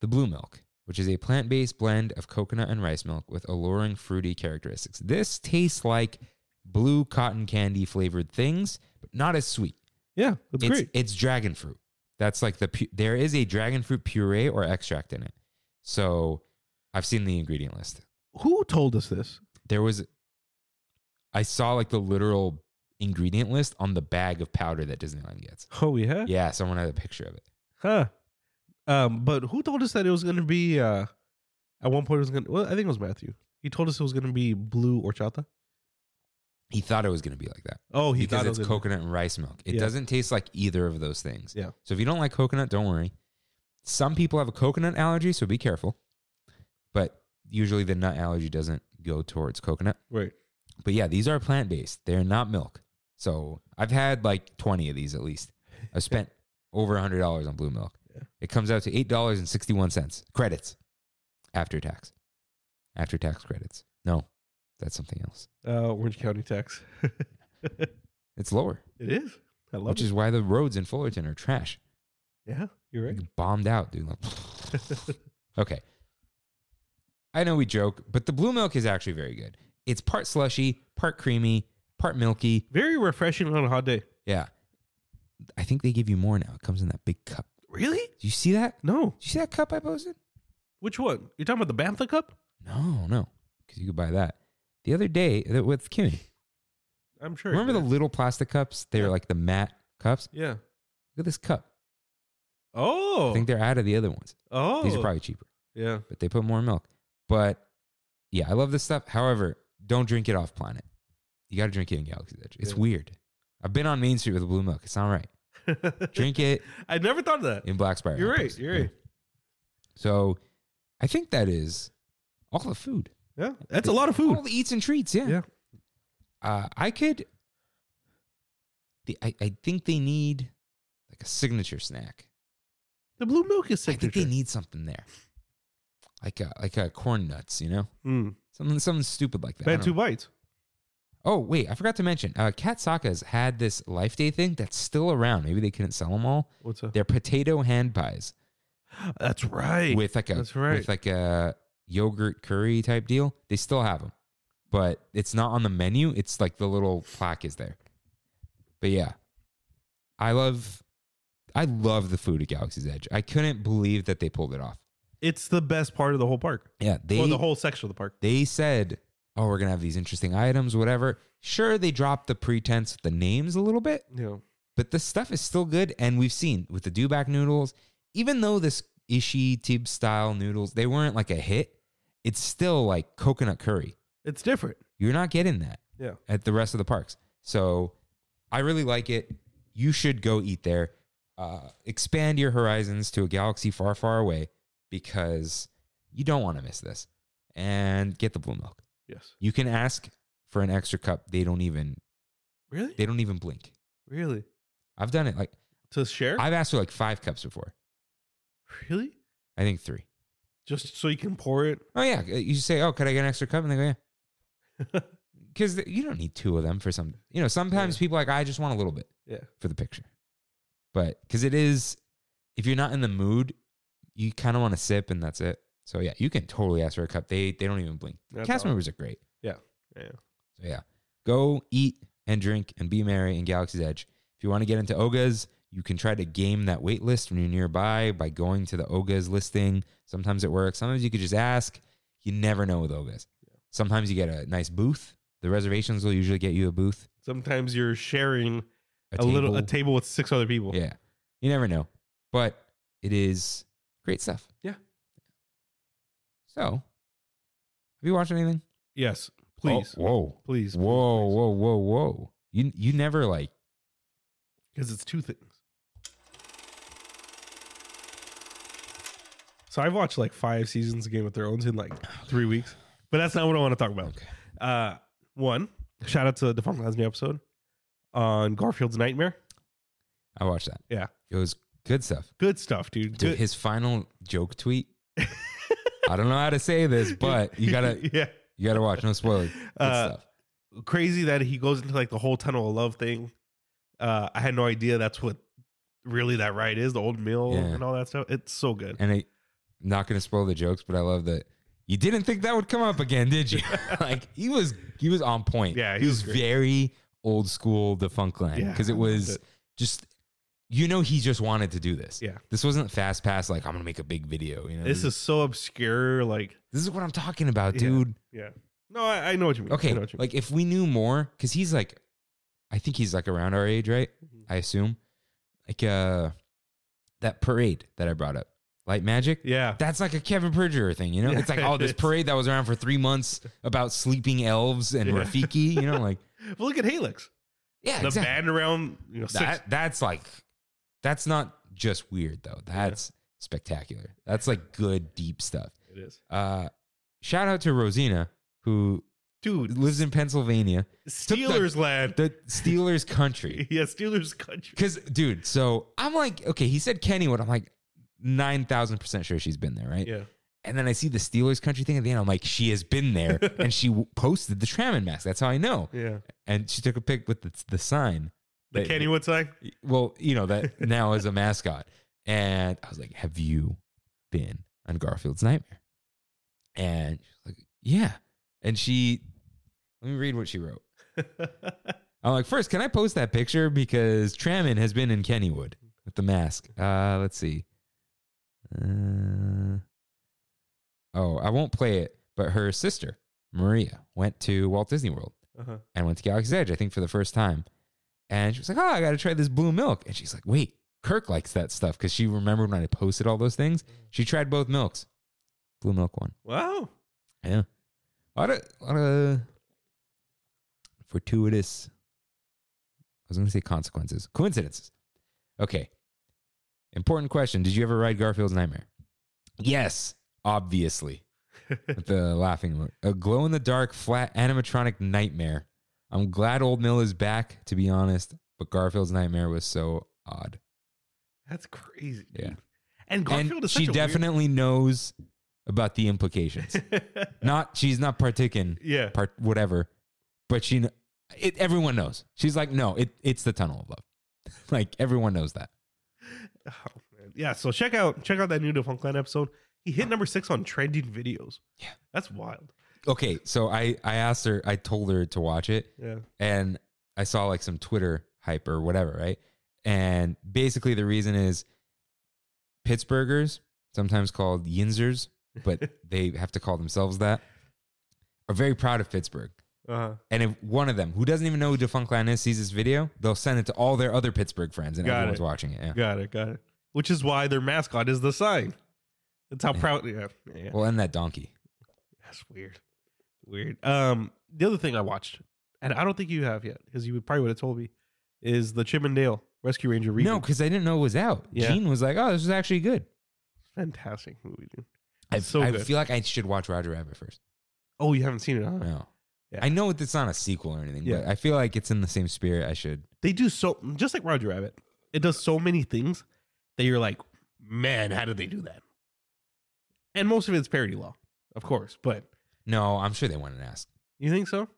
Speaker 1: the blue milk, which is a plant based blend of coconut and rice milk with alluring fruity characteristics. This tastes like blue cotton candy flavored things, but not as sweet.
Speaker 2: Yeah. That's
Speaker 1: it's,
Speaker 2: great.
Speaker 1: it's dragon fruit. That's like the, pu- there is a dragon fruit puree or extract in it. So I've seen the ingredient list.
Speaker 2: Who told us this?
Speaker 1: There was, I saw like the literal ingredient list on the bag of powder that Disneyland gets.
Speaker 2: Oh, yeah.
Speaker 1: Yeah, someone had a picture of it.
Speaker 2: Huh. Um, but who told us that it was going to be? Uh, at one point, it was going. to Well, I think it was Matthew. He told us it was going to be blue horchata.
Speaker 1: He thought it was going to be like that
Speaker 2: Oh, he
Speaker 1: because
Speaker 2: thought it
Speaker 1: it's
Speaker 2: was gonna-
Speaker 1: coconut and rice milk. It
Speaker 2: Yeah.
Speaker 1: doesn't taste like either of those things.
Speaker 2: Yeah.
Speaker 1: So if you don't like coconut, don't worry. Some people have a coconut allergy, so be careful. But usually the nut allergy doesn't go towards coconut.
Speaker 2: Right.
Speaker 1: But yeah, these are plant based. They're not milk. So I've had like 20 of these at least. I've spent over $100 on blue milk.
Speaker 2: Yeah.
Speaker 1: It comes out to $8.61 credits after tax. After tax credits. No, that's something else.
Speaker 2: Uh, Orange County tax. it
Speaker 1: It's lower,
Speaker 2: is. I love
Speaker 1: which
Speaker 2: it.
Speaker 1: is why the roads in Fullerton are trash.
Speaker 2: yeah, you're right.
Speaker 1: Like, bombed out, dude. Like, okay. I know we joke, but the blue milk is actually very good. It's part slushy, part creamy, part milky.
Speaker 2: Very refreshing on a hot day.
Speaker 1: Yeah. I think they give you more now. It comes in that big cup.
Speaker 2: Really?
Speaker 1: Do you see that?
Speaker 2: No.
Speaker 1: Do you see that cup I posted?
Speaker 2: Which one? You're talking about the Bantha cup?
Speaker 1: No, no. Because you could buy that. The other day that with CUNY.
Speaker 2: I'm sure.
Speaker 1: Remember the little plastic cups? They were
Speaker 2: Yeah.
Speaker 1: like the matte cups.
Speaker 2: Yeah.
Speaker 1: Look at this cup.
Speaker 2: Oh.
Speaker 1: I think they're out of the other ones.
Speaker 2: oh.
Speaker 1: These are probably cheaper.
Speaker 2: Yeah.
Speaker 1: but they put more milk. But yeah, I love this stuff. However, don't drink it off planet. You got to drink it in Galaxy's Edge. It's
Speaker 2: Yeah.
Speaker 1: weird. I've been on Main Street with the blue milk. It's not right. Drink it
Speaker 2: I never thought of that.
Speaker 1: in Black Spire.
Speaker 2: You're right.
Speaker 1: Hoppers.
Speaker 2: You're right.
Speaker 1: So I think that is all the food.
Speaker 2: Yeah. That's a lot of food.
Speaker 1: All the eats and treats. Yeah.
Speaker 2: Yeah.
Speaker 1: Uh, I could. The, I, I think they need like a signature snack.
Speaker 2: The blue milk is
Speaker 1: I think
Speaker 2: signature.
Speaker 1: they need something there, like a, like a corn nuts, you know,
Speaker 2: Mm.
Speaker 1: something something stupid like that. I
Speaker 2: Man,
Speaker 1: don't
Speaker 2: two
Speaker 1: know.
Speaker 2: bites.
Speaker 1: Oh wait, I forgot to mention. Uh, Cat Saka's had this Life Day thing that's still around. Maybe they couldn't sell them all.
Speaker 2: What's up?
Speaker 1: They're potato hand pies
Speaker 2: That's right.
Speaker 1: with like a
Speaker 2: that's right.
Speaker 1: with like a yogurt curry type deal. They still have them, but it's not on the menu. It's like the little plaque is there. But yeah, I love, I love the food at Galaxy's Edge. I couldn't believe that they pulled it off.
Speaker 2: it's the best part of the whole park.
Speaker 1: Yeah, they
Speaker 2: or the whole section of the park.
Speaker 1: they said, oh, we're gonna have these interesting items, whatever. Sure, they dropped the pretense with the names a little bit.
Speaker 2: Yeah.
Speaker 1: but the stuff is still good. And we've seen with the dewback noodles, even though this Ishi Tib style noodles, they weren't like a hit, it's still like coconut curry.
Speaker 2: It's different.
Speaker 1: You're not getting that
Speaker 2: Yeah.
Speaker 1: at the rest of the parks. So I really like it. You should go eat there. Uh, expand your horizons to a galaxy far, far away because you don't want to miss this. And get the blue milk.
Speaker 2: Yes.
Speaker 1: You can ask for an extra cup. They don't even
Speaker 2: Really?
Speaker 1: they don't even blink.
Speaker 2: Really?
Speaker 1: I've done it like
Speaker 2: To share?
Speaker 1: I've asked for like five cups before.
Speaker 2: really?
Speaker 1: I think three.
Speaker 2: Just so you can pour it?
Speaker 1: Oh yeah, you say, "Oh, could I get an extra cup?" And they go, "Yeah," because you don't need two of them for some. You know, sometimes
Speaker 2: Yeah.
Speaker 1: people are like I just want a little bit
Speaker 2: Yeah.
Speaker 1: for the picture, but because it is, if you're not in the mood, you kind of want to sip and that's it. So yeah, you can totally ask for a cup. They they don't even blink.
Speaker 2: That's
Speaker 1: Cast
Speaker 2: awesome.
Speaker 1: members are great.
Speaker 2: Yeah. Yeah.
Speaker 1: So yeah, go eat and drink and be merry in Galaxy's Edge. If you want to get into Ogas, you can try to game that wait list when you're nearby by going to the Ogas listing. Sometimes it works. Sometimes you could just ask. You never know with Ogas. Sometimes you get a nice booth. The reservations will usually get you a booth.
Speaker 2: Sometimes you're sharing
Speaker 1: A,
Speaker 2: a, little a
Speaker 1: table.
Speaker 2: table with six other people.
Speaker 1: Yeah. You never know. But it is great stuff.
Speaker 2: Yeah.
Speaker 1: So, have you watched anything?
Speaker 2: Yes. Please.
Speaker 1: Oh, whoa.
Speaker 2: Please. please,
Speaker 1: Whoa,
Speaker 2: please.
Speaker 1: whoa, whoa, whoa. You you never like
Speaker 2: Because it's two things. So I've watched like five seasons of Game of Thrones in like three weeks, but that's not what I want to talk about.
Speaker 1: Okay.
Speaker 2: Uh, one, shout out to the Funk Lasme episode on Garfield's Nightmare.
Speaker 1: I watched that.
Speaker 2: Yeah.
Speaker 1: It was good stuff.
Speaker 2: Good stuff, dude.
Speaker 1: Dude,
Speaker 2: Good.
Speaker 1: his final joke tweet. I don't know how to say this, but you gotta
Speaker 2: yeah.
Speaker 1: you gotta watch. No spoilers. Good
Speaker 2: Uh,
Speaker 1: stuff.
Speaker 2: Crazy that he goes into like the whole tunnel of love thing. Uh, I had no idea that's what really that ride is the old mill
Speaker 1: Yeah.
Speaker 2: and all that stuff. It's so good.
Speaker 1: And I not gonna spoil the jokes, but I love that you didn't think that would come up again, did you? like he was he was on point.
Speaker 2: Yeah,
Speaker 1: He,
Speaker 2: he
Speaker 1: was,
Speaker 2: was great.
Speaker 1: very old school defunctland.
Speaker 2: Yeah,
Speaker 1: Because it
Speaker 2: I
Speaker 1: was
Speaker 2: loved it.
Speaker 1: just you know he just wanted to do this.
Speaker 2: Yeah.
Speaker 1: This wasn't fast pass like I'm gonna make a big video. You know,
Speaker 2: This is so obscure. Like,
Speaker 1: this is what I'm talking about,
Speaker 2: Yeah.
Speaker 1: dude.
Speaker 2: Yeah. No, I, I know what you mean. I
Speaker 1: Okay,
Speaker 2: know what you mean.
Speaker 1: like if we knew more, because he's like,
Speaker 2: Mm-hmm.
Speaker 1: I think he's like around our age, right?
Speaker 2: Mhm.
Speaker 1: I assume. Like, uh, that parade that I brought up, Light Magic.
Speaker 2: Yeah.
Speaker 1: That's like a Kevin Perjurer thing, you know?
Speaker 2: Yeah,
Speaker 1: it's like, oh,
Speaker 2: it
Speaker 1: this
Speaker 2: is.
Speaker 1: parade that was around for three months about sleeping elves and
Speaker 2: Yeah.
Speaker 1: Rafiki, you know? Like,
Speaker 2: Well, look at Halix.
Speaker 1: yeah,
Speaker 2: the
Speaker 1: exactly.
Speaker 2: band around you know six.
Speaker 1: That, that's like, that's not just weird, though. That's spectacular. That's like good, deep stuff.
Speaker 2: it is.
Speaker 1: Uh, shout out to Rosina, who
Speaker 2: Dude,
Speaker 1: lives in Pennsylvania,
Speaker 2: Steelers land.
Speaker 1: the Steelers country.
Speaker 2: yeah, Steelers country.
Speaker 1: Because, dude, so I'm like, okay, he said Kennywood. I'm like, 9,000% sure she's been there, right?
Speaker 2: Yeah.
Speaker 1: And then I see the Steelers country thing at the end. I'm like, she has been there and she w- posted the Tramon mask. That's how I know.
Speaker 2: Yeah.
Speaker 1: And she took a pic with the, the sign.
Speaker 2: The
Speaker 1: that-
Speaker 2: Kennywood side.
Speaker 1: Well, you know, that now is a mascot. And I was like, have you been on Garfield's Nightmare? And she's like, yeah. And she, let me read what she wrote. I'm like, first, can I post that picture? Because Tramon has been in Kennywood with the mask. Uh, let's see. Uh, oh, I won't play it, but her sister, Maria, went to Walt Disney World
Speaker 2: uh-huh.
Speaker 1: and went to Galaxy's Edge, I think, for the first time. And she was like, oh, I got to try this blue milk. And she's like, wait, Kirk likes that stuff because she remembered when I posted all those things. She tried both milks, blue milk one.
Speaker 2: Wow.
Speaker 1: Yeah. A lot of, a lot of fortuitous, I was going to say consequences, coincidences. Okay. Important question. Did you ever ride Garfield's Nightmare? Yes, obviously. With the laughing emoji. A glow in the dark, flat animatronic nightmare. I'm glad Old Mill is back, to be honest, but Garfield's Nightmare was so odd.
Speaker 2: That's crazy. dude.
Speaker 1: Yeah.
Speaker 2: And Garfield
Speaker 1: and
Speaker 2: is such
Speaker 1: she
Speaker 2: a
Speaker 1: definitely knows about the implications.
Speaker 2: Weird...
Speaker 1: not, she's not partaking
Speaker 2: yeah.
Speaker 1: part whatever but she kn- it, everyone knows she's like no it, it's the tunnel of love like everyone knows that
Speaker 2: Oh, man. Yeah. So check out check out that new Defunctland episode. He hit number six on trending videos.
Speaker 1: Yeah.
Speaker 2: That's wild.
Speaker 1: okay so i i asked her i told her to watch it
Speaker 2: Yeah.
Speaker 1: and i saw like some twitter hype or whatever right and basically the reason is pittsburghers sometimes called yinzers but they have to call themselves that are very proud of pittsburgh
Speaker 2: Uh-huh.
Speaker 1: and if one of them who doesn't even know who Defunct Clan is sees this video, they'll send it to all their other Pittsburgh friends, and
Speaker 2: Got
Speaker 1: everyone's
Speaker 2: it.
Speaker 1: watching it. Yeah.
Speaker 2: Got it. Got it. Which is why their mascot is the sign. That's how
Speaker 1: Yeah.
Speaker 2: proud. Yeah. yeah.
Speaker 1: Well, and that donkey.
Speaker 2: That's weird. Weird. Um, the other thing I watched, and I don't think you have yet, because you would probably would have told me, is the Chip and Dale Rescue Ranger reboot.
Speaker 1: No, because I didn't know it was out.
Speaker 2: Yeah.
Speaker 1: Gene was like, "Oh, this is actually good."
Speaker 2: fantastic movie, dude.
Speaker 1: I,
Speaker 2: So
Speaker 1: I
Speaker 2: good.
Speaker 1: feel like I should watch Roger Rabbit first.
Speaker 2: Oh, you haven't seen it, huh?
Speaker 1: No,
Speaker 2: Yeah.
Speaker 1: I know it's not a sequel or anything, but
Speaker 2: Yeah.
Speaker 1: I feel like it's in the same spirit. I should.
Speaker 2: They do so just like Roger Rabbit. It does so many things that you're like, man, how did they do that? And most of it's parody law, of course. But
Speaker 1: No, I'm sure they went and asked.
Speaker 2: you think so?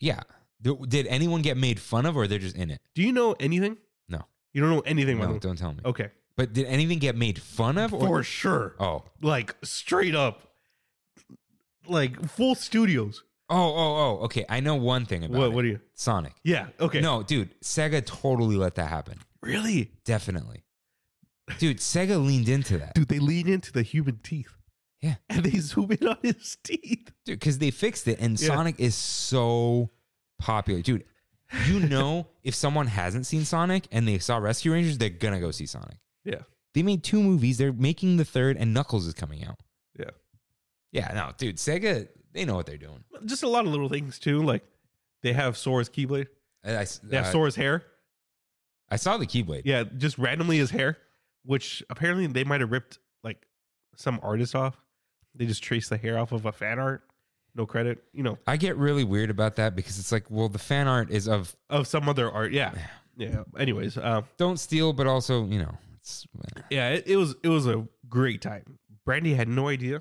Speaker 1: Yeah, Th- did anyone get made fun of, or they're just in it?
Speaker 2: Do you know anything?
Speaker 1: No.
Speaker 2: You don't know anything
Speaker 1: No,
Speaker 2: about them.
Speaker 1: don't tell me.
Speaker 2: Okay,
Speaker 1: But did anything get made fun of? Or,
Speaker 2: for sure.
Speaker 1: oh,
Speaker 2: like straight up, like full studios.
Speaker 1: oh, oh, oh. Okay, I know one thing about
Speaker 2: What?
Speaker 1: it.
Speaker 2: What are you?
Speaker 1: Sonic.
Speaker 2: Yeah. Okay.
Speaker 1: No, dude, Sega totally let that happen.
Speaker 2: Really,
Speaker 1: Definitely, dude. Sega leaned into that,
Speaker 2: dude. They lean into the human teeth.
Speaker 1: Yeah.
Speaker 2: And they zoom in on his teeth.
Speaker 1: dude, because they fixed it, and
Speaker 2: Yeah.
Speaker 1: Sonic is so popular, dude. You know, if someone hasn't seen Sonic and they saw Rescue Rangers, they're gonna go see Sonic.
Speaker 2: Yeah.
Speaker 1: They made two movies. They're making the third, and Knuckles is coming out.
Speaker 2: Yeah.
Speaker 1: Yeah. No, dude, Sega, they know what they're doing.
Speaker 2: Just a lot of little things too. Like they have Sora's keyblade.
Speaker 1: I, I,
Speaker 2: They have
Speaker 1: uh,
Speaker 2: Sora's hair.
Speaker 1: I saw the Keyblade.
Speaker 2: Yeah, just randomly his hair, which apparently they might have ripped like some artist off. They just traced the hair off of a fan art. No credit, you know,
Speaker 1: I get really weird about that because it's like, well, the fan art is of
Speaker 2: of some other art. Yeah, yeah. Anyways, um,
Speaker 1: don't steal, but also, you know, it's
Speaker 2: Yeah, it, it was it was a great time. Brandy had no idea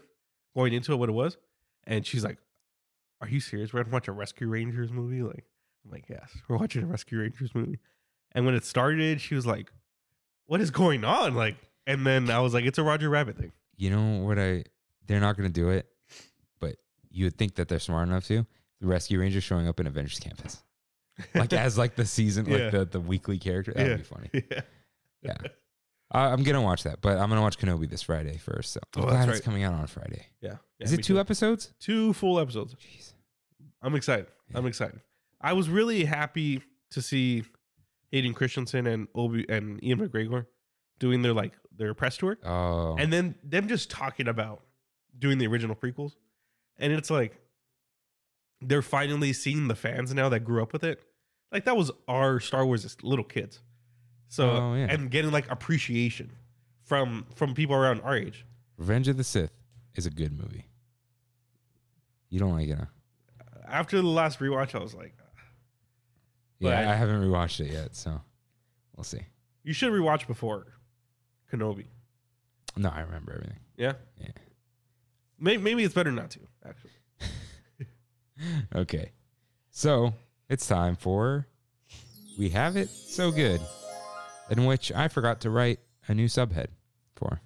Speaker 2: going into it what it was, and she's like, "Are you serious? We're gonna watch a Rescue Rangers movie?" Like, I'm like, "Yes, we're watching a Rescue Rangers movie." And when it started, she was like, "What is going on?" Like, and then I was like, "It's a Roger Rabbit thing."
Speaker 1: you know what I they're not gonna do it, but you would think that they're smart enough to. The Rescue Rangers showing up in Avengers Campus. Like as like the season, like
Speaker 2: Yeah.
Speaker 1: the, the weekly character. That would be funny.
Speaker 2: yeah.
Speaker 1: I, I'm gonna watch that, but I'm gonna watch Kenobi this Friday first. So I'm
Speaker 2: Oh, that's
Speaker 1: glad it's
Speaker 2: right.
Speaker 1: coming out on Friday.
Speaker 2: yeah,
Speaker 1: Is it two episodes?
Speaker 2: two full episodes?
Speaker 1: Jeez.
Speaker 2: I'm excited. I'm excited. I was really happy to see Hayden Christensen and Obi and Ian McGregor doing their like their press tour,
Speaker 1: Oh.
Speaker 2: and then them just talking about doing the original prequels, and it's like they're finally seeing the fans now that grew up with it. Like that was our Star Wars as little kids, so
Speaker 1: Oh, yeah.
Speaker 2: and getting like appreciation from from people around our age.
Speaker 1: Revenge of the Sith is a good movie. You don't like it, huh?
Speaker 2: After the last rewatch, I was like,
Speaker 1: Yeah,
Speaker 2: But-
Speaker 1: I haven't rewatched it yet, so we'll see.
Speaker 2: you should rewatch before Kenobi.
Speaker 1: No, I remember everything.
Speaker 2: Yeah,
Speaker 1: Yeah.
Speaker 2: maybe, maybe it's better not to actually.
Speaker 1: Okay. So it's time for We Have It So Good, in which I forgot to write a new subhead for.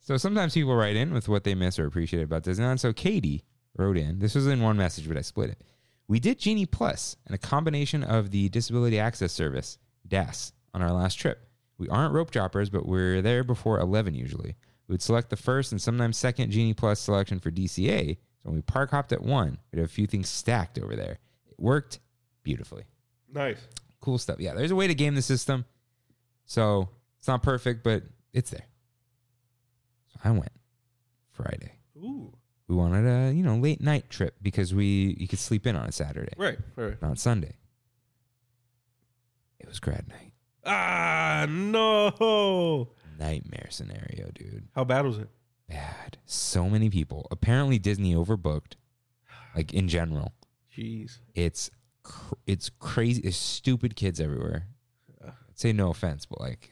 Speaker 1: so sometimes people write in with what they miss or appreciate about Disneyland. So Katie wrote in, this was in one message, but I split it. We did Genie Plus and a combination of the Disability Access Service, DAS, on our last trip. We aren't rope droppers, but we're there before 11 usually. We would select the first and sometimes second Genie Plus selection for DCA. So when we park hopped at one, we'd have a few things stacked over there. It worked beautifully.
Speaker 2: Nice.
Speaker 1: Cool stuff. Yeah, there's a way to game the system. So it's not perfect, but it's there. So I went Friday.
Speaker 2: Ooh.
Speaker 1: We wanted a, you know, late night trip because we you could sleep in on a Saturday,
Speaker 2: Right. Right. right.
Speaker 1: not Sunday. It was grad night.
Speaker 2: Ah no!
Speaker 1: Nightmare scenario, dude.
Speaker 2: How bad was it?
Speaker 1: bad. So many people. Apparently Disney overbooked. Like in general,
Speaker 2: Jeez.
Speaker 1: it's cr- it's crazy. There's stupid kids everywhere. I'd say no offense, but like,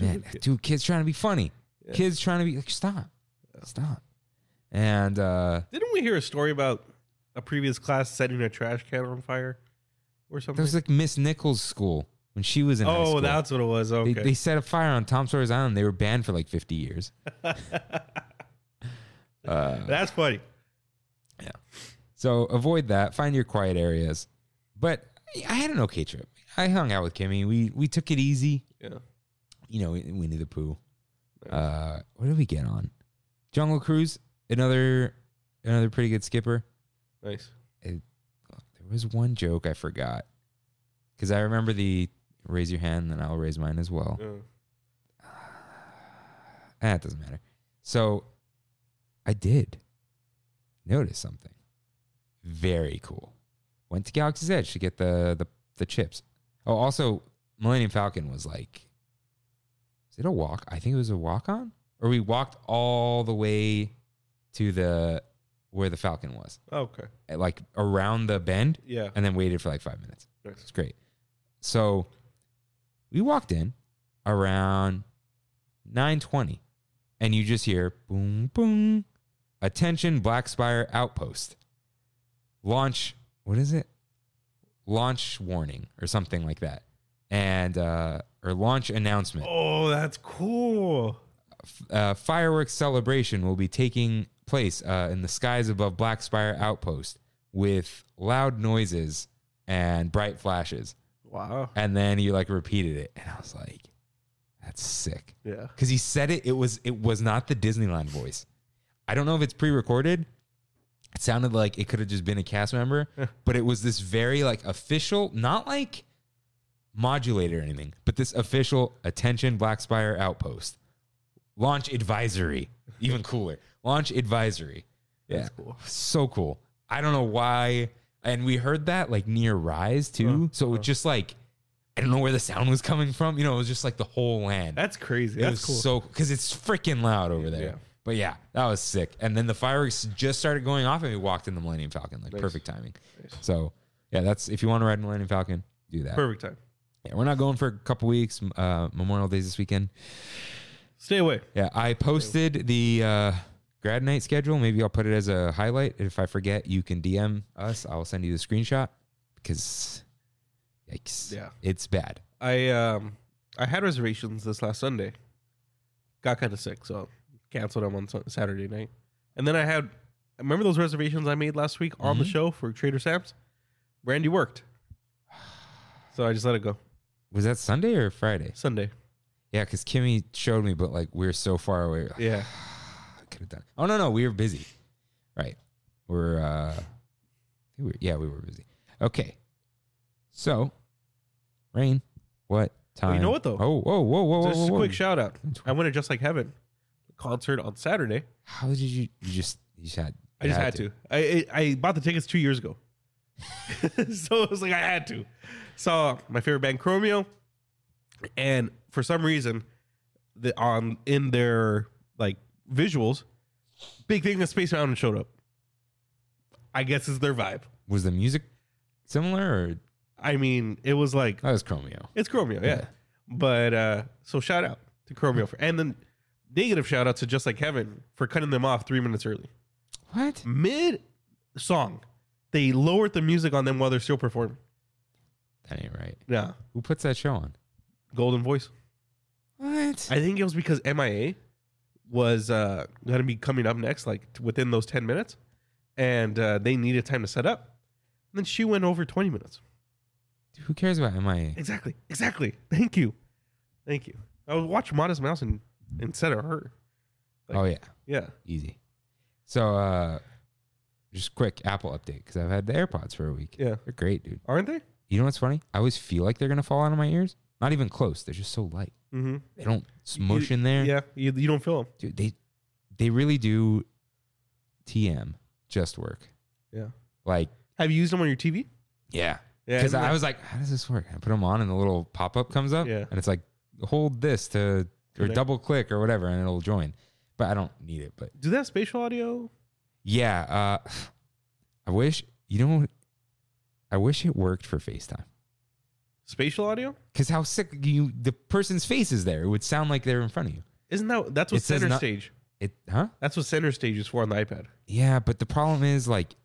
Speaker 1: man,
Speaker 2: Stupid.
Speaker 1: dude, kids trying to be funny.
Speaker 2: Yeah.
Speaker 1: Kids trying to be like, stop, stop. And uh
Speaker 2: Didn't we hear a story about a previous class setting a trash can on fire or something?
Speaker 1: there was like Miss Nichols' school when she was in high
Speaker 2: oh,
Speaker 1: school.
Speaker 2: that's what it was.
Speaker 1: They,
Speaker 2: Okay.
Speaker 1: they set a fire on Tom Sawyer's Island. They were banned for like 50 years. uh,
Speaker 2: that's funny.
Speaker 1: So avoid that. Find your quiet areas. But I had an okay trip. I hung out with Kimmy. We we took it easy.
Speaker 2: Yeah.
Speaker 1: You know, Winnie the Pooh. Uh, what did we get on? Jungle Cruise. Another another pretty good skipper.
Speaker 2: Nice.
Speaker 1: There was one joke I forgot because I remember the raise your hand, then I'll raise mine as well.
Speaker 2: Yeah.
Speaker 1: Ah, it doesn't matter. So I did notice something very cool. Went to Galaxy's Edge to get the the, the chips. Oh, also Millennium Falcon was like, is it a walk? I think it was a walk on, or we walked all the way to the where the Falcon was,
Speaker 2: Okay.
Speaker 1: at, like around the bend,
Speaker 2: Yeah.
Speaker 1: and then waited for like five minutes. It's
Speaker 2: Nice.
Speaker 1: great. So we walked in around 920 and you just hear boom boom attention black spire outpost launch what is it launch warning or something like that and uh or launch announcement
Speaker 2: Oh, that's cool.
Speaker 1: uh, fireworks celebration will be taking place uh, in the skies above Black Spire Outpost with loud noises and bright flashes.
Speaker 2: Wow.
Speaker 1: And then he like repeated it, and I was like, "That's sick."
Speaker 2: Yeah.
Speaker 1: Because he said it. It was it was not the Disneyland voice. I don't know if it's pre-recorded. It sounded like it could have just been a cast member, but it was this very like official, not like modulated or anything, but this official attention Black Spire outpost launch advisory, even cooler launch advisory. Yeah,
Speaker 2: That's cool.
Speaker 1: so cool. I don't know why, and we heard that like near Rise too.
Speaker 2: Uh,
Speaker 1: so it was
Speaker 2: uh.
Speaker 1: just like I don't know where the sound was coming from. You know, it was just like the whole land.
Speaker 2: That's crazy.
Speaker 1: It
Speaker 2: That's
Speaker 1: was
Speaker 2: cool.
Speaker 1: so because it's freaking loud over there.
Speaker 2: Yeah.
Speaker 1: But yeah, that was sick. And then the fireworks just started going off, and we walked in the Millennium Falcon, like
Speaker 2: Nice.
Speaker 1: perfect timing.
Speaker 2: Nice.
Speaker 1: So yeah, that's if you want to ride Millennium Falcon, do that.
Speaker 2: Perfect time.
Speaker 1: Yeah, we're not going for a couple weeks. Uh, Memorial Days this weekend.
Speaker 2: Stay away.
Speaker 1: Yeah, I posted the uh, grad night schedule. Maybe I'll put it as a highlight. If I forget, you can DM us. I'll send you the screenshot because yikes,
Speaker 2: Yeah.
Speaker 1: it's bad.
Speaker 2: I um I had reservations this last Sunday. Got kind of sick, so canceled them on Sun- Saturday night. And then I had remember those reservations I made last week on the show for Trader Sam's. Randy worked, so I just let it go.
Speaker 1: Was that Sunday or Friday?
Speaker 2: Sunday,
Speaker 1: Yeah, because Kimmy showed me, but like we are so far away. Like,
Speaker 2: yeah,
Speaker 1: I could have done. It. Oh no, no, we were busy. Right, we're uh, we were, yeah, we were busy. Okay, so, Rain, what time.
Speaker 2: know what, though?
Speaker 1: Oh, whoa, whoa, whoa, whoa,
Speaker 2: Just
Speaker 1: whoa,
Speaker 2: a
Speaker 1: whoa.
Speaker 2: quick shout out. I went to Just Like Heaven concert on Saturday.
Speaker 1: How did you? You just you just had.
Speaker 2: I
Speaker 1: you
Speaker 2: just had to. I, I I bought the tickets two years ago, so it was like I had to. Saw my favorite band Chromeo, and for some reason, the on in their like visuals, big thing that Space Mountain showed up. I guess it's their vibe.
Speaker 1: Was the music similar or
Speaker 2: I mean, it was like
Speaker 1: that was Chromeo?
Speaker 2: it's Chromeo, yeah.
Speaker 1: Yeah.
Speaker 2: But uh so shout out to Chromeo for and then negative shout out to just like Kevin for cutting them off three minutes early.
Speaker 1: What?
Speaker 2: Mid song, they lowered the music on them while they're still performing.
Speaker 1: That ain't right.
Speaker 2: Yeah.
Speaker 1: Who puts that show on?
Speaker 2: Golden voice.
Speaker 1: What?
Speaker 2: I think it was because MIA was uh gonna be coming up next, like t- within those ten minutes. And uh they needed time to set up. And then she went over twenty minutes.
Speaker 1: Who cares about MIA?
Speaker 2: Exactly. Exactly. Thank you. Thank you. I would watch Modest Mouse and instead of her.
Speaker 1: oh yeah,
Speaker 2: Yeah.
Speaker 1: easy. So uh, just quick Apple update because I've had the AirPods for a week.
Speaker 2: Yeah.
Speaker 1: They're great, dude.
Speaker 2: Aren't they?
Speaker 1: You know what's funny? I always feel like they're gonna fall out of my ears. Not even close. They're just so light.
Speaker 2: Mm-hmm.
Speaker 1: They don't smush in there.
Speaker 2: Yeah, you, you don't feel them.
Speaker 1: Dude, they they really do. TM just work.
Speaker 2: Yeah.
Speaker 1: Like
Speaker 2: Have you used them on your TV?
Speaker 1: yeah.
Speaker 2: Yeah.
Speaker 1: Because
Speaker 2: isn't
Speaker 1: I
Speaker 2: that-
Speaker 1: was like, how does this work? I put them on and the little pop up comes up
Speaker 2: Yeah.
Speaker 1: and it's like, hold this to or
Speaker 2: Connect.
Speaker 1: double click or whatever and it'll join. But I don't need it. But
Speaker 2: Do they have spatial audio?
Speaker 1: yeah, uh, I wish, you know, what? I wish it worked for FaceTime.
Speaker 2: Spatial audio?
Speaker 1: Because how sick you, the person's face is there. It would sound like they're in front of you.
Speaker 2: Isn't that that's what
Speaker 1: It says
Speaker 2: center
Speaker 1: not-
Speaker 2: stage?
Speaker 1: It, huh?
Speaker 2: That's what center stage is for on the iPad.
Speaker 1: Yeah, but the problem is like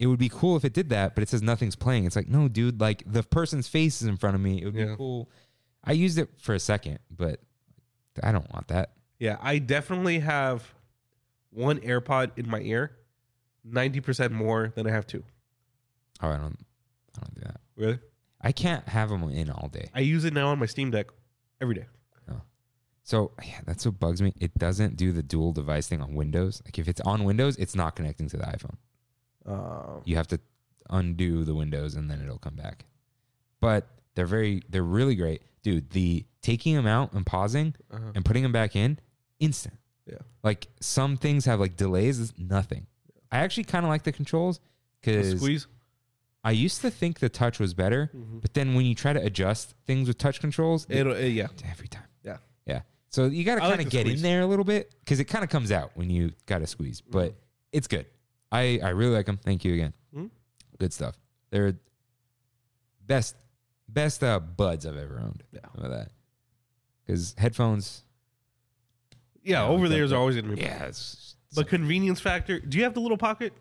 Speaker 1: it would be cool if it did that, but it says nothing's playing. It's like, no, dude, like the person's face is in front of me. It would
Speaker 2: Yeah.
Speaker 1: be cool. I used it for a second, but I don't want that.
Speaker 2: Yeah, I definitely have one AirPod in my ear, ninety percent more than I have two.
Speaker 1: Oh, I don't I don't do that.
Speaker 2: Really?
Speaker 1: I can't have them in all day.
Speaker 2: I use it now on my Steam Deck every day.
Speaker 1: So yeah, that's what bugs me. It doesn't do the dual device thing on Windows. Like if it's on Windows, it's not connecting to the iPhone.
Speaker 2: Um,
Speaker 1: You have to undo the Windows and then it'll come back. But they're very they're really great. Dude, the taking them out and pausing
Speaker 2: uh-huh.
Speaker 1: and putting them back in instant.
Speaker 2: Yeah.
Speaker 1: Like some things have like delays, it's nothing. I actually kind of like the controls
Speaker 2: The
Speaker 1: because
Speaker 2: Squeeze.
Speaker 1: I used to think the touch was better,
Speaker 2: Mhm.
Speaker 1: but then when you try to adjust things with touch controls, it,
Speaker 2: It'll, uh, yeah.
Speaker 1: every time.
Speaker 2: Yeah.
Speaker 1: Yeah. So you got to
Speaker 2: I like
Speaker 1: kind of
Speaker 2: the
Speaker 1: get
Speaker 2: squeeze.
Speaker 1: in there a little bit because it kind of comes out when you got to squeeze,
Speaker 2: Mm-hmm.
Speaker 1: but it's good. I, I really like them. Thank you again.
Speaker 2: Mhm.
Speaker 1: Good stuff. They're best, best uh, buds I've ever owned.
Speaker 2: Yeah.
Speaker 1: How about that. Because headphones,
Speaker 2: Yeah,
Speaker 1: Yeah,
Speaker 2: over
Speaker 1: like
Speaker 2: there is
Speaker 1: that.
Speaker 2: always gonna be.
Speaker 1: yeah, it's,
Speaker 2: But convenience factor. Do you have the little pocket?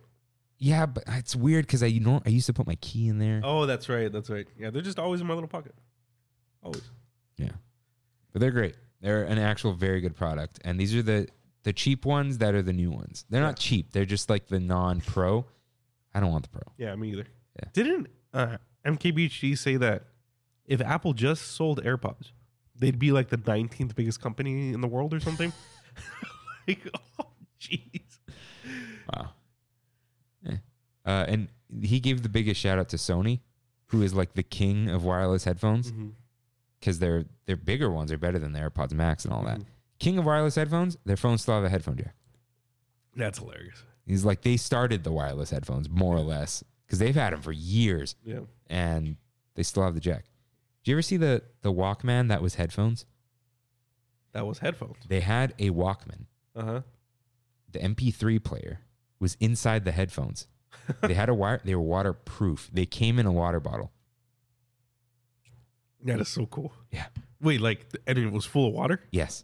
Speaker 1: Yeah, but it's weird because I you know I used to put my key in there.
Speaker 2: Oh, that's right. That's right. Yeah, they're just always in my little pocket. Always.
Speaker 1: Yeah, but they're great. They're an actual very good product, and these are the the cheap ones that are the new ones. They're not cheap. They're just like the non pro. I don't want the pro.
Speaker 2: Yeah, me either.
Speaker 1: Yeah.
Speaker 2: Didn't uh, MKBHD say that if Apple just sold AirPods, they'd be like the 19th biggest company in the world or something? like, oh, jeez.
Speaker 1: Wow. Uh, and he gave the biggest shout out to Sony, who is like the king of wireless
Speaker 2: Mm-hmm.
Speaker 1: headphones because their their bigger ones are better than the AirPods Max and all that.
Speaker 2: Mhm.
Speaker 1: King of wireless headphones. Their phones still have a headphone jack.
Speaker 2: That's hilarious.
Speaker 1: He's like they started the wireless headphones more or less because they've had them for years.
Speaker 2: Yeah.
Speaker 1: and they still have the jack. Do you ever see the the Walkman that was headphones?
Speaker 2: That was headphones.
Speaker 1: They had a Walkman.
Speaker 2: Uh huh.
Speaker 1: The MP3 player was inside the headphones. they had a wire. They were waterproof. They came in a water bottle.
Speaker 2: That is so cool.
Speaker 1: Yeah.
Speaker 2: Wait, like, and it was full of water?
Speaker 1: Yes.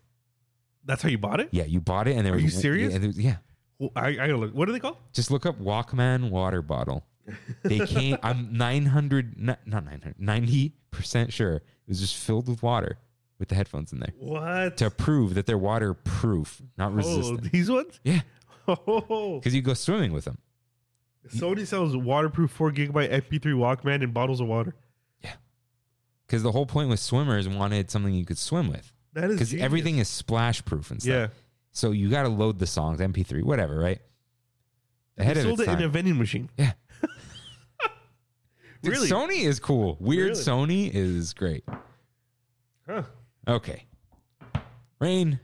Speaker 2: That's how you bought it?
Speaker 1: Yeah. You bought it, and there
Speaker 2: Are
Speaker 1: was.
Speaker 2: you serious?
Speaker 1: Yeah, there was- yeah.
Speaker 2: Well, I, I gotta look. What are they called?
Speaker 1: Just look up Walkman water bottle. They came. I'm 900, not 900, 90 percent sure it was just filled with water with the headphones in there
Speaker 2: What?
Speaker 1: to prove that they're waterproof, not
Speaker 2: oh,
Speaker 1: resistant.
Speaker 2: these ones?
Speaker 1: Yeah,
Speaker 2: Oh,
Speaker 1: because you go swimming with them.
Speaker 2: Sony sells waterproof 4 gigabyte MP3 Walkman and bottles of water.
Speaker 1: because the whole point with swimmers wanted something you could swim with
Speaker 2: That is
Speaker 1: because
Speaker 2: genius.
Speaker 1: everything is splash proof and stuff.
Speaker 2: Yeah.
Speaker 1: So you got to load the songs, MP3, whatever, right? Ahead
Speaker 2: They
Speaker 1: of
Speaker 2: sold
Speaker 1: its
Speaker 2: it
Speaker 1: time.
Speaker 2: in a vending machine.
Speaker 1: yeah. Dude,
Speaker 2: Really?
Speaker 1: Sony is cool. Weird
Speaker 2: Really?
Speaker 1: Sony is great.
Speaker 2: Huh.
Speaker 1: Okay. Rain,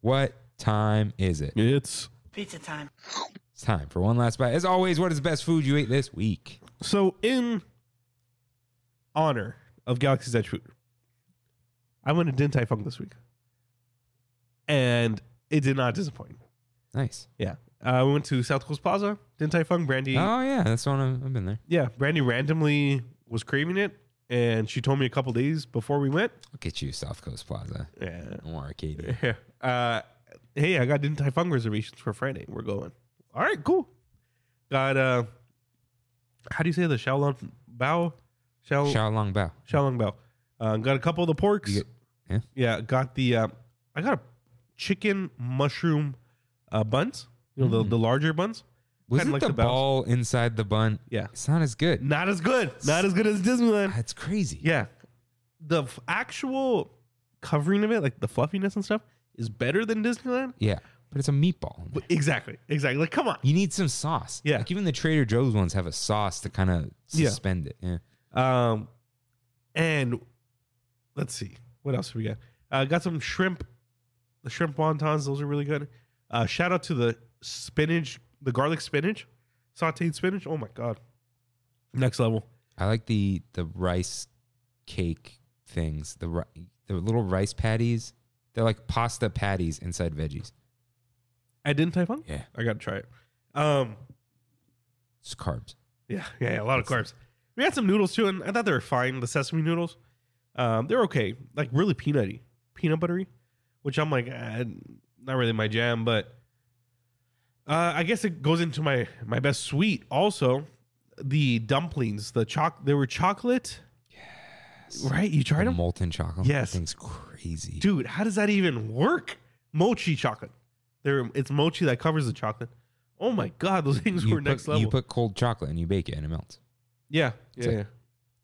Speaker 1: what time is it?
Speaker 2: It's
Speaker 4: Pizza time.
Speaker 1: It's time for one last bite. As always, what is the best food you ate this week?
Speaker 2: so in honor of Galaxy's Edge food. I went to Din Tai Fung this week, and it did not disappoint.
Speaker 1: Nice.
Speaker 2: Yeah, uh, we went to South Coast Plaza. Din Tai Fung, Brandy.
Speaker 1: Oh yeah, that's the one I've, I've been there.
Speaker 2: Yeah, Brandy randomly was craving it, and she told me a couple days before we went.
Speaker 1: I'll get you South Coast Plaza.
Speaker 2: Yeah.
Speaker 1: More arcade.
Speaker 2: Yeah. Uh, hey, I got Din Tai Fung reservations for Friday. We're going. All right, cool. Got uh, how do you say the Shaolong Bao? Shao
Speaker 1: Xiao Long Bao.
Speaker 2: Shaolong Bao. Uh, got a couple of the porks.
Speaker 1: You get- yeah.
Speaker 2: Yeah, Got the uh, I got a chicken mushroom uh, buns. You know the, the larger buns.
Speaker 1: Wasn't
Speaker 2: like
Speaker 1: Mm. the,
Speaker 2: the Baos.
Speaker 1: ball inside the bun?
Speaker 2: Yeah.
Speaker 1: It's not as good.
Speaker 2: Not as good. Not as good as Disneyland.
Speaker 1: That's crazy.
Speaker 2: Yeah. The f- actual covering of it, like the fluffiness and stuff, is better than Disneyland.
Speaker 1: Yeah. But it's a meatball. in there.
Speaker 2: But exactly. Exactly. Like, come on.
Speaker 1: You need some sauce.
Speaker 2: Yeah.
Speaker 1: Like even the Trader Joe's ones have a sauce to kind of
Speaker 2: Yeah.
Speaker 1: suspend it. Yeah.
Speaker 2: Um, and let's see what else we got. Uh, got some shrimp, the shrimp wontons. Those are really good. Uh, shout out to the spinach, the garlic spinach, sautéed spinach. Oh my god, next level.
Speaker 1: I like the the rice cake things. The ri- the little rice patties. They're like pasta patties inside veggies.
Speaker 2: I didn't type on.
Speaker 1: Yeah.
Speaker 2: I gotta try it. Um,
Speaker 1: It's carbs.
Speaker 2: yeah, yeah, yeah, a lot of carbs. We had some noodles too, and I thought they were fine. The sesame noodles, um, they're okay. Like really peanutty, peanut buttery, which I'm like, eh, not really my jam. But uh, I guess it goes into my my best sweet. Also, the dumplings, the choc, they were chocolate. Yes. Right, you tried
Speaker 1: The
Speaker 2: them,
Speaker 1: molten chocolate.
Speaker 2: Yes.
Speaker 1: That thing's crazy.
Speaker 2: dude. How does that even work? Mochi chocolate. There, it's mochi that covers the chocolate. Oh my god, those things
Speaker 1: you
Speaker 2: were
Speaker 1: put,
Speaker 2: next
Speaker 1: you
Speaker 2: level.
Speaker 1: put cold chocolate and you bake it and it melts.
Speaker 2: yeah,
Speaker 1: It's
Speaker 2: yeah,
Speaker 1: like-
Speaker 2: yeah.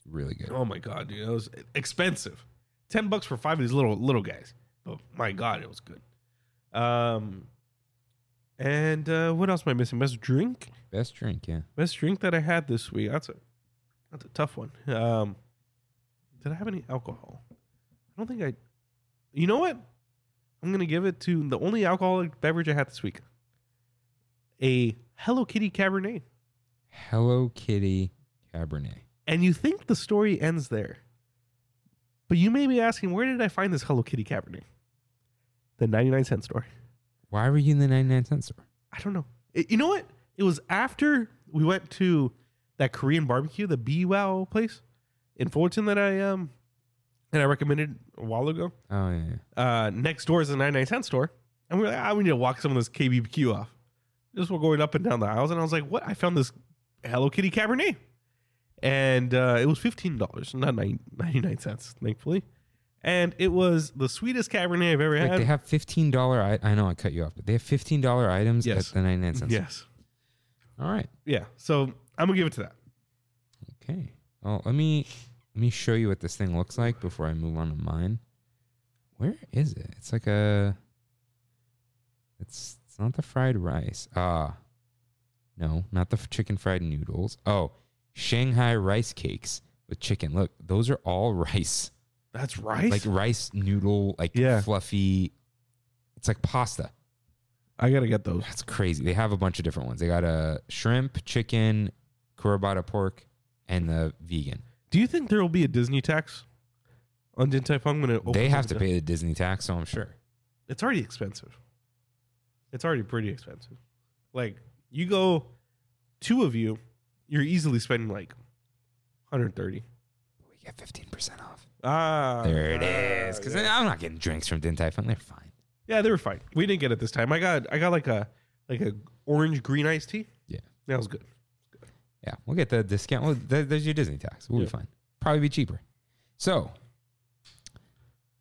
Speaker 1: Really good.
Speaker 2: Oh my god, dude, that was expensive. Ten bucks for five of these little little guys. But my god, it was good. Um, and uh, what else am I missing? Best drink,
Speaker 1: Best drink, yeah.
Speaker 2: best drink that I had this week. That's a that's a tough one. Um, did I have any alcohol? I don't think I. You know what? I'm gonna give it to the only alcoholic beverage I had this week. A Hello Kitty Cabernet.
Speaker 1: Hello Kitty Cabernet.
Speaker 2: And you think the story ends there. But you may be asking, where did I find this Hello Kitty Cabernet? The 99 cent store.
Speaker 1: Why were you in the 99 cent store?
Speaker 2: I don't know. It- you know what? It was after we went to that Korean barbecue, the B Wow place in Fullerton that I um that I recommended a while ago.
Speaker 1: Oh yeah, yeah.
Speaker 2: Uh, next door is the 99 cent store. And we were like, ah, we need to walk some of this KBBQ off. Just we're going up and down the aisles. And I was like, what? I found this Hello Kitty Cabernet. And uh, it was $15, not nine- 99 cents, thankfully. And it was the sweetest Cabernet I've ever
Speaker 1: Like
Speaker 2: had.
Speaker 1: they have fifteen dollar. I, I know I cut you off, but they have fifteen dollar items
Speaker 2: Yes.
Speaker 1: at the 99 cent. store.
Speaker 2: yes.
Speaker 1: All right.
Speaker 2: Yeah. So I'm going to give it to that.
Speaker 1: Okay. Well, let me let me show you what this thing looks like before I move on to mine. Where is it? It's like a. It's it's not the fried rice. Ah, no, not the f- chicken fried noodles. Oh, Shanghai rice cakes with chicken. Look, those are all rice,
Speaker 2: That's right.
Speaker 1: like rice noodle, like
Speaker 2: Yeah.
Speaker 1: fluffy. It's like pasta.
Speaker 2: I got to get those.
Speaker 1: That's crazy. They have a bunch of different ones. They got a shrimp, chicken, kurabata pork, and the vegan.
Speaker 2: Do you think there will be a Disney tax on Din Tai Fung when it opens
Speaker 1: they have
Speaker 2: up
Speaker 1: to
Speaker 2: the-
Speaker 1: pay the Disney tax, so I'm sure.
Speaker 2: it's already expensive. It's already pretty expensive. Like you go two of you, you're easily spending like 130.
Speaker 1: We get 15% off.
Speaker 2: Ah,
Speaker 1: There it
Speaker 2: ah,
Speaker 1: is. Because
Speaker 2: yeah.
Speaker 1: I'm not getting drinks from Din Tai Fung. They're fine.
Speaker 2: yeah, they were fine. We didn't get it this time. I got I got like a like a orange green iced tea.
Speaker 1: Yeah.
Speaker 2: that was good.
Speaker 1: Yeah, we'll get the discount. Well, there- there's your Disney tax. We'll
Speaker 2: Yeah.
Speaker 1: be fine. Probably be cheaper. So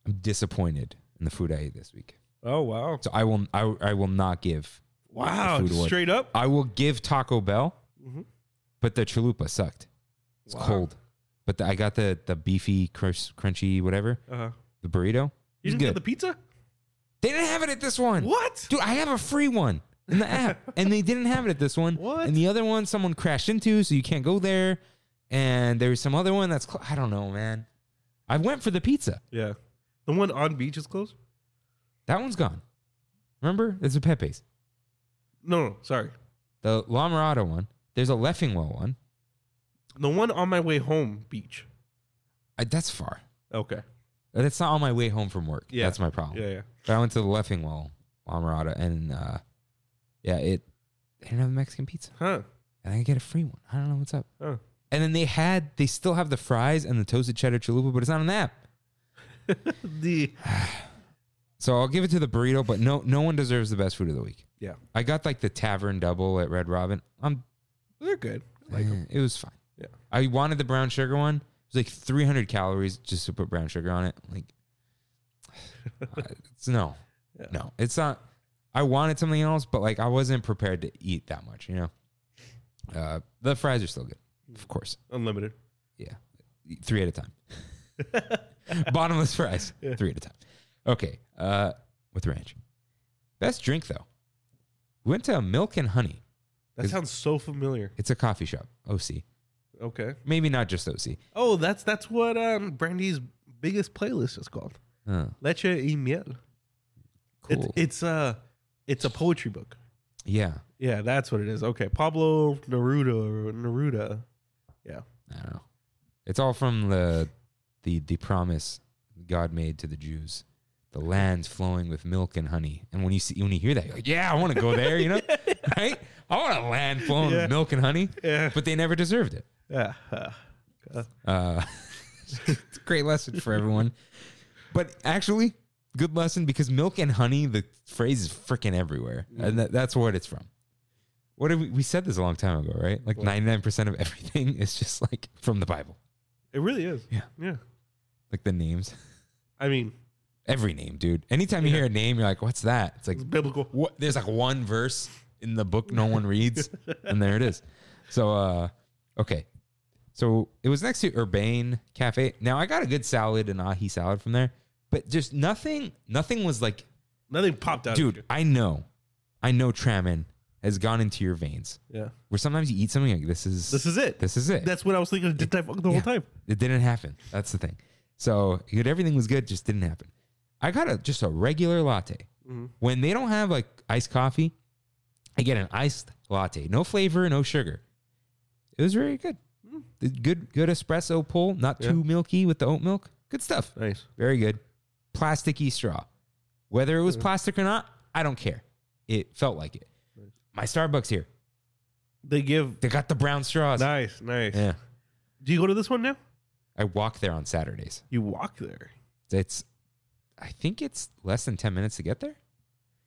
Speaker 1: I'm disappointed in the food I ate this week.
Speaker 2: Oh wow,
Speaker 1: So I will I, I will not give.
Speaker 2: wow,
Speaker 1: The food award.
Speaker 2: straight up.
Speaker 1: I will give Taco Bell,
Speaker 2: Mhm.
Speaker 1: but the chalupa sucked. It's
Speaker 2: Wow.
Speaker 1: cold. But the, I got the the beefy, crunch, crunchy, whatever,
Speaker 2: Uh,
Speaker 1: the burrito.
Speaker 2: you
Speaker 1: It's
Speaker 2: didn't get
Speaker 1: Uh-huh. good.
Speaker 2: the pizza?
Speaker 1: they didn't have it at this one.
Speaker 2: What?
Speaker 1: Dude, I have a free one in the app, and they didn't have it at this one.
Speaker 2: What?
Speaker 1: And the other one, someone crashed into, so you can't go there. And there's some other one that's cl- I don't know, man. I went for the pizza.
Speaker 2: Yeah, The one on beach is closed?
Speaker 1: That one's gone. Remember? It's a Pepe's.
Speaker 2: No, no, sorry.
Speaker 1: The La Mirada one. There's a Leffingwell one.
Speaker 2: The one on my way home beach.
Speaker 1: I, that's far.
Speaker 2: Okay.
Speaker 1: That's not on my way home from work.
Speaker 2: Yeah.
Speaker 1: That's my problem.
Speaker 2: Yeah, yeah.
Speaker 1: But I went to the Leffingwell La Mirada and uh, yeah, it they didn't have Mexican pizza.
Speaker 2: Huh.
Speaker 1: And I could get a free one. I don't know what's up.
Speaker 2: Huh.
Speaker 1: And then they had they still have the fries and the toasted cheddar chalupa, but it's not an app.
Speaker 2: The
Speaker 1: So I'll give it to the burrito, but no no one deserves the best food of the week.
Speaker 2: Yeah.
Speaker 1: I got like the tavern double at Red Robin. I'm
Speaker 2: They're good.
Speaker 1: like Mm, it was fine.
Speaker 2: Yeah.
Speaker 1: I wanted the brown sugar one. It was like 300 calories just to put brown sugar on it. Like, I- it's no,
Speaker 2: Yeah.
Speaker 1: no, it's not. I wanted something else, but like I wasn't prepared to eat that much. You know, uh, the fries are still good,
Speaker 2: Mm.
Speaker 1: of course.
Speaker 2: Unlimited.
Speaker 1: Yeah, three at a time. Bottomless fries,
Speaker 2: Yeah.
Speaker 1: three at a time. Okay, uh, with ranch. Best drink though. We went to Milk and Honey.
Speaker 2: That
Speaker 1: Is-
Speaker 2: sounds so familiar.
Speaker 1: It's a coffee shop. OC,
Speaker 2: Okay.
Speaker 1: maybe not just OC.
Speaker 2: Oh, that's that's what um Brandy's biggest playlist is called.
Speaker 1: Uh,
Speaker 2: Leche y miel.
Speaker 1: cool.
Speaker 2: It's it's a it's a poetry book.
Speaker 1: yeah.
Speaker 2: Yeah, that's what it is. Okay, Pablo Neruda. Neruda.
Speaker 1: I don't know. It's all from the the the promise God made to the Jews. The land's flowing with milk and honey. And when you see when you hear that, you're like, yeah, I want to go there, you know? right? I want a land flowing
Speaker 2: Yeah.
Speaker 1: with milk and honey.
Speaker 2: Yeah.
Speaker 1: But they never deserved it.
Speaker 2: Eh, Yeah. Uh,
Speaker 1: Uh, it's a great lesson for everyone. But actually, good lesson because milk and honey, the phrase is freaking everywhere.
Speaker 2: Mm.
Speaker 1: And that, that's what it's from. What did we, we said this a long time ago, right? Like
Speaker 2: What?
Speaker 1: 99% of everything is just like from the Bible,
Speaker 2: it really is.
Speaker 1: Yeah.
Speaker 2: Yeah.
Speaker 1: like the names.
Speaker 2: I mean,
Speaker 1: every name, dude. Anytime you
Speaker 2: Yeah.
Speaker 1: hear a name, you're like, "What's that?" It's like
Speaker 2: it's biblical.
Speaker 1: what? There's like one verse in the book no one reads, and there it is. So, uh, okay, so it was next to Urbane Cafe. Now I got a good salad, an ahi salad from there, but just nothing. Nothing was like,
Speaker 2: Nothing popped out.
Speaker 1: dude. I know, I know. Tramin has gone into your veins.
Speaker 2: Yeah.
Speaker 1: Where sometimes you eat something like this is
Speaker 2: This is it.
Speaker 1: this is it.
Speaker 2: That's what I was thinking of Did I fuck the
Speaker 1: Yeah.
Speaker 2: whole time.
Speaker 1: It didn't happen. That's the thing. So dude, everything was good, just didn't happen. I got a just a regular latte.
Speaker 2: Mhm.
Speaker 1: When they don't have like iced coffee, I get an iced latte, no flavor, no sugar. It was very good. The Good, good espresso pull, not
Speaker 2: Mm. Yeah.
Speaker 1: too milky with the oat milk. Good stuff.
Speaker 2: Nice.
Speaker 1: Very good. Plasticky straw. Whether it was plastic or not, I don't care. It felt like it. My Starbucks here,
Speaker 2: They give
Speaker 1: they got the brown straws.
Speaker 2: nice, nice.
Speaker 1: Yeah,
Speaker 2: Do you go to this one now?
Speaker 1: I walk there on Saturdays.
Speaker 2: You walk there.
Speaker 1: It's, I think it's less than 10 minutes to get there.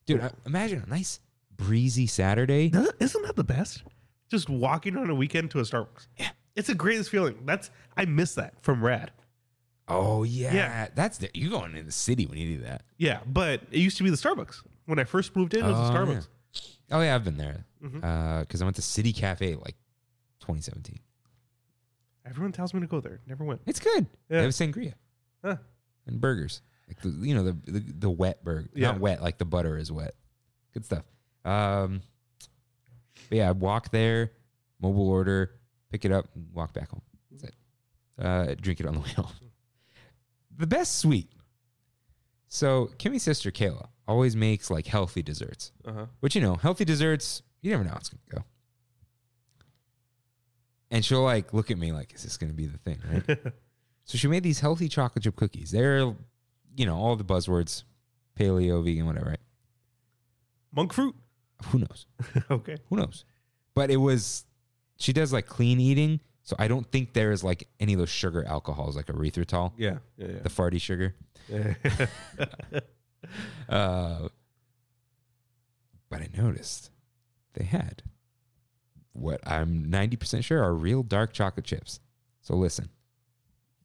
Speaker 1: Dude, I, imagine a nice breezy Saturday.
Speaker 2: Doesn't- Isn't that the best? Just walking on a weekend to a Starbucks.
Speaker 1: Yeah.
Speaker 2: It's the greatest feeling. That's I miss that from Rad.
Speaker 1: Oh, yeah.
Speaker 2: Yeah.
Speaker 1: That's the, you going in the city when you do that.
Speaker 2: Yeah, but it used to be the Starbucks. When I first moved in, it was
Speaker 1: Oh,
Speaker 2: a Starbucks.
Speaker 1: Oh, yeah. I've been there because
Speaker 2: Mhm.
Speaker 1: I went to City Cafe like 2017.
Speaker 2: Everyone tells me to go there. Never went.
Speaker 1: It's good. They
Speaker 2: Yeah.
Speaker 1: have sangria
Speaker 2: Huh.
Speaker 1: and burgers. Like the, you know, the, the, the wet burger.
Speaker 2: Yeah.
Speaker 1: Not wet, like the butter is wet. Good stuff. Um, but yeah, I walk there, mobile order, pick it up, and walk back home. That's it. Uh, drink it on the way home. The best sweet. So Kimmy's sister Kayla always makes like healthy desserts,
Speaker 2: Uh-huh.
Speaker 1: which you know, healthy desserts you never know how it's gonna go. And she'll like look at me like, "Is this gonna be the thing?" Right? So she made these healthy chocolate chip cookies. They're, you know, all the buzzwords, paleo, vegan, whatever. Right?
Speaker 2: Monk fruit.
Speaker 1: Who knows?
Speaker 2: okay.
Speaker 1: Who knows? But it was, she does like clean eating. So I don't think there is like any of those sugar alcohols like erythritol,
Speaker 2: Yeah. Yeah.
Speaker 1: the farty sugar.
Speaker 2: yeah.
Speaker 1: Uh, but I noticed they had what I'm 90% sure are real dark chocolate chips. So listen,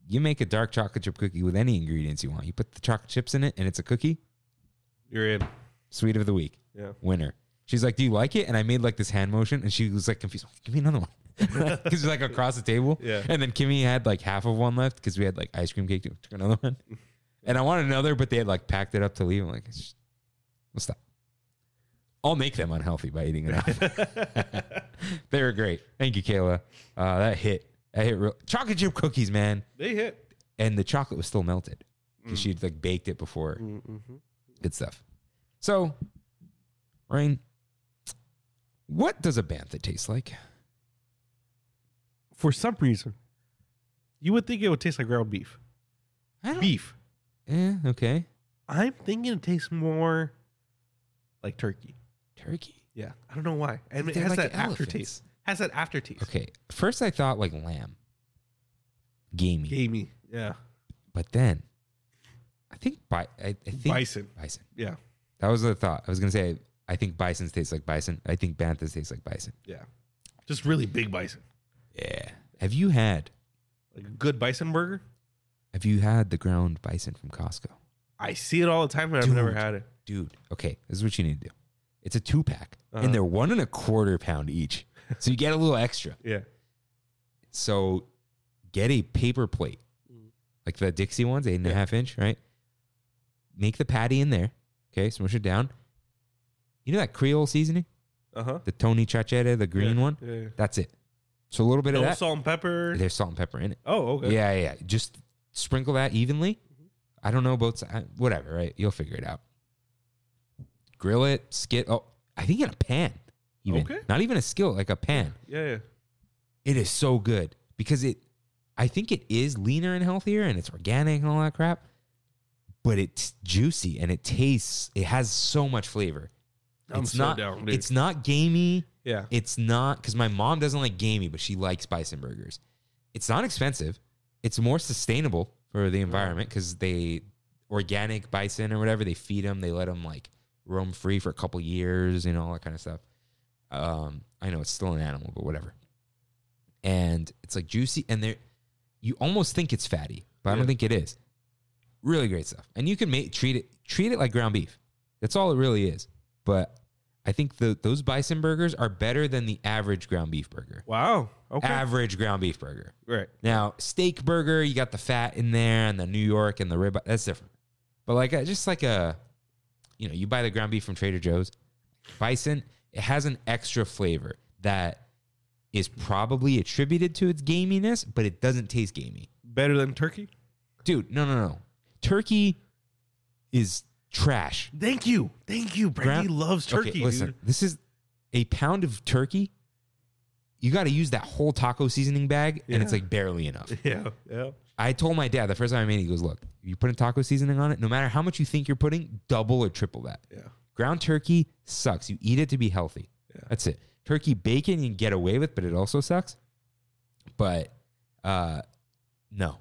Speaker 1: you make a dark chocolate chip cookie with any ingredients you want. You put the chocolate chips in it and it's a cookie.
Speaker 2: You're in.
Speaker 1: Sweet of the week,
Speaker 2: Yeah.
Speaker 1: winner. She's like, "Do you like it?" And I made like this hand motion, and she was like confused. Like, Give me another one, because she's like across the table.
Speaker 2: Yeah.
Speaker 1: And then Kimmy had like half of one left because we had like ice cream cake. Took another one, and I wanted another, but they had like packed it up to leave. I'm like, "Shh, "We'll stop." I'll make them unhealthy by eating enough. they were great. Thank you, Kayla. Uh, that hit. That hit real. Chocolate chip cookies, man,
Speaker 2: They hit.
Speaker 1: and the chocolate was still melted. because she'd like baked it before.
Speaker 2: Mm-hmm.
Speaker 1: Good stuff. So, Rain, what does a bantha taste like?
Speaker 2: For some reason, you would think it would taste like ground beef.
Speaker 1: I don't-
Speaker 2: Beef.
Speaker 1: Eh, okay.
Speaker 2: I'm thinking it tastes more like turkey.
Speaker 1: Turkey.
Speaker 2: Yeah, I don't know why. And it
Speaker 1: They're
Speaker 2: has
Speaker 1: like
Speaker 2: that
Speaker 1: elephants.
Speaker 2: aftertaste. Has that aftertaste.
Speaker 1: Okay. First, I thought like lamb, gamey,
Speaker 2: Gamey. Yeah.
Speaker 1: but then I think bi- I, I think
Speaker 2: Bison.
Speaker 1: Bison.
Speaker 2: Yeah.
Speaker 1: That was the thought. I was gonna say I think bison tastes like bison. I think banthas taste like bison.
Speaker 2: Yeah. Just really big bison.
Speaker 1: Yeah. Have you had
Speaker 2: Like a good bison burger.
Speaker 1: Have you had the ground bison from Costco?
Speaker 2: I see it all the time, but I've never
Speaker 1: Dude.
Speaker 2: had it.
Speaker 1: Dude, okay, this is what you need to do. It's a two pack,
Speaker 2: Uh-huh.
Speaker 1: and they're one and a quarter pound each. So you get a little extra.
Speaker 2: Yeah.
Speaker 1: So get a paper plate, like the Dixie ones, eight and a
Speaker 2: Yeah.
Speaker 1: half inch, right? Make the patty in there. Okay, smush it down. You know that Creole seasoning?
Speaker 2: Uh huh.
Speaker 1: The Tony Chachetta, the green one?
Speaker 2: Yeah. yeah.
Speaker 1: That's it. So a little bit
Speaker 2: No
Speaker 1: of that.
Speaker 2: salt and pepper.
Speaker 1: There's salt and pepper in it.
Speaker 2: Oh, okay.
Speaker 1: Yeah, yeah. yeah. Just sprinkle that evenly. I don't know both sides. Whatever, right? You'll figure it out. Grill it, skit. Oh, I think in a pan. Even.
Speaker 2: Okay.
Speaker 1: Not even a skillet, like a pan.
Speaker 2: Yeah. yeah.
Speaker 1: It is so good because it, I think it is leaner and healthier and it's organic and all that crap, but it's juicy and it tastes, it has so much flavor.
Speaker 2: I'm
Speaker 1: it's
Speaker 2: so
Speaker 1: not,
Speaker 2: down, dude.
Speaker 1: it's not gamey.
Speaker 2: Yeah.
Speaker 1: It's not because my mom doesn't like gamey, but she likes bison burgers. It's not expensive. It's more sustainable for the environment because they organic bison or whatever they feed them. They let them like roam free for a couple years and all that kind of stuff. Um, I know it's still an animal, but whatever. And it's like juicy, and they you almost think it's fatty, but I
Speaker 2: Yeah.
Speaker 1: don't think it is. Really great stuff, and you can make treat it treat it like ground beef. That's all it really is. But I think the, those bison burgers are better than the average ground beef burger.
Speaker 2: Wow. Okay.
Speaker 1: Average ground beef burger.
Speaker 2: right.
Speaker 1: Now, steak burger, you got the fat in there and the New York and the rib. That's different. But like, uh, just like a, you know, you buy the ground beef from Trader Joe's. Bison, it has an extra flavor that is probably attributed to its gaminess, but it doesn't taste gamey.
Speaker 2: Better than turkey.
Speaker 1: Dude, no, no, no. Turkey is trash.
Speaker 2: Thank you. Thank you. Brandy
Speaker 1: Gra-
Speaker 2: loves turkey,
Speaker 1: Okay, listen,
Speaker 2: dude.
Speaker 1: this is a pound of turkey. You got to use that whole taco seasoning bag, and it's
Speaker 2: Yeah.
Speaker 1: like barely enough.
Speaker 2: Yeah. Yeah.
Speaker 1: I told my dad the first time I made it, he goes, "Look, you put in taco seasoning on it. No matter how much you think you're putting, double or triple that.
Speaker 2: Yeah.
Speaker 1: Ground turkey sucks. You eat it to be healthy.
Speaker 2: Yeah.
Speaker 1: That's it. Turkey bacon you can get away with, but it also sucks. But uh, no,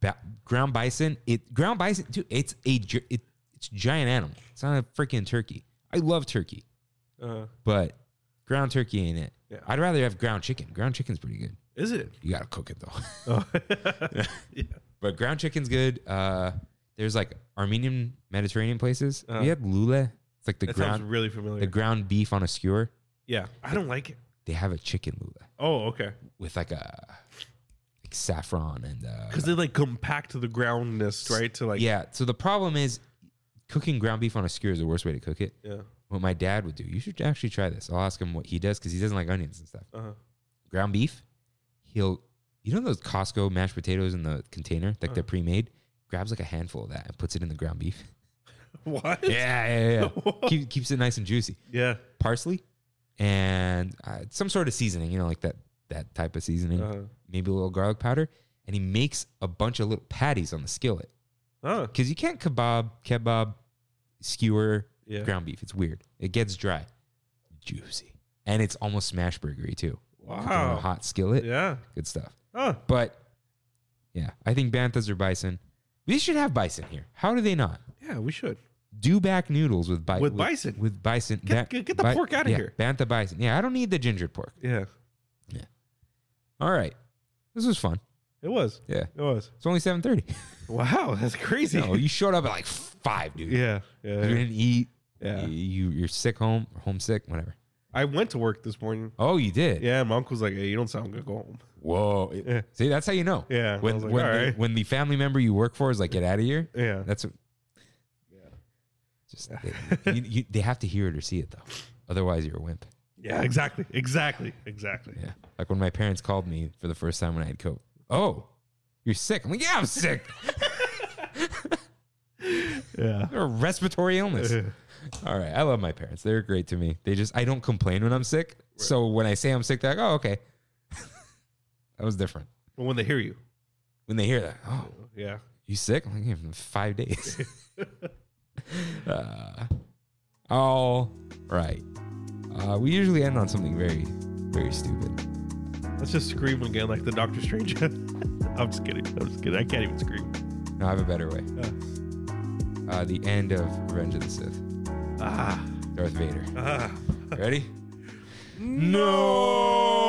Speaker 1: ba- ground bison. It ground bison. Dude, it's a gi- it, it's a giant animal. It's not a freaking turkey. I love turkey
Speaker 2: Uh,
Speaker 1: but ground turkey ain't it.
Speaker 2: Yeah.
Speaker 1: I'd rather have ground chicken. Ground chicken's pretty good.
Speaker 2: is it?
Speaker 1: You gotta cook it though.
Speaker 2: Oh. yeah.
Speaker 1: but ground chicken's good. Uh, there's like Armenian Mediterranean places.
Speaker 2: Uh-huh.
Speaker 1: we had lule. It's like the
Speaker 2: That sounds
Speaker 1: ground
Speaker 2: really familiar.
Speaker 1: the ground beef on a skewer.
Speaker 2: yeah. I don't like it.
Speaker 1: They have a chicken lule
Speaker 2: Oh, okay.
Speaker 1: with like a like saffron and uh,
Speaker 2: Because they like compact the groundness, right? To like.
Speaker 1: yeah. So the problem is cooking ground beef on a skewer is the worst way to cook it.
Speaker 2: Yeah.
Speaker 1: What my dad would do, you should actually try this. I'll ask him what he does because he doesn't like onions and stuff.
Speaker 2: Uh-huh.
Speaker 1: ground beef. He'll, you know, those Costco mashed potatoes in the container, like
Speaker 2: Uh.
Speaker 1: they're pre-made. Grabs like a handful of that and puts it in the ground beef.
Speaker 2: What?
Speaker 1: Yeah, yeah, yeah. Keep, keeps it nice and juicy.
Speaker 2: Yeah.
Speaker 1: Parsley and uh, some sort of seasoning, you know, like that that type of seasoning.
Speaker 2: Uh-huh.
Speaker 1: Maybe a little garlic powder. And he makes a bunch of little patties on the skillet
Speaker 2: Oh.
Speaker 1: because you can't kebab, kebab, skewer
Speaker 2: Yeah.
Speaker 1: ground beef. It's weird. It gets dry, juicy, and it's almost smash burgery too. Cooked on a
Speaker 2: Wow.
Speaker 1: hot skillet,
Speaker 2: Yeah.
Speaker 1: good stuff.
Speaker 2: Oh.
Speaker 1: But yeah, I think banthas are bison. We should have bison here. How do they not?
Speaker 2: Yeah. We should.
Speaker 1: Do back noodles with, bi-
Speaker 2: With bison.
Speaker 1: With bison.
Speaker 2: Get- get- get the pork outta
Speaker 1: yeah,
Speaker 2: here.
Speaker 1: Bantha bison. Yeah, I don't need the gingered pork.
Speaker 2: Yeah.
Speaker 1: All right. This was fun.
Speaker 2: It was.
Speaker 1: Yeah.
Speaker 2: It was.
Speaker 1: It's only 7.30.
Speaker 2: Wow. That's crazy.
Speaker 1: no, you showed up at like 5, dude.
Speaker 2: yeah.
Speaker 1: You
Speaker 2: Yeah.
Speaker 1: didn't eat.
Speaker 2: Yeah.
Speaker 1: You, you're sick home, or homesick, whatever.
Speaker 2: I went to work this morning.
Speaker 1: Oh, you did?
Speaker 2: Yeah, my uncle's like, "Hey, you don't sound good. Go home."
Speaker 1: Whoa.
Speaker 2: Yeah.
Speaker 1: See, that's how you know.
Speaker 2: Yeah, I
Speaker 1: When,
Speaker 2: was like,
Speaker 1: when,
Speaker 2: all
Speaker 1: the,
Speaker 2: right.
Speaker 1: when the family member you work for is like, get out of here.
Speaker 2: Yeah,
Speaker 1: That's what. Just they, you, you, they have to hear it or see it though, otherwise you're a wimp.
Speaker 2: yeah, exactly, exactly, exactly.
Speaker 1: Yeah, like when my parents called me for the first time when I had COVID. Oh, you're sick. I'm like, yeah, I'm sick.
Speaker 2: Yeah.
Speaker 1: They're a respiratory illness. All right. I love my parents. They're great to me. They just, I don't complain when I'm sick. So when I say I'm sick, they're like, oh, okay. that was different.
Speaker 2: Well, when they hear you.
Speaker 1: When they hear that, oh,
Speaker 2: Yeah.
Speaker 1: you sick? I'm like, "Yeah, in five days. uh, all right. Uh, we usually end on something very, very stupid.
Speaker 2: Let's just scream again like the Doctor Strange. I'm just kidding. I'm just kidding. I can't even scream.
Speaker 1: No, I have a better way.
Speaker 2: Uh.
Speaker 1: Uh, the end of Revenge of the Sith.
Speaker 2: Ah.
Speaker 1: Darth Vader.
Speaker 2: ah.
Speaker 1: Ready? No!